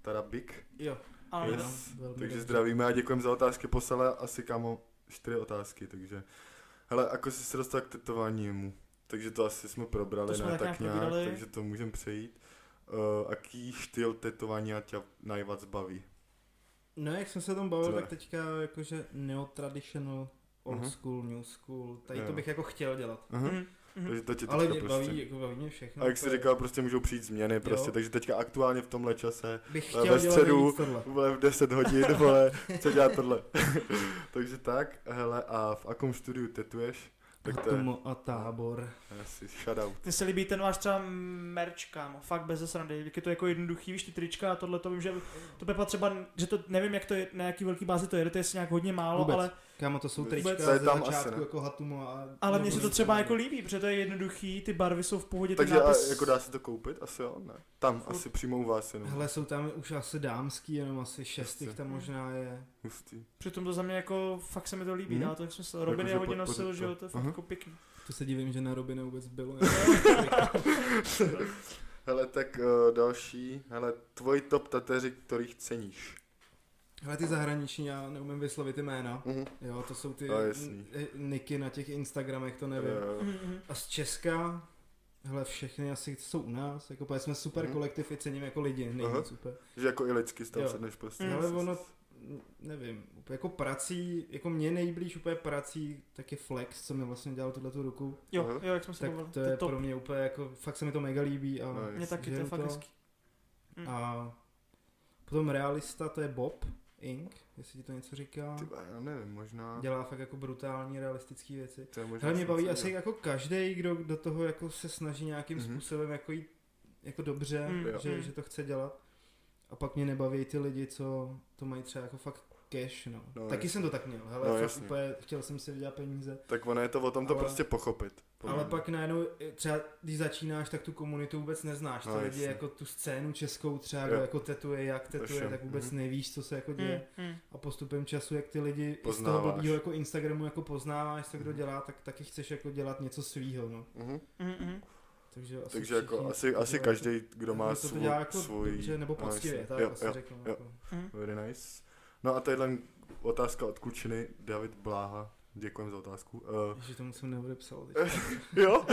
B: Tarabik.
C: Jo,
A: Ano,
B: Yes.
A: no.
C: velmi
B: Takže
C: dobře.
B: zdravíme a děkujeme za otázky. Poslala asi kámo čtyři otázky, takže. Hele, jako jsi se dostal k tetovánímu, takže to asi jsme probrali,
A: To jsme
B: ne
A: tak nějak
B: tak nějak,
A: probírali.
B: takže to můžeme přejít. Uh, aký styl tetování a tě najvac baví?
C: No, jak jsem se o tom bavil,
B: Tvé.
C: tak teďka jakože neotraditional, old
B: Mhm.
C: school, new school, tady
B: Jo.
C: to bych jako chtěl dělat.
B: Uh-huh.
A: Mhm, mhm.
B: Takže to tě
C: Ale
B: teďka
C: mě
B: prostě.
C: baví, jako baví mě všechno.
B: A jak jsi
C: to je-
B: říkal, prostě můžou přijít změny, prostě,
C: Jo.
B: takže teďka aktuálně v tomhle čase,
C: Bych
B: ve
C: chtěl dělat
B: středu-
C: nejvíc tohle.
B: vole, v 10 hodin, *laughs* vole, co dělat tohle. *laughs* takže tak, hele, a v akom studiu tetuješ? Tak to je
C: Atomo a tábor.
B: asi shoutout.
A: Mně se líbí ten váš třeba merch, kámo, fakt bez srandy, jak je to jako jednoduchý, víš, ty trička a tohle, to vím, že to Pepa třeba, že to nevím, jak to je, na jaký velký bázi to jede, to je jestli nějak hodně málo,
C: Vůbec.
A: ale,
C: Kámo, to jsou
B: Vůbec.
C: trička
B: To je
C: ze
B: tam asi,
C: začátku
B: ne?
C: jako Hatumo a...
A: ale mně
C: nebo
A: se to
C: něco
A: třeba jako
C: takového.
A: líbí, protože to je jednoduchý, ty barvy jsou v pohodě,
B: prostě Takže
A: ten
B: a,
A: nápis,
B: jako dá se to koupit? Asi jo, ne? Tam,
A: Furt.
B: asi přímo u vás no. jenom.
C: Hele, jsou tam už asi dámský, jenom asi šest
B: Jasně.
C: jich tam možná je.
B: Hustý.
A: přitom to za mě jako, fakt se mi to líbí,
B: Mhm.
A: dá to smysl, Robin
B: Jakože
A: je hodně
B: pod-
A: nosil,
B: pod-
A: že jo, to je fakt
B: Aha.
A: jako pěkný.
C: To se divím, že na Robina vůbec bylo.
B: Hele, tak uh, další. Hele, tvoj top tateři, kterých ceníš.
C: Hele, ty zahraniční, já neumím vyslovit ty jména.
B: Mhm.
C: Jo, to jsou ty
B: A jasný.
C: n- eh, niky na těch Instagramech, to nevím.
B: Uh,
A: Mhm, mhm.
C: A z Česka, hele, všechny asi jsou u nás, jako protože jsme super
B: Mhm.
C: kolektiv, i cením jako lidi,
B: Aha.
C: nejvíc super.
B: že jako i lidsky tam
C: Jo.
B: sedneš prostě.
A: Mm.
C: Ale ono, n- nevím, úplně jako prací, jako mě nejblíž úplně prací, tak je Flex, co mi vlastně dělal tuhle tu ruku.
A: Jo,
B: Aha.
A: jo, jak jsme se
C: Tak
A: bavili,
C: to je pro mě úplně jako, fakt se mi to mega líbí a,
B: No,
A: mě taky, to je
C: Žeru
A: fakt
C: to.
A: hezký.
C: a potom Realista, to je Bob Inc., jestli ti to něco říká.
B: Ty, vole, já nevím, možná...
C: Dělá fakt jako brutální, realistické věci.
B: To je možná
C: Hele, mě
B: jsem
C: baví
B: cenil.
C: asi jako každý, kdo do toho jako se snaží nějakým
B: Mhm.
C: způsobem jako jít jako dobře,
A: Mm,
B: Jo.
C: že,
A: mm.
C: že to chce dělat. A pak mě nebaví ty lidi, co to mají třeba jako fakt cash, no.
B: No,
C: no Taky
B: jasně.
C: jsem to tak měl, hele,
B: No,
C: no, fakt
B: jasně.
C: úplně, chtěl jsem si vydělat peníze.
B: Tak ono je to o tom to
C: Ale-
B: prostě pochopit. podle
C: Ale
B: mě.
C: pak najednou, e, třeba když začínáš, tak tu komunitu vůbec neznáš, ty
B: No,
C: lidi
B: jasně.
C: jako tu scénu českou třeba,
B: Jo.
C: kdo jako tetuje, jak tetuje,
B: všem.
C: tak vůbec
B: Mhm.
C: nevíš, co se jako děje.
A: Hmm, hmm.
C: A postupem času, jak ty lidi i z toho
B: Poznáváš.
C: blbýho jako Instagramu jako poznáváš, co kdo dělá, tak taky chceš jako dělat něco svýho, no.
B: Mhm.
A: Hmm, hmm.
C: Takže, asi
B: Takže jako
C: všichni
B: asi,
C: to
B: asi
C: dělají-
B: každý, kdo má
C: kdo to
B: svůj,
C: dělá jako
B: svůj...
C: dobře, nebo
B: no, jasně.
C: poctivě, tak
B: jo,
C: asi
B: jo.
C: řeknu.
B: jo.
C: Jako.
B: Very nice. No a tadyhle otázka od Kučiny, David Bláha. Děkujem za otázku. Uh,
C: Že tomu jsem neodepsal. teď.
B: *laughs* jo,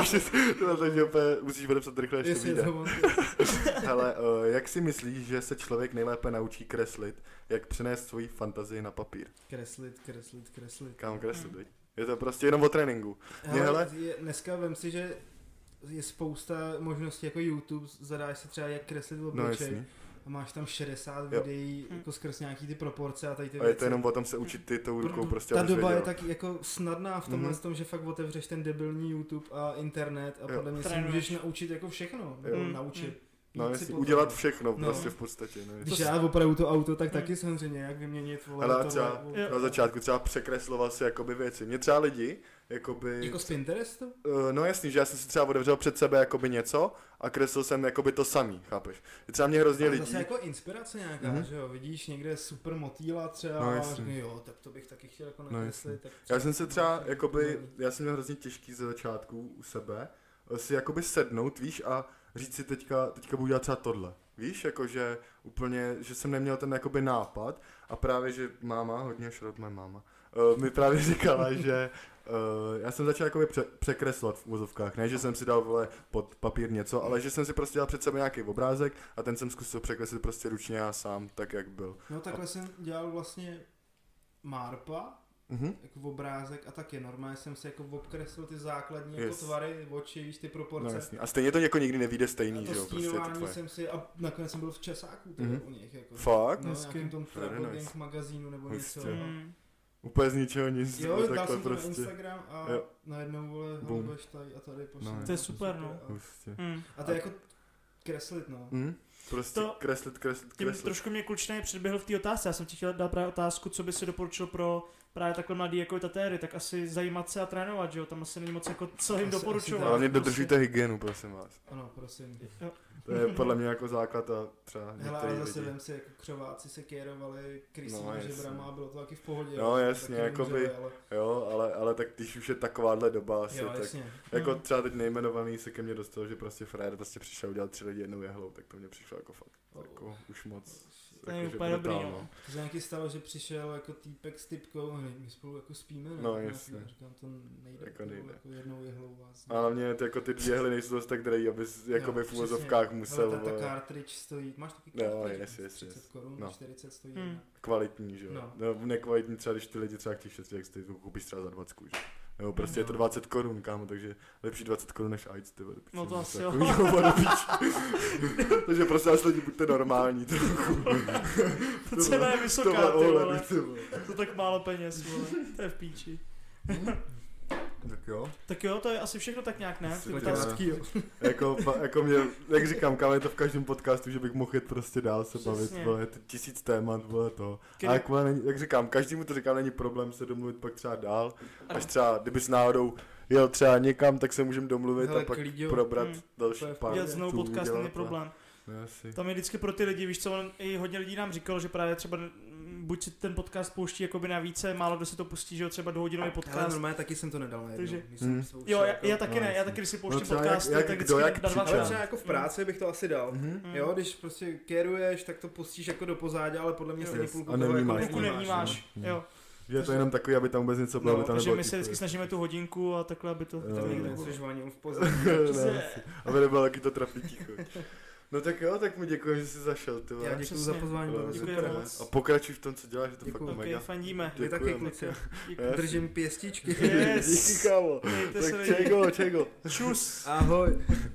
B: už jsi, to takže úplně musíš odepsat rychle, ještě
C: Jestli je
B: vyjde.
C: to on,
B: *laughs* Hele, uh, jak si myslíš, že se člověk nejlépe naučí kreslit, jak přenést svoji fantazii na papír?
C: Kreslit, kreslit, kreslit.
B: Kam
C: Hmm.
B: kreslit, viď? Je to prostě jenom o tréninku. Mě, hele-
C: je, dneska vem si, že je spousta možností jako YouTube, zadáš si třeba jak kreslit
B: No
C: obličej
B: jasný.
C: a máš tam 60
B: Jo.
C: videí
A: Hm.
C: jako skrz nějaký ty proporce a tady ty
B: A je to jenom o tom se učit ty tou rukou prostě,
C: Ta
B: abys
C: doba je
B: věděl.
C: tak jako snadná v tomhle
B: Mhm.
C: tom, že fakt otevřeš ten debilní YouTube a internet a
B: Jo.
C: podle mě se
A: Trénuješ.
C: můžeš naučit jako všechno, nebo
A: Jo. Hm.
C: naučit.
B: No
C: Jít si
B: jasný,
C: potom.
B: udělat všechno
C: No.
B: prostě v podstatě. No,
C: Když
B: jasný.
C: já opravdu to auto, tak
A: Hm.
C: taky samozřejmě, jak vyměnit vole
B: Hele, a
C: tohle,
B: třeba
C: vole.
B: na začátku třeba překresloval si jakoby věci. Mě třeba lidi, jakoby...
C: Jako z Pinterestu?
B: Eh, No jasný, že já jsem si třeba odevřel před sebe jakoby něco a kreslil jsem jakoby to samý, chápeš? Třeba mě hrozně
C: Ale
B: lidí,
C: zase jako inspirace nějaká,
B: Mhm.
C: že jo, vidíš někde super motýla třeba
B: No,
C: no, a
B: jasně. No,
C: řekne, jo, tak to bych taky chtěl jako nakreslit. tak
B: já jsem se třeba
C: no,
B: jakoby,
C: no,
B: já jsem měl hrozně těžký ze začátku u sebe, eh, si jakoby sednout, víš, a říct si teďka, teďka budu dělat třeba tohle. Víš, jakože úplně, že jsem neměl ten jakoby nápad a právě, že máma, hodně šrot moje máma, uh, mi právě *laughs* říkala, že Uh, já jsem začal jakoby pře- překreslovat v úvozovkách, ne, že jsem si dal vole pod papír něco, ale že jsem si prostě dal před sebe nějaký obrázek a ten jsem zkusil překreslit prostě ručně já sám, tak jak byl.
C: No takhle jsem dělal vlastně Marpa,
B: Mhm.
C: jako obrázek a taky normálně jsem si jako obkreslil ty základní jako
B: Yes.
C: tvary, oči, víš, ty
B: No,
C: proporce.
B: jasně. A stejně to jako nikdy nevíde
C: a
B: stejný,
C: to
B: že jo, prostě je to
C: stínování
B: tvoje.
C: jsem si, a nakonec jsem byl v Česáku teda
B: Mhm.
C: u nich, jako.
B: Fakt?
C: No,
A: Hezky.
C: nějakým tom
B: Very
C: Travel
B: nice.
C: Gang magazínu nebo
B: Hustě.
C: něco. no.
A: Hmm.
B: Úplně z ničeho nic,
C: Jo,
B: bylo
C: dal
B: takhle
C: jsem to na
B: prostě.
C: Instagram a
B: Jo.
C: najednou vole,
B: Boom.
C: hele, budeš tady a tady pošlem.
B: No,
A: To je
C: to
A: super, no.
C: a-
B: Hustě.
A: Hmm.
C: A to je jako kreslit, no.
B: Prostě. Hm? Prostě
A: To-
B: kreslit, kreslit,
A: Tím
B: kreslit.
A: trošku mě klučné předběhl v té otázce. Já jsem ti chtěl dát právě otázku, co by si doporučil pro právě takhle mladý jako je tatéry, tak asi zajímat se a trénovat, že jo? Tam asi není moc jako co jim
C: Asi-
A: doporučovat.
C: asi tak.
B: Hlavně
A: prostě.
B: dodržujte hygienu, prosím vás.
C: Ano, prosím.
A: Jo.
B: To je podle mě jako základ a třeba
C: Hele, ale
B: některý
C: zase
B: lidi.
C: vem si, jako křováci se kérovali
B: No,
C: krysíma
B: jasně.
C: žebrama a bylo to taky v pohodě.
B: No,
C: že
B: jasně,
C: taky
B: jakoby-
C: umřeli, ale...
B: Jo, ale, ale tak když už je takováhle doba asi,
C: Jo,
B: tak
C: jasně. No.
B: Jako
A: Mhm.
B: třeba teď nejmenovaný se ke mně dostal, že prostě Fred prostě přišel udělat tři lidi jednou jehlou, tak to mě přišlo jako fakt,
C: Oh.
B: jako už moc. jako,
A: To je
B: jakože
A: úplně dobrý,
B: brutál,
A: no.
C: To se nějaký stalo, že přišel jako týpek s typkou, hej, my spolu jako spíme, ne?
B: No,
C: Já
B: jasně.
C: říkám, Říkám, to nejde,
B: Jako
C: jako, nejde.
B: nejde.
C: jako jednou jehlou vás.
B: A hlavně ty, jako ty jehly nejsou zase tak drahý, aby jsi, jako by v úvozovkách musel
C: Ale ta, ta
B: vole,
C: cartridge stojí, máš taky
B: Jo,
C: cartridge,
B: jasně, jasně,
C: 30
B: jasně.
C: korun,
B: No.
C: 40 stojí
A: Hmm.
C: jedna.
B: kvalitní, že jo. No.
C: No.
B: nekvalitní třeba, když ty lidi třeba chtějí šetřit, jak si ty to koupíš třeba za 20, že? Nebo prostě je to
C: No.
B: 20 korun, kámo, takže lepší 20 korun než AIDS, ty vole, do piče,
A: No to
B: něco
A: asi jo.
B: takovýho, vole, do
A: *laughs*
B: piče. takže prostě vás lidi buďte normální, ty
A: *laughs* Ta cena je
B: to
A: vysoká,
B: vole,
A: ty
B: ohledu,
A: vole.
B: ty vole.
A: To tak málo peněz, vole. To je v píči.
B: Tak jo.
A: Tak jo, to je asi všechno tak nějak, ne?
B: Asi
A: Ty
B: tak,
A: otázky.
C: jo.
B: jako, pa- jako mě, jak říkám, kam je to v každém podcastu, že bych mohl jít prostě dál se bavit,
A: Přesně.
B: vole, je to tisíc témat, vole to. A
A: Kdy-
B: jak, vole, není, jak říkám, každému to říkám, není problém se domluvit pak třeba dál, až
A: Ano.
B: třeba, kdybys náhodou jel třeba někam, tak se můžeme domluvit
C: Hele,
B: a pak
C: klidně,
B: probrat
A: Hmm.
B: další
C: To je v
B: pár.
C: pohodě.
A: Dělat znovu
B: věců,
A: podcast
B: udělat
A: není
B: a-
A: problém.
B: No, asi.
A: Tam je vždycky pro ty lidi, víš co, on, i hodně lidí nám říkalo, že právě třeba mm, buď si ten podcast pouští jakoby na více, málo kdo si to pustí, že jo, třeba dvouhodinový
C: Ale
A: podcast.
C: normálně taky jsem to nedal najednou.
A: Takže-
C: když jsem
B: Hmm.
C: se učil
A: Jo, já,
C: jako-
A: já taky
B: No,
A: ne, já
B: jasně.
A: taky, když si
B: No
A: pouštím
B: třeba jak-
A: podcasty,
B: jak
A: tak
B: kdo,
A: vždycky
B: jak
A: na dva
B: přičem.
C: Ale
A: krát.
C: třeba jako v práci bych to asi dal.
B: Mhm.
A: Mm.
C: Jo, když prostě keruješ, tak to pustíš jako do pozádě, ale podle mě
A: Jo.
C: stejně
B: Yes.
C: půlku
B: A
C: toho jako
B: nevnímáš.
A: Ruku Mm. nevnímáš,
B: no.
A: jo.
B: Že je to jenom takový, aby tam vůbec něco bylo, aby
A: No,
B: tam
A: takže
B: nebylo
A: my se
B: ticho. *laughs*
A: vždycky snažíme tu hodinku a takhle, aby to...
B: Jo,
A: to
C: Tady
A: nikdo
B: jo.
A: nebylo.
C: něco žvanil v pozadí.
A: Přesně.
B: Ne, Aby nebylo taky to trapný ticho. No tak jo, tak mu děkuji, že jsi zašel, ty vole.
C: Já děkuji za
A: Přesně.
C: pozvání, bylo to
A: Děkuji
C: super.
A: moc.
B: A pokračuj v tom, co děláš, je to
C: Děkuju.
B: fakt
A: Ok,
B: mega.
A: fandíme.
C: Vy taky
B: Děkujeme.
C: kluci.
A: Děkuji.
C: Držím pěstičky.
A: Yes.
B: *laughs*
C: *laughs*
B: Díky, kámo.
A: Mějte se
B: Tak
A: lidi.
B: čego, čego.
A: Čus.
C: Ahoj.